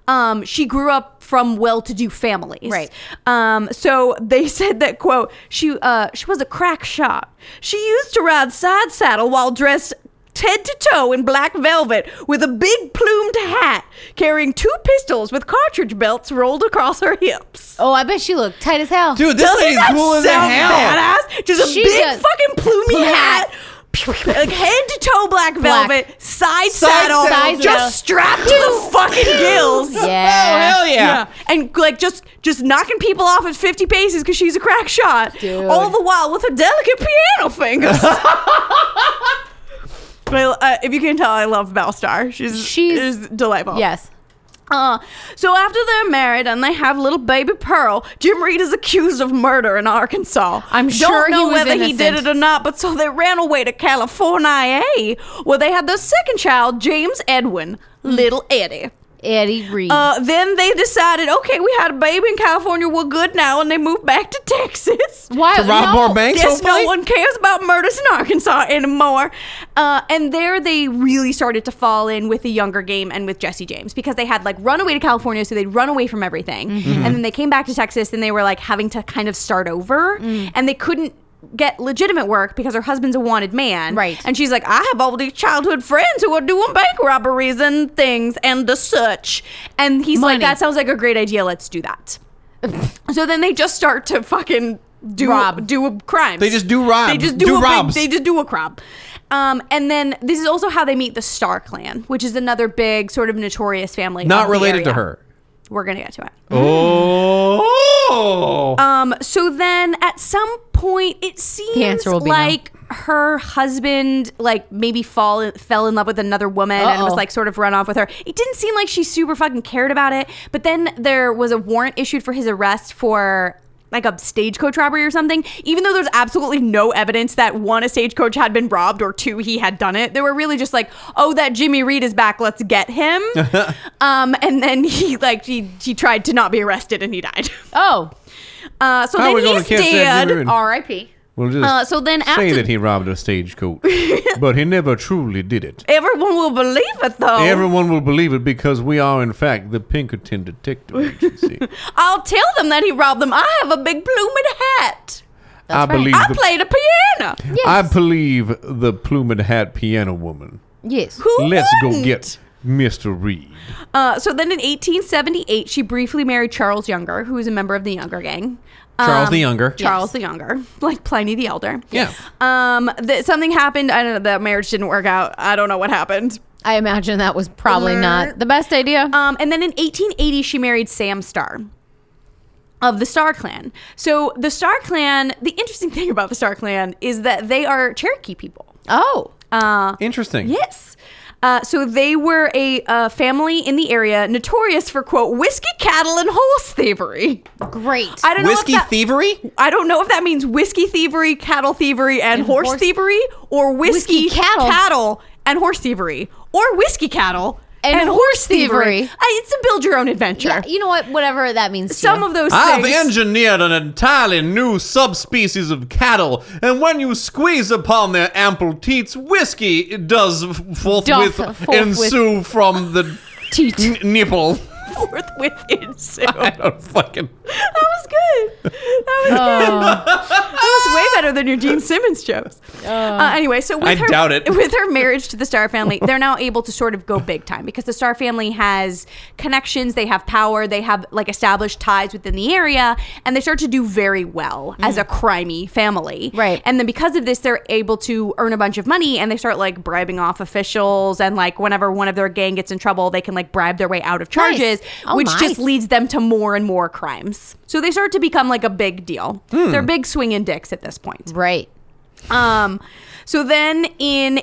[SPEAKER 4] um, she grew up from well-to-do families.
[SPEAKER 2] Right.
[SPEAKER 4] Um, so they said that quote, she uh, she was a crack shot. She used to ride side saddle while dressed head to toe in black velvet with a big plumed hat, carrying two pistols with cartridge belts rolled across her hips.
[SPEAKER 2] oh, I bet she looked tight as hell.
[SPEAKER 3] Dude, this
[SPEAKER 4] Doesn't
[SPEAKER 3] lady's
[SPEAKER 4] that
[SPEAKER 3] cool as
[SPEAKER 4] sound
[SPEAKER 3] hell.
[SPEAKER 4] badass? Just a
[SPEAKER 2] She's
[SPEAKER 4] big
[SPEAKER 2] a-
[SPEAKER 4] fucking plumy hat like head to toe black
[SPEAKER 2] Black.
[SPEAKER 4] velvet, side,
[SPEAKER 2] saddle.
[SPEAKER 4] saddle,
[SPEAKER 2] Side
[SPEAKER 4] just
[SPEAKER 2] saddle.
[SPEAKER 4] strapped to the fucking gills.
[SPEAKER 5] Oh,
[SPEAKER 2] Yeah.
[SPEAKER 3] hell yeah.
[SPEAKER 4] and like just just knocking people off at 50 paces because she's a crack shot,
[SPEAKER 2] Dude.
[SPEAKER 4] all the while with her delicate piano fingers. But uh, if you can tell, I love Bellstar. She's
[SPEAKER 2] She's-
[SPEAKER 4] she's delightful.
[SPEAKER 2] Yes.
[SPEAKER 4] Uh, so after they're married and they have little baby Pearl, Jim Reed is accused of murder in Arkansas.
[SPEAKER 2] I'm sure he
[SPEAKER 4] Don't know
[SPEAKER 2] was
[SPEAKER 4] whether he did
[SPEAKER 2] innocent.
[SPEAKER 4] it or not, but so they ran away to California, eh? where they had their second child, James Edwin, little Eddie.
[SPEAKER 2] Eddie Reed.
[SPEAKER 4] Uh, then they decided, okay, we had a baby in California, we're good now, and they moved back to Texas.
[SPEAKER 2] Why?
[SPEAKER 3] to rob
[SPEAKER 2] no.
[SPEAKER 3] more banks?
[SPEAKER 4] Guess
[SPEAKER 3] hopefully?
[SPEAKER 4] Uh, no one cares about murders in Arkansas anymore. Uh, and there they really started to fall in with the younger game and with Jesse James because they had like run away to California, so they'd run away from everything.
[SPEAKER 2] Mm-hmm.
[SPEAKER 4] And then they came back to Texas and they were like having to kind of start over
[SPEAKER 2] Mm.
[SPEAKER 4] and they couldn't get legitimate work because her husband's a wanted man.
[SPEAKER 2] Right.
[SPEAKER 4] And she's like, I have all these childhood friends who are doing bank robberies and things and the such. And he's
[SPEAKER 2] Money.
[SPEAKER 4] like, that sounds like a great idea. Let's do that. So then they just start to fucking do
[SPEAKER 2] Rob.
[SPEAKER 4] do a crime.
[SPEAKER 3] They just do rob.
[SPEAKER 4] They just do,
[SPEAKER 3] Do
[SPEAKER 4] a big-
[SPEAKER 3] robs.
[SPEAKER 4] they just do a crime. Um, and then this is also how they meet the Star Clan, which is another big sort of notorious family.
[SPEAKER 3] Not
[SPEAKER 4] of the
[SPEAKER 3] related to
[SPEAKER 4] area.
[SPEAKER 3] her.
[SPEAKER 4] We're gonna get to it.
[SPEAKER 3] Oh.
[SPEAKER 4] Um, so then at some point, it seems
[SPEAKER 2] answer will be no.
[SPEAKER 4] like her husband, like maybe fall fell in love with another woman and was
[SPEAKER 2] Uh-oh.
[SPEAKER 4] like sort of run off with her. It didn't seem like she super fucking cared about it. But then there was a warrant issued for his arrest for. Like a stagecoach robbery or something, even though there's absolutely no evidence that one, a stagecoach had been robbed, or two, he had done it. They were really just like, oh, that Jimmy Reed is back, let's get him. um, and then he, like, he, he tried to not be arrested and he died.
[SPEAKER 2] oh.
[SPEAKER 4] Uh, so
[SPEAKER 3] How are
[SPEAKER 4] then
[SPEAKER 3] we gonna
[SPEAKER 4] he's
[SPEAKER 3] catch that
[SPEAKER 4] dead.
[SPEAKER 3] Jimmy Reed?
[SPEAKER 2] R.I.P.
[SPEAKER 5] We'll just
[SPEAKER 4] Uh, so then
[SPEAKER 5] say
[SPEAKER 4] after-
[SPEAKER 5] that he robbed a stagecoach, but he never truly did it.
[SPEAKER 4] Everyone will believe it though.
[SPEAKER 5] Everyone will believe it because we are, in fact, the Pinkerton Detective Agency.
[SPEAKER 4] I'll tell them that he robbed them. I have a big plumed hat.
[SPEAKER 5] I believe.
[SPEAKER 4] I
[SPEAKER 5] the,
[SPEAKER 4] played a piano.
[SPEAKER 5] I believe the plumed hat piano woman.
[SPEAKER 2] Yes.
[SPEAKER 4] Who
[SPEAKER 5] Let's go
[SPEAKER 4] wouldn't?
[SPEAKER 5] get Mr. Reed.
[SPEAKER 4] Uh, so then in 1878, she briefly married Charles Younger, who was a member of the Younger Gang.
[SPEAKER 3] Charles
[SPEAKER 4] Um,
[SPEAKER 3] the Younger.
[SPEAKER 4] Charles the Younger, like Pliny the Elder.
[SPEAKER 3] Yeah.
[SPEAKER 4] Um, that something happened. I don't know. That marriage didn't work out. I don't know what happened.
[SPEAKER 2] I imagine that was probably not the best idea.
[SPEAKER 4] Um, and then in 1880, she married Sam Starr of the Star Clan. So the Star Clan, the interesting thing about the Star Clan is that they are Cherokee people.
[SPEAKER 2] oh.
[SPEAKER 4] Uh,
[SPEAKER 3] Interesting.
[SPEAKER 4] yes. Uh, so they were a uh, family in the area notorious for quote whiskey cattle and horse thievery.
[SPEAKER 2] Great.
[SPEAKER 4] I don't
[SPEAKER 3] Whiskey
[SPEAKER 4] know if that,
[SPEAKER 3] thievery?
[SPEAKER 4] I don't know if that means whiskey thievery, cattle thievery, and,
[SPEAKER 2] And
[SPEAKER 4] horse,
[SPEAKER 2] horse-
[SPEAKER 4] thievery, or whiskey,
[SPEAKER 2] Whiskey cattle.
[SPEAKER 4] cattle and horse thievery, or whiskey cattle
[SPEAKER 2] And
[SPEAKER 4] and,
[SPEAKER 2] horse
[SPEAKER 4] horse thievery.
[SPEAKER 2] thievery.
[SPEAKER 4] I, it's a build your own adventure.
[SPEAKER 2] Yeah, you know what? Whatever that means. to
[SPEAKER 4] Some
[SPEAKER 2] you.
[SPEAKER 4] of those
[SPEAKER 5] I've
[SPEAKER 4] things.
[SPEAKER 5] engineered an entirely new subspecies of cattle, and when you squeeze upon their ample teats, whiskey does f- forthwith
[SPEAKER 2] Doth forthwith.
[SPEAKER 5] ensue from the
[SPEAKER 2] Teat.
[SPEAKER 5] n- nipple.
[SPEAKER 4] forth with it. So
[SPEAKER 5] I
[SPEAKER 4] that
[SPEAKER 5] don't fucking.
[SPEAKER 4] was good. That was
[SPEAKER 2] Oh.
[SPEAKER 4] That was way better than your Gene Simmons jokes. Uh, anyway, so with
[SPEAKER 5] I
[SPEAKER 4] her,
[SPEAKER 5] doubt it.
[SPEAKER 4] With her marriage to the Star family, they're now able to sort of go big time because the Star family has connections, they have power, they have like established ties within the area, and they start to do very well as a crimey family.
[SPEAKER 2] Right.
[SPEAKER 4] And then because of this, they're able to earn a bunch of money and they start like bribing off officials. And like whenever one of their gang gets in trouble, they can like bribe their way out of charges,
[SPEAKER 2] Oh,
[SPEAKER 4] which
[SPEAKER 2] nice.
[SPEAKER 4] just leads them to more and more crimes. So they start to become like a big deal.
[SPEAKER 2] Hmm.
[SPEAKER 4] They're big swinging dicks at this point.
[SPEAKER 2] right.
[SPEAKER 4] Um, so then in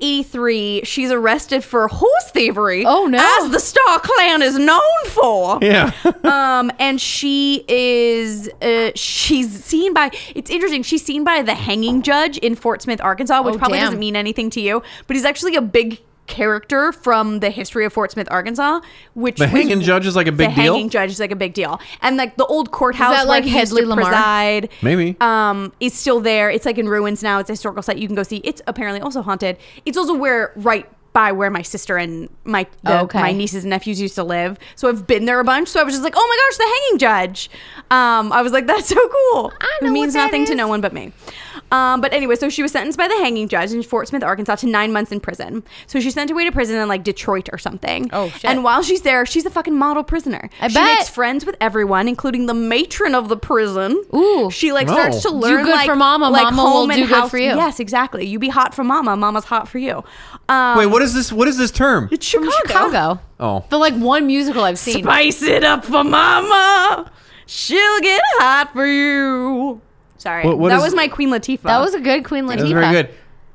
[SPEAKER 4] 1883, she's arrested for horse thievery.
[SPEAKER 2] Oh, no.
[SPEAKER 4] As the Star Clan is known for.
[SPEAKER 3] Yeah.
[SPEAKER 4] um, and she is uh, she's seen by. It's interesting. She's seen by the hanging judge in Fort Smith, Arkansas, which
[SPEAKER 2] Oh,
[SPEAKER 4] probably
[SPEAKER 2] damn.
[SPEAKER 4] doesn't mean anything to you, but he's actually a big character from the history of Fort Smith, Arkansas. Which
[SPEAKER 3] The
[SPEAKER 4] was-
[SPEAKER 3] hanging judge is like a big
[SPEAKER 4] the
[SPEAKER 3] deal.
[SPEAKER 4] hanging judge is like a big deal, and like the old courthouse
[SPEAKER 2] that
[SPEAKER 4] where
[SPEAKER 2] like
[SPEAKER 4] he used to
[SPEAKER 2] Hedley Lamar?
[SPEAKER 4] preside,
[SPEAKER 5] Maybe.
[SPEAKER 4] um, is still there. It's like in ruins now. It's a historical site you can go see. It's apparently also haunted. It's also where right by where my sister and my the,
[SPEAKER 2] Okay.
[SPEAKER 4] my nieces and nephews used to live. So I've been there a bunch. So I was just like, oh my gosh, the hanging judge. Um, I was like, that's so
[SPEAKER 2] I know
[SPEAKER 4] cool. it
[SPEAKER 2] what
[SPEAKER 4] means
[SPEAKER 2] that
[SPEAKER 4] nothing to
[SPEAKER 2] is.
[SPEAKER 4] no one but me. Um, but anyway, so she was sentenced by the hanging judge in Fort Smith, Arkansas, to nine months in prison. So she's sent away to prison in like Detroit or something.
[SPEAKER 2] Oh, shit.
[SPEAKER 4] And while she's there, she's a fucking model prisoner.
[SPEAKER 2] I
[SPEAKER 4] she
[SPEAKER 2] bet.
[SPEAKER 4] makes friends with everyone, including the matron of the prison.
[SPEAKER 2] Ooh.
[SPEAKER 4] She like starts to
[SPEAKER 7] Oh.
[SPEAKER 4] learn
[SPEAKER 2] good
[SPEAKER 4] like
[SPEAKER 2] for mama.
[SPEAKER 4] like
[SPEAKER 2] Mama will
[SPEAKER 4] home and
[SPEAKER 2] do good
[SPEAKER 4] house-
[SPEAKER 2] for you.
[SPEAKER 4] Yes, exactly. You be hot for mama. Mama's hot for you. Um,
[SPEAKER 7] Wait, what is this? What is this term?
[SPEAKER 4] it's from
[SPEAKER 2] Chicago.
[SPEAKER 7] Oh.
[SPEAKER 2] The like one musical I've seen.
[SPEAKER 4] Spice it up for mama. She'll get hot for you. Sorry,
[SPEAKER 3] What- what
[SPEAKER 4] that
[SPEAKER 3] is-
[SPEAKER 4] was my Queen Latifah.
[SPEAKER 2] That was a good Queen Latifah.
[SPEAKER 3] That was very good.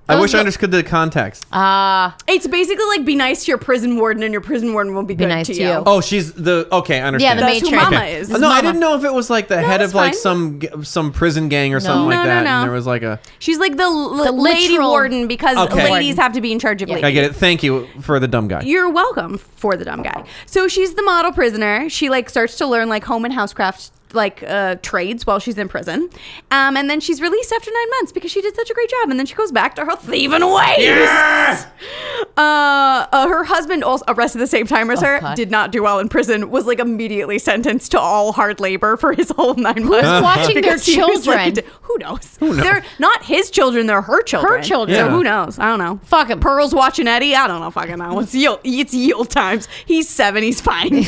[SPEAKER 3] I
[SPEAKER 2] was
[SPEAKER 3] wish I
[SPEAKER 2] the-
[SPEAKER 3] understood the context.
[SPEAKER 2] Uh,
[SPEAKER 4] It's basically like be nice to your prison warden, and your prison warden will be,
[SPEAKER 2] Be
[SPEAKER 4] good
[SPEAKER 2] nice
[SPEAKER 4] to
[SPEAKER 2] to
[SPEAKER 4] you.
[SPEAKER 2] you.
[SPEAKER 3] oh, she's the okay. I understand.
[SPEAKER 2] the
[SPEAKER 4] That's who
[SPEAKER 2] matron.
[SPEAKER 4] mama
[SPEAKER 2] Okay.
[SPEAKER 4] is.
[SPEAKER 3] no, I didn't know if it was like the head
[SPEAKER 4] that's
[SPEAKER 3] of like
[SPEAKER 4] fine.
[SPEAKER 3] some g- some prison gang or something like
[SPEAKER 4] No, no,
[SPEAKER 3] that,
[SPEAKER 4] no.
[SPEAKER 3] and there was like a.
[SPEAKER 4] She's like the, l-
[SPEAKER 2] The
[SPEAKER 4] lady
[SPEAKER 2] literal-
[SPEAKER 4] warden because
[SPEAKER 3] Okay.
[SPEAKER 4] ladies have to be in charge of
[SPEAKER 3] I
[SPEAKER 4] ladies.
[SPEAKER 3] get it. Thank you for the dumb guy.
[SPEAKER 4] You're welcome for the dumb guy. So she's the model prisoner. She like starts to learn like home and housecraft like uh, trades while she's in prison, um, and then she's released after nine months because she did such a great job. And then she goes back to her thieving ways. Uh, uh, her husband also arrested the same time as her.
[SPEAKER 2] God.
[SPEAKER 4] Did not do well in prison. Was like immediately sentenced to all hard labor for his whole nine months.
[SPEAKER 2] watching their
[SPEAKER 4] Because he was, like,
[SPEAKER 2] children?
[SPEAKER 4] a di- who, knows? They're not his children. They're her children.
[SPEAKER 2] children.
[SPEAKER 4] So
[SPEAKER 3] Yeah.
[SPEAKER 4] who knows? I don't know.
[SPEAKER 2] Fuck 'em.
[SPEAKER 4] Pearl's watching Eddie. I don't know. Fucking know. It's yield. It's yield times. He's seven. He's fine.
[SPEAKER 3] He's-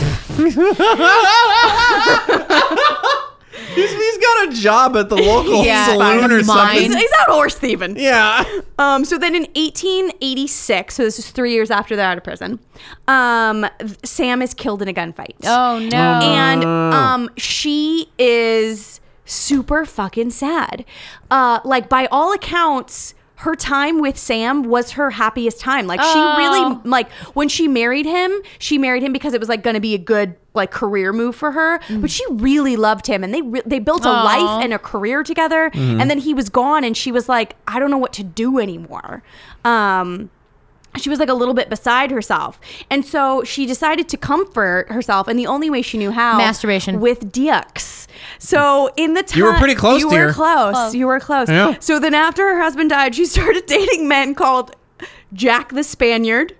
[SPEAKER 3] he's got a job at the local
[SPEAKER 2] Yeah,
[SPEAKER 3] saloon or
[SPEAKER 2] mine.
[SPEAKER 4] he's,
[SPEAKER 3] something.
[SPEAKER 4] he's not horse thieving.
[SPEAKER 3] Yeah.
[SPEAKER 4] Um, so then in 1886, so this is three years after they're out of prison, um, th- Sam is killed in a gunfight.
[SPEAKER 2] Oh, no.
[SPEAKER 4] And um, she is super fucking sad. Uh, like by all accounts. Her time with Sam was her happiest time. Like she
[SPEAKER 2] Oh.
[SPEAKER 4] really like when she married him, she married him because it was like going to be a good like career move for her, but she really loved him and they re- they built a
[SPEAKER 2] Aw.
[SPEAKER 4] life and a career together and then he was gone and she was like I don't know what to do anymore. Um she was like a little bit beside herself. And so she decided to comfort herself and the only way she knew how
[SPEAKER 2] Masturbation.
[SPEAKER 4] with Dux. So in the time
[SPEAKER 3] You were pretty close,
[SPEAKER 4] You
[SPEAKER 3] dear.
[SPEAKER 4] were close. You were close.
[SPEAKER 3] Yeah.
[SPEAKER 4] So then after her husband died, she started dating men called Jack the Spaniard,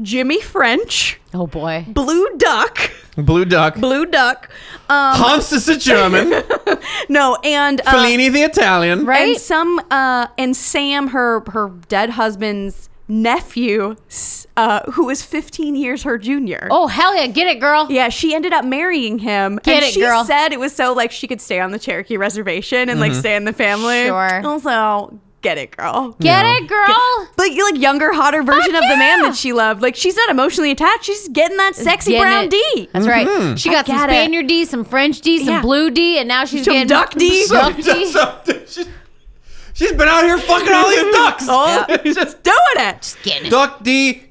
[SPEAKER 4] Jimmy French,
[SPEAKER 2] oh boy.
[SPEAKER 4] Blue Duck,
[SPEAKER 3] Blue Duck.
[SPEAKER 4] Blue Duck. Um,
[SPEAKER 3] Hans is the German.
[SPEAKER 4] uh, no, and uh,
[SPEAKER 3] Fellini the Italian.
[SPEAKER 2] Right?
[SPEAKER 4] and some uh, and Sam, her her dead husband's nephew, s- uh, who is 15 years her junior.
[SPEAKER 2] oh hell yeah, get it, girl.
[SPEAKER 4] Yeah, she ended up marrying him.
[SPEAKER 2] Get
[SPEAKER 4] and
[SPEAKER 2] it,
[SPEAKER 4] she
[SPEAKER 2] girl.
[SPEAKER 4] said it was so like she could stay on the Cherokee reservation and like stay in the family.
[SPEAKER 2] Sure.
[SPEAKER 4] Also, oh, get it, girl.
[SPEAKER 2] Get it, girl.
[SPEAKER 4] like you're, like younger, hotter version
[SPEAKER 2] Fuck
[SPEAKER 4] of the man
[SPEAKER 2] yeah.
[SPEAKER 4] that she loved. Like she's not emotionally attached. She's just getting that sexy
[SPEAKER 2] Getting
[SPEAKER 4] brown
[SPEAKER 2] it.
[SPEAKER 4] D.
[SPEAKER 2] That's right.
[SPEAKER 3] Mm-hmm.
[SPEAKER 2] She got some
[SPEAKER 4] get it.
[SPEAKER 2] Spaniard D, some French D, some
[SPEAKER 4] Yeah.
[SPEAKER 2] blue D, and now she's
[SPEAKER 4] Some
[SPEAKER 2] getting
[SPEAKER 4] duck D.
[SPEAKER 2] Duck D.
[SPEAKER 3] She's- she's been out here fucking all these ducks.
[SPEAKER 4] Oh,
[SPEAKER 2] Yeah.
[SPEAKER 4] just doing it.
[SPEAKER 2] Getting it.
[SPEAKER 3] Duck D,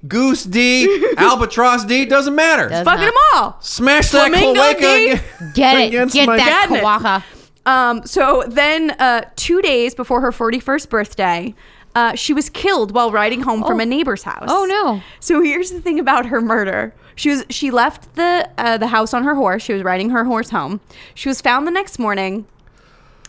[SPEAKER 3] Goose D, Albatross D, doesn't matter.
[SPEAKER 2] Does
[SPEAKER 4] Fucking
[SPEAKER 2] not.
[SPEAKER 4] them all.
[SPEAKER 3] Smash that
[SPEAKER 4] Flamingo
[SPEAKER 3] cloaca.
[SPEAKER 4] D.
[SPEAKER 3] again.
[SPEAKER 2] Get it.
[SPEAKER 3] Against
[SPEAKER 2] Get
[SPEAKER 3] my-
[SPEAKER 2] that
[SPEAKER 4] Getting it.
[SPEAKER 2] kawaka.
[SPEAKER 4] Um, so then, uh, two days before her 41st birthday, uh, she was killed while riding home from
[SPEAKER 2] Oh.
[SPEAKER 4] a neighbor's house.
[SPEAKER 2] Oh, no.
[SPEAKER 4] So here's the thing about her murder: she was she left the uh, the house on her horse. She was riding her horse home. She was found the next morning.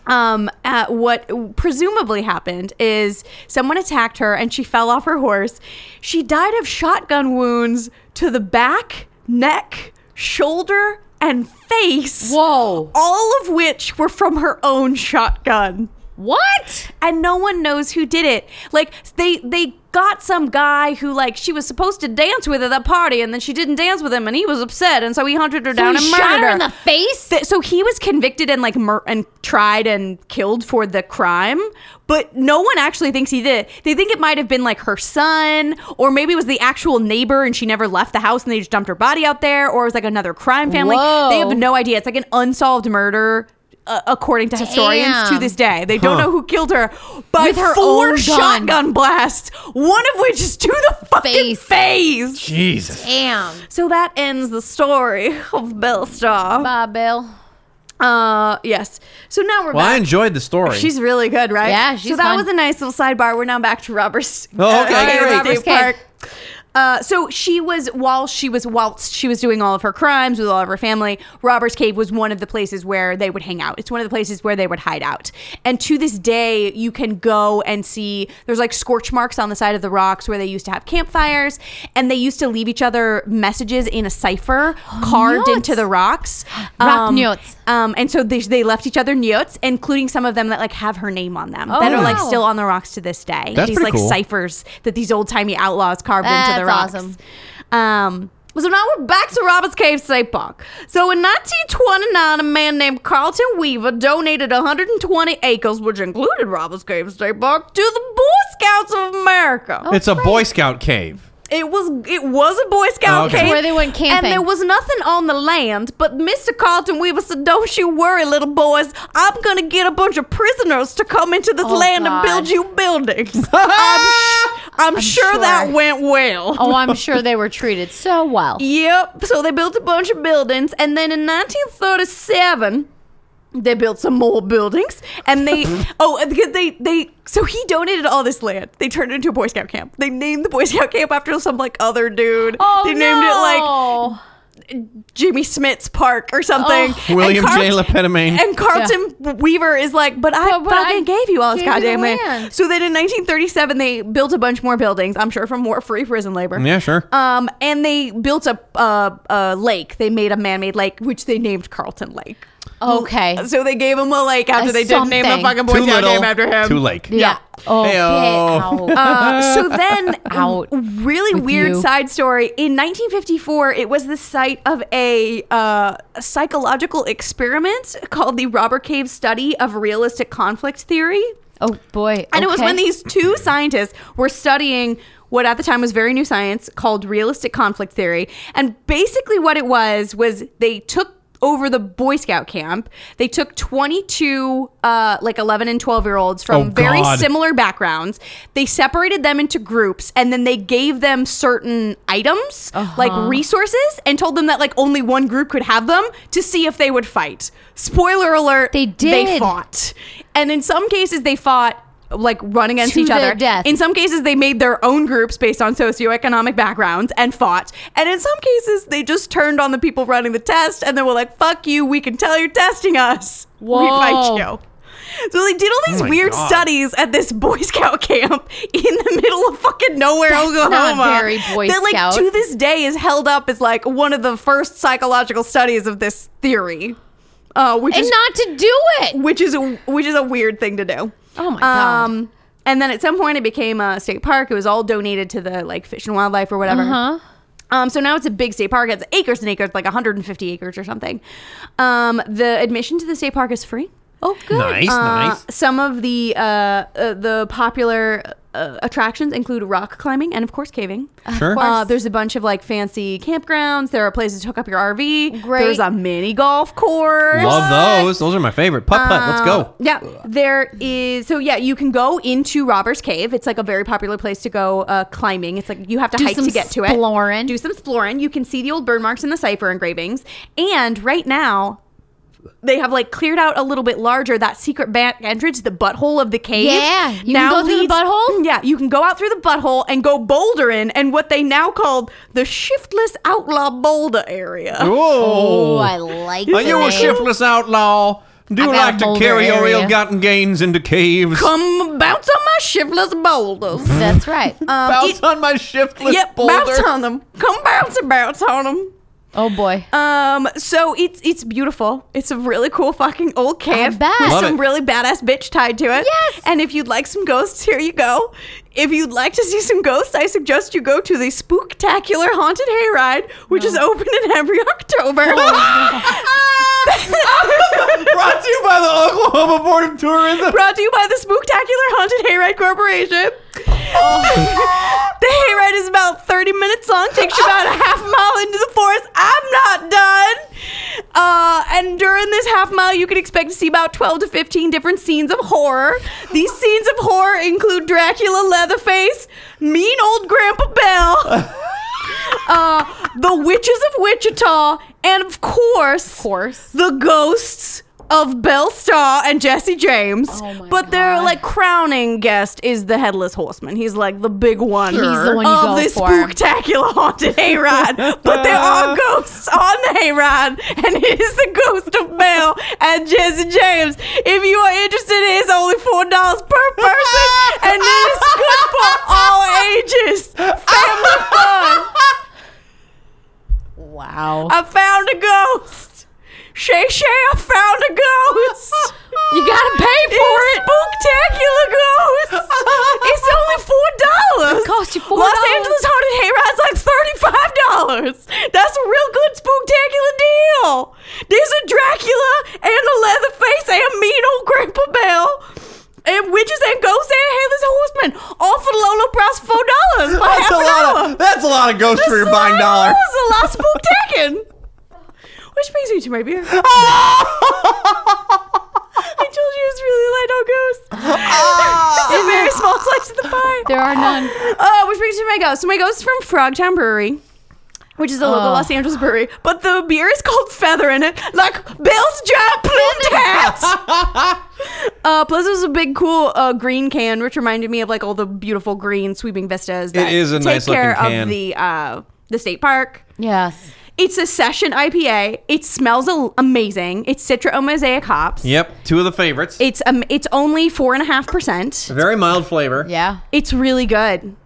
[SPEAKER 4] Um, at what presumably happened is someone attacked her and she fell off her horse. She died of shotgun wounds to the back, neck, shoulder, and face
[SPEAKER 2] Whoa.
[SPEAKER 4] all of which were from her own shotgun
[SPEAKER 2] What?
[SPEAKER 4] and no one knows who did it like they they got some guy who like she was supposed to dance with at that party and then she didn't dance with him and he was upset and so he hunted her down
[SPEAKER 2] So he
[SPEAKER 4] and
[SPEAKER 2] shot
[SPEAKER 4] murdered
[SPEAKER 2] her in the face.
[SPEAKER 4] Th- so he was convicted and like mur- and tried and killed for the crime but no one actually thinks he did it they think it might have been like her son or maybe it was the actual neighbor and she never left the house and they just dumped her body out there or it was like another crime family
[SPEAKER 2] Whoa.
[SPEAKER 4] they have no idea it's like an unsolved murder uh, according to historians to
[SPEAKER 2] Damn.
[SPEAKER 4] this day they don't know who killed her by
[SPEAKER 2] With her
[SPEAKER 4] four
[SPEAKER 2] own gun.
[SPEAKER 4] shotgun blasts one of which is to the fucking
[SPEAKER 2] Face.
[SPEAKER 4] face
[SPEAKER 3] Jesus.
[SPEAKER 2] Damn.
[SPEAKER 4] so that ends the story of Bellstar.
[SPEAKER 2] Bye, Bill.
[SPEAKER 4] Uh, yes. So now we're
[SPEAKER 3] Well, I
[SPEAKER 4] back.
[SPEAKER 3] enjoyed the story.
[SPEAKER 4] She's really good, right?
[SPEAKER 2] Yeah, she's
[SPEAKER 4] So that
[SPEAKER 2] fun.
[SPEAKER 4] was a nice little sidebar. We're now back to Robert's.
[SPEAKER 3] Oh, okay,
[SPEAKER 4] uh,
[SPEAKER 3] great.
[SPEAKER 4] Robert's
[SPEAKER 2] Robert's
[SPEAKER 4] Park.
[SPEAKER 2] Cave.
[SPEAKER 4] Uh, so she was while she was whilst she was doing all of her crimes with all of her family. Robbers Cave was one of the places where they would hang out. It's one of the places where they would hide out. And to this day, you can go and see. There's like scorch marks on the side of the rocks where they used to have campfires, and they used to leave each other messages in a cipher carved
[SPEAKER 2] Oh, nuts.
[SPEAKER 4] into the rocks.
[SPEAKER 2] Rock notes.
[SPEAKER 4] Um, and so they, they left each other notes, including some of them that like have her name on them that are like
[SPEAKER 2] wow.
[SPEAKER 4] still on the rocks to this day.
[SPEAKER 3] That's
[SPEAKER 4] These
[SPEAKER 3] pretty
[SPEAKER 4] like
[SPEAKER 3] cool.
[SPEAKER 4] ciphers that these old timey outlaws carved into the
[SPEAKER 2] That's
[SPEAKER 4] rocks.
[SPEAKER 2] awesome.
[SPEAKER 4] Um, so now we're back to Robert's Cave State Park. So in 1929, a man named Carlton Weaver donated 120 acres, which included Robert's Cave State Park, to the Boy Scouts of America.
[SPEAKER 3] It's a Boy Scout cave.
[SPEAKER 4] It was it was a Boy Scout
[SPEAKER 3] Okay.
[SPEAKER 4] cave
[SPEAKER 2] Where they went camping.
[SPEAKER 4] and there was nothing on the land. But Mr. Carlton Weaver said, "Don't you worry, little boys. I'm gonna get a bunch of prisoners to come into this
[SPEAKER 2] Oh,
[SPEAKER 4] land
[SPEAKER 2] God.
[SPEAKER 4] and build you buildings." I'm, sh- I'm, sure, that
[SPEAKER 2] sure.
[SPEAKER 4] went well.
[SPEAKER 2] oh, I'm sure they were treated so well.
[SPEAKER 4] Yep. So they built a bunch of buildings, and then in 1937. They built some more buildings, and they oh, and because they they so he donated all this land. They turned it into a Boy Scout camp. They named the Boy Scout camp after some like other dude.
[SPEAKER 2] Oh,
[SPEAKER 4] they named it like
[SPEAKER 2] no.
[SPEAKER 4] Jimmy Smits Park or something.
[SPEAKER 2] Oh.
[SPEAKER 4] And
[SPEAKER 3] William J.
[SPEAKER 4] Carlton-
[SPEAKER 3] LePetamine.
[SPEAKER 4] And Carlton Weaver is like, but I
[SPEAKER 2] But- but
[SPEAKER 4] fucking
[SPEAKER 2] I
[SPEAKER 4] gave you all this
[SPEAKER 2] gave you the
[SPEAKER 4] goddamn land.
[SPEAKER 2] land.
[SPEAKER 4] So then in 1937, they built a bunch more buildings, I'm sure from more free prison labor.
[SPEAKER 3] Yeah, sure.
[SPEAKER 4] Um, and they built a, a, a lake. They made a man made lake, which they named Carlton Lake.
[SPEAKER 2] Okay.
[SPEAKER 4] So they gave him a lake after
[SPEAKER 2] A
[SPEAKER 4] they didn't name the
[SPEAKER 2] something.
[SPEAKER 4] fucking Boy
[SPEAKER 3] Too
[SPEAKER 4] Scout
[SPEAKER 3] little,
[SPEAKER 4] name after him.
[SPEAKER 3] too late.
[SPEAKER 2] Yeah. Oh, Okay.
[SPEAKER 3] Heyo.
[SPEAKER 2] Ow.
[SPEAKER 4] Uh, so then,
[SPEAKER 2] Out
[SPEAKER 4] really
[SPEAKER 2] with
[SPEAKER 4] weird
[SPEAKER 2] you.
[SPEAKER 4] side story. In 1954, it was the site of a uh, psychological experiment called the Robert Cave Study of Realistic Conflict Theory.
[SPEAKER 2] oh boy.
[SPEAKER 4] And it was
[SPEAKER 2] Okay.
[SPEAKER 4] when these two scientists were studying what at the time was very new science called realistic conflict theory. And basically, what it was was they took over the Boy Scout camp. They took 22, uh, like 11 and 12 year olds from
[SPEAKER 3] Oh,
[SPEAKER 4] very
[SPEAKER 3] God.
[SPEAKER 4] similar backgrounds. They separated them into groups and then they gave them certain items, like
[SPEAKER 3] Uh-huh.
[SPEAKER 4] resources, and told them that like only one group could have them to see if they would fight. Spoiler alert,
[SPEAKER 2] They
[SPEAKER 4] They
[SPEAKER 2] did.
[SPEAKER 4] fought. And in some cases, they fought like run against
[SPEAKER 2] To
[SPEAKER 4] each
[SPEAKER 2] their
[SPEAKER 4] other.
[SPEAKER 2] death.
[SPEAKER 4] In some cases, they made their own groups based on socioeconomic backgrounds and fought. And in some cases, they just turned on the people running the test and they were like, fuck you, we can tell you're testing us. We
[SPEAKER 2] Whoa.
[SPEAKER 4] fight you. So they did all these weird studies at this Boy Scout camp in the middle of fucking nowhere, Oklahoma.
[SPEAKER 2] very Boy
[SPEAKER 4] that, like,
[SPEAKER 2] Scout.
[SPEAKER 4] to this day is held up as like one of the first psychological studies of this theory. Uh, which
[SPEAKER 2] and
[SPEAKER 4] is
[SPEAKER 2] not to do it.
[SPEAKER 4] which is a, which is a weird thing to do. Um,
[SPEAKER 2] Oh my God.
[SPEAKER 4] and then at some point it became a state park. It was all donated to the like fish and wildlife or whatever.
[SPEAKER 2] Uh-huh.
[SPEAKER 4] Um, so now it's a big state park. It's acres and acres, like 150 acres or something. Um, the admission to the state park is free.
[SPEAKER 2] Oh good.
[SPEAKER 3] Nice,
[SPEAKER 4] Uh,
[SPEAKER 3] nice.
[SPEAKER 4] Some of the uh, uh, the popular uh, attractions include rock climbing and of course caving.
[SPEAKER 3] Sure.
[SPEAKER 4] Uh, there's a bunch of like fancy campgrounds. There are places to hook up your RV.
[SPEAKER 2] Great.
[SPEAKER 4] There's a mini golf course.
[SPEAKER 3] Love those. Those are my favorite. Putt putt. Let's
[SPEAKER 4] Uh,
[SPEAKER 3] go.
[SPEAKER 4] Yeah, there is. So yeah, you can go into Robbers Cave. It's like a very popular place to go uh, climbing. It's like you have to
[SPEAKER 2] Do
[SPEAKER 4] hike
[SPEAKER 2] some
[SPEAKER 4] to get to it.
[SPEAKER 2] exploring.
[SPEAKER 4] Do some exploring. You can see the old burn marks and the cipher engravings. And right now. They have like cleared out a little bit larger that secret back entrance, the butthole of the cave.
[SPEAKER 2] Yeah, you can go through the butthole?
[SPEAKER 4] Yeah, you can go out through the butthole and go bouldering and what they now called the shiftless outlaw boulder area.
[SPEAKER 3] Oh.
[SPEAKER 2] Oh, I like
[SPEAKER 3] Are you a
[SPEAKER 2] the name.
[SPEAKER 3] shiftless outlaw? Do you
[SPEAKER 2] I've got
[SPEAKER 3] like to
[SPEAKER 2] Boulder
[SPEAKER 3] carry your
[SPEAKER 2] area.
[SPEAKER 3] ill-gotten gains into caves?
[SPEAKER 4] Come bounce on my shiftless boulders.
[SPEAKER 2] That's right.
[SPEAKER 4] Um,
[SPEAKER 3] Bounce
[SPEAKER 4] it-
[SPEAKER 3] on my shiftless
[SPEAKER 4] yep, bounce
[SPEAKER 3] boulder.
[SPEAKER 4] on them. Come bounce and bounce on them.
[SPEAKER 2] oh boy.
[SPEAKER 4] Um, so it's it's beautiful. It's a really cool fucking old camp
[SPEAKER 2] bet.
[SPEAKER 4] with
[SPEAKER 3] Love
[SPEAKER 4] some
[SPEAKER 3] it.
[SPEAKER 4] really badass bitch tied to it.
[SPEAKER 2] Yes.
[SPEAKER 4] And if you'd like some ghosts, here you go. If you'd like to see some ghosts, I suggest you go to the Spooktacular Haunted Hayride, which is open in every October.
[SPEAKER 2] Oh
[SPEAKER 3] Brought to you by the Oklahoma Board of Tourism.
[SPEAKER 4] Brought to you by the Spooktacular Haunted Hayride Corporation. the hayride is about 30 minutes long, takes you about a half mile into the forest. I'm not done. Uh, and during this half mile, you can expect to see about 12 to 15 different scenes of horror. These scenes of horror include Dracula, Leatherface, mean old Grandpa Bell. Uh, the witches of Wichita, and of course,
[SPEAKER 2] Of course.
[SPEAKER 4] the ghosts of Belle Starr and Jesse James,
[SPEAKER 2] Oh my
[SPEAKER 4] but their
[SPEAKER 2] God.
[SPEAKER 4] like crowning guest is the headless horseman. He's like the big one.
[SPEAKER 2] He's the one you
[SPEAKER 4] of
[SPEAKER 2] go
[SPEAKER 4] this
[SPEAKER 2] for.
[SPEAKER 4] spectacular haunted hayride. but there are ghosts on the hayride, and it is the ghost of Belle and Jesse James. If you are interested, it is only four dollars per person, and it is good for all ages. Family fun.
[SPEAKER 2] Wow.
[SPEAKER 4] I found a ghost. Shay Shay, I found a ghost.
[SPEAKER 2] You gotta pay
[SPEAKER 4] It's
[SPEAKER 2] for
[SPEAKER 4] a
[SPEAKER 2] it.
[SPEAKER 4] Spooktacular ghost. it's only four dollars.
[SPEAKER 2] It cost you $4.
[SPEAKER 4] Los Angeles haunted hayride's like thirty-five dollars. That's a real good spooktacular deal. There's a Dracula and a Leatherface and mean old Grandpa Bell. And witches and ghosts and headless horsemen, all for the low, low price of four dollars for
[SPEAKER 8] That's
[SPEAKER 4] half
[SPEAKER 8] a
[SPEAKER 4] an hour.
[SPEAKER 8] lot of that's a lot of ghosts for your buying dollar.
[SPEAKER 4] That was the last spooktacular. Which brings me to my beer. I told you it was really light on ghosts.
[SPEAKER 8] Ah.
[SPEAKER 4] it's a very small slice of the pie.
[SPEAKER 2] There are none.
[SPEAKER 4] Uh, which brings me to my ghost. So my ghost is from Frogtown Brewery. Which is a local
[SPEAKER 2] Oh.
[SPEAKER 4] Los Angeles brewery, but the beer is called Feather in it, like Bill's giant plumed hat. uh, plus, it was a big, cool uh, green can, which reminded me of like all the beautiful green sweeping vistas. That
[SPEAKER 3] is a
[SPEAKER 4] take
[SPEAKER 3] nice-looking
[SPEAKER 4] care
[SPEAKER 3] can.
[SPEAKER 4] of the uh, the state park.
[SPEAKER 2] Yes.
[SPEAKER 4] It's a session IPA. It smells al- amazing. It's Citra O Mosaic hops.
[SPEAKER 3] Yep, two of the favorites.
[SPEAKER 4] It's um, it's only four and a half percent.
[SPEAKER 3] Very mild flavor.
[SPEAKER 2] Yeah.
[SPEAKER 4] It's really good.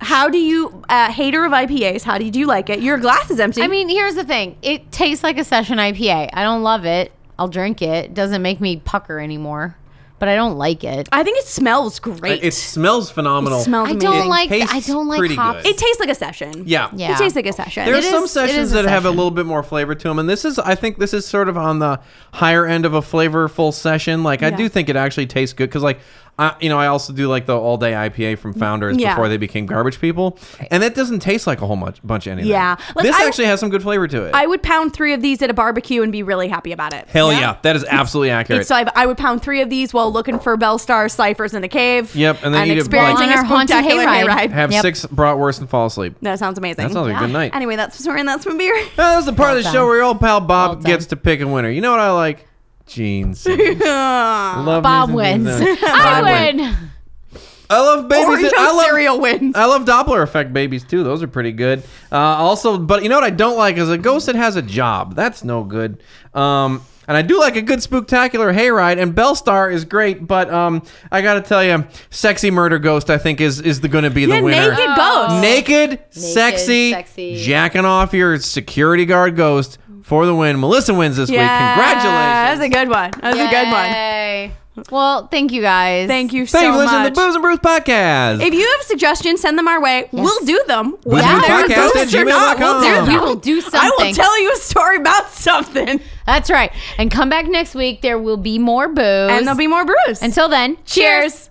[SPEAKER 4] How do you, uh, hater of IPAs? How do you, do you like it? Your glass is empty.
[SPEAKER 2] I mean, here's the thing. It tastes like a session IPA. I don't love it. I'll drink it. It doesn't make me pucker anymore, but I don't like it.
[SPEAKER 4] I think it smells great.
[SPEAKER 3] It smells phenomenal.
[SPEAKER 4] It smells
[SPEAKER 2] I
[SPEAKER 4] amazing.
[SPEAKER 2] don't like.
[SPEAKER 3] tastes
[SPEAKER 2] I don't like
[SPEAKER 3] pretty good.
[SPEAKER 2] hops.
[SPEAKER 4] It tastes like a session.
[SPEAKER 3] yeah.
[SPEAKER 2] Yeah.
[SPEAKER 4] It tastes like a session.
[SPEAKER 3] There are
[SPEAKER 2] It
[SPEAKER 3] some
[SPEAKER 2] is- it
[SPEAKER 3] sessions
[SPEAKER 2] is a
[SPEAKER 3] that have a
[SPEAKER 2] session.
[SPEAKER 3] little bit more flavor to them, and this is, I think, this is sort of on the higher end of a flavorful session. Like, I
[SPEAKER 4] Yeah.
[SPEAKER 3] do think it actually tastes good because, like, I, you know, I also do like the all day IPA from Founders
[SPEAKER 4] Yeah.
[SPEAKER 3] before they became garbage people, and that doesn't taste like a whole much, bunch of anything.
[SPEAKER 4] Yeah. Like,
[SPEAKER 3] this
[SPEAKER 4] I-
[SPEAKER 3] actually has some good flavor to it.
[SPEAKER 4] I would pound three of these at a barbecue and be really happy about it.
[SPEAKER 3] Hell yeah, that is absolutely accurate.
[SPEAKER 4] So I, I would pound three of these while looking for Bell Star ciphers in a cave.
[SPEAKER 3] Yep, and then eat it
[SPEAKER 4] experiencing
[SPEAKER 2] On
[SPEAKER 4] a
[SPEAKER 2] our haunted
[SPEAKER 4] spectacular
[SPEAKER 2] hayride.
[SPEAKER 4] hayride.
[SPEAKER 3] have
[SPEAKER 2] Yep.
[SPEAKER 3] six bratwurst and fall asleep.
[SPEAKER 4] That sounds amazing.
[SPEAKER 3] That sounds like a good night.
[SPEAKER 4] Anyway, that's from and that's from beer.
[SPEAKER 3] Now, this is the part of the
[SPEAKER 2] Well
[SPEAKER 3] show
[SPEAKER 2] done.
[SPEAKER 3] where your old pal Bob
[SPEAKER 2] Well done.
[SPEAKER 3] gets to pick a winner. You know what I like? Jeans. love
[SPEAKER 2] Bob
[SPEAKER 3] me some
[SPEAKER 2] wins.
[SPEAKER 3] jeans.
[SPEAKER 2] I win.
[SPEAKER 3] I love babies.
[SPEAKER 4] Oreo
[SPEAKER 3] and- I love
[SPEAKER 4] cereal wins.
[SPEAKER 3] I love Doppler effect babies too. Those are pretty good. Uh, also, but you know what I don't like is a ghost that has a job. That's no good. Um, and I do like a good spooktacular hayride, and Bellstar is great. But um, I gotta tell you, sexy murder ghost I think is is the gonna be the
[SPEAKER 4] yeah,
[SPEAKER 3] winner.
[SPEAKER 4] naked ghosts.
[SPEAKER 3] Naked, sexy,
[SPEAKER 2] sexy.
[SPEAKER 3] jacking off your security guard ghost for the win. Melissa wins this week.
[SPEAKER 4] That
[SPEAKER 3] Congratulations.
[SPEAKER 4] was a good one. That was a good one.
[SPEAKER 2] good one. Well, thank you guys.
[SPEAKER 4] Thank you
[SPEAKER 3] Thank you
[SPEAKER 4] so
[SPEAKER 3] for listening
[SPEAKER 4] much.
[SPEAKER 3] to Booze and Brews podcast.
[SPEAKER 4] if you have suggestions, send them our way. We'll do them. Whether
[SPEAKER 2] and
[SPEAKER 4] they're
[SPEAKER 2] Brews
[SPEAKER 3] podcast
[SPEAKER 4] ghosts
[SPEAKER 3] at
[SPEAKER 4] or not,
[SPEAKER 3] gmail.com.
[SPEAKER 4] we'll do them.
[SPEAKER 2] You will do
[SPEAKER 4] I will
[SPEAKER 2] something.
[SPEAKER 4] tell you a story about something.
[SPEAKER 2] That's right. And come back next week. There will be more booze.
[SPEAKER 4] And there'll be more brews.
[SPEAKER 2] Until then,
[SPEAKER 4] Cheers.
[SPEAKER 2] cheers.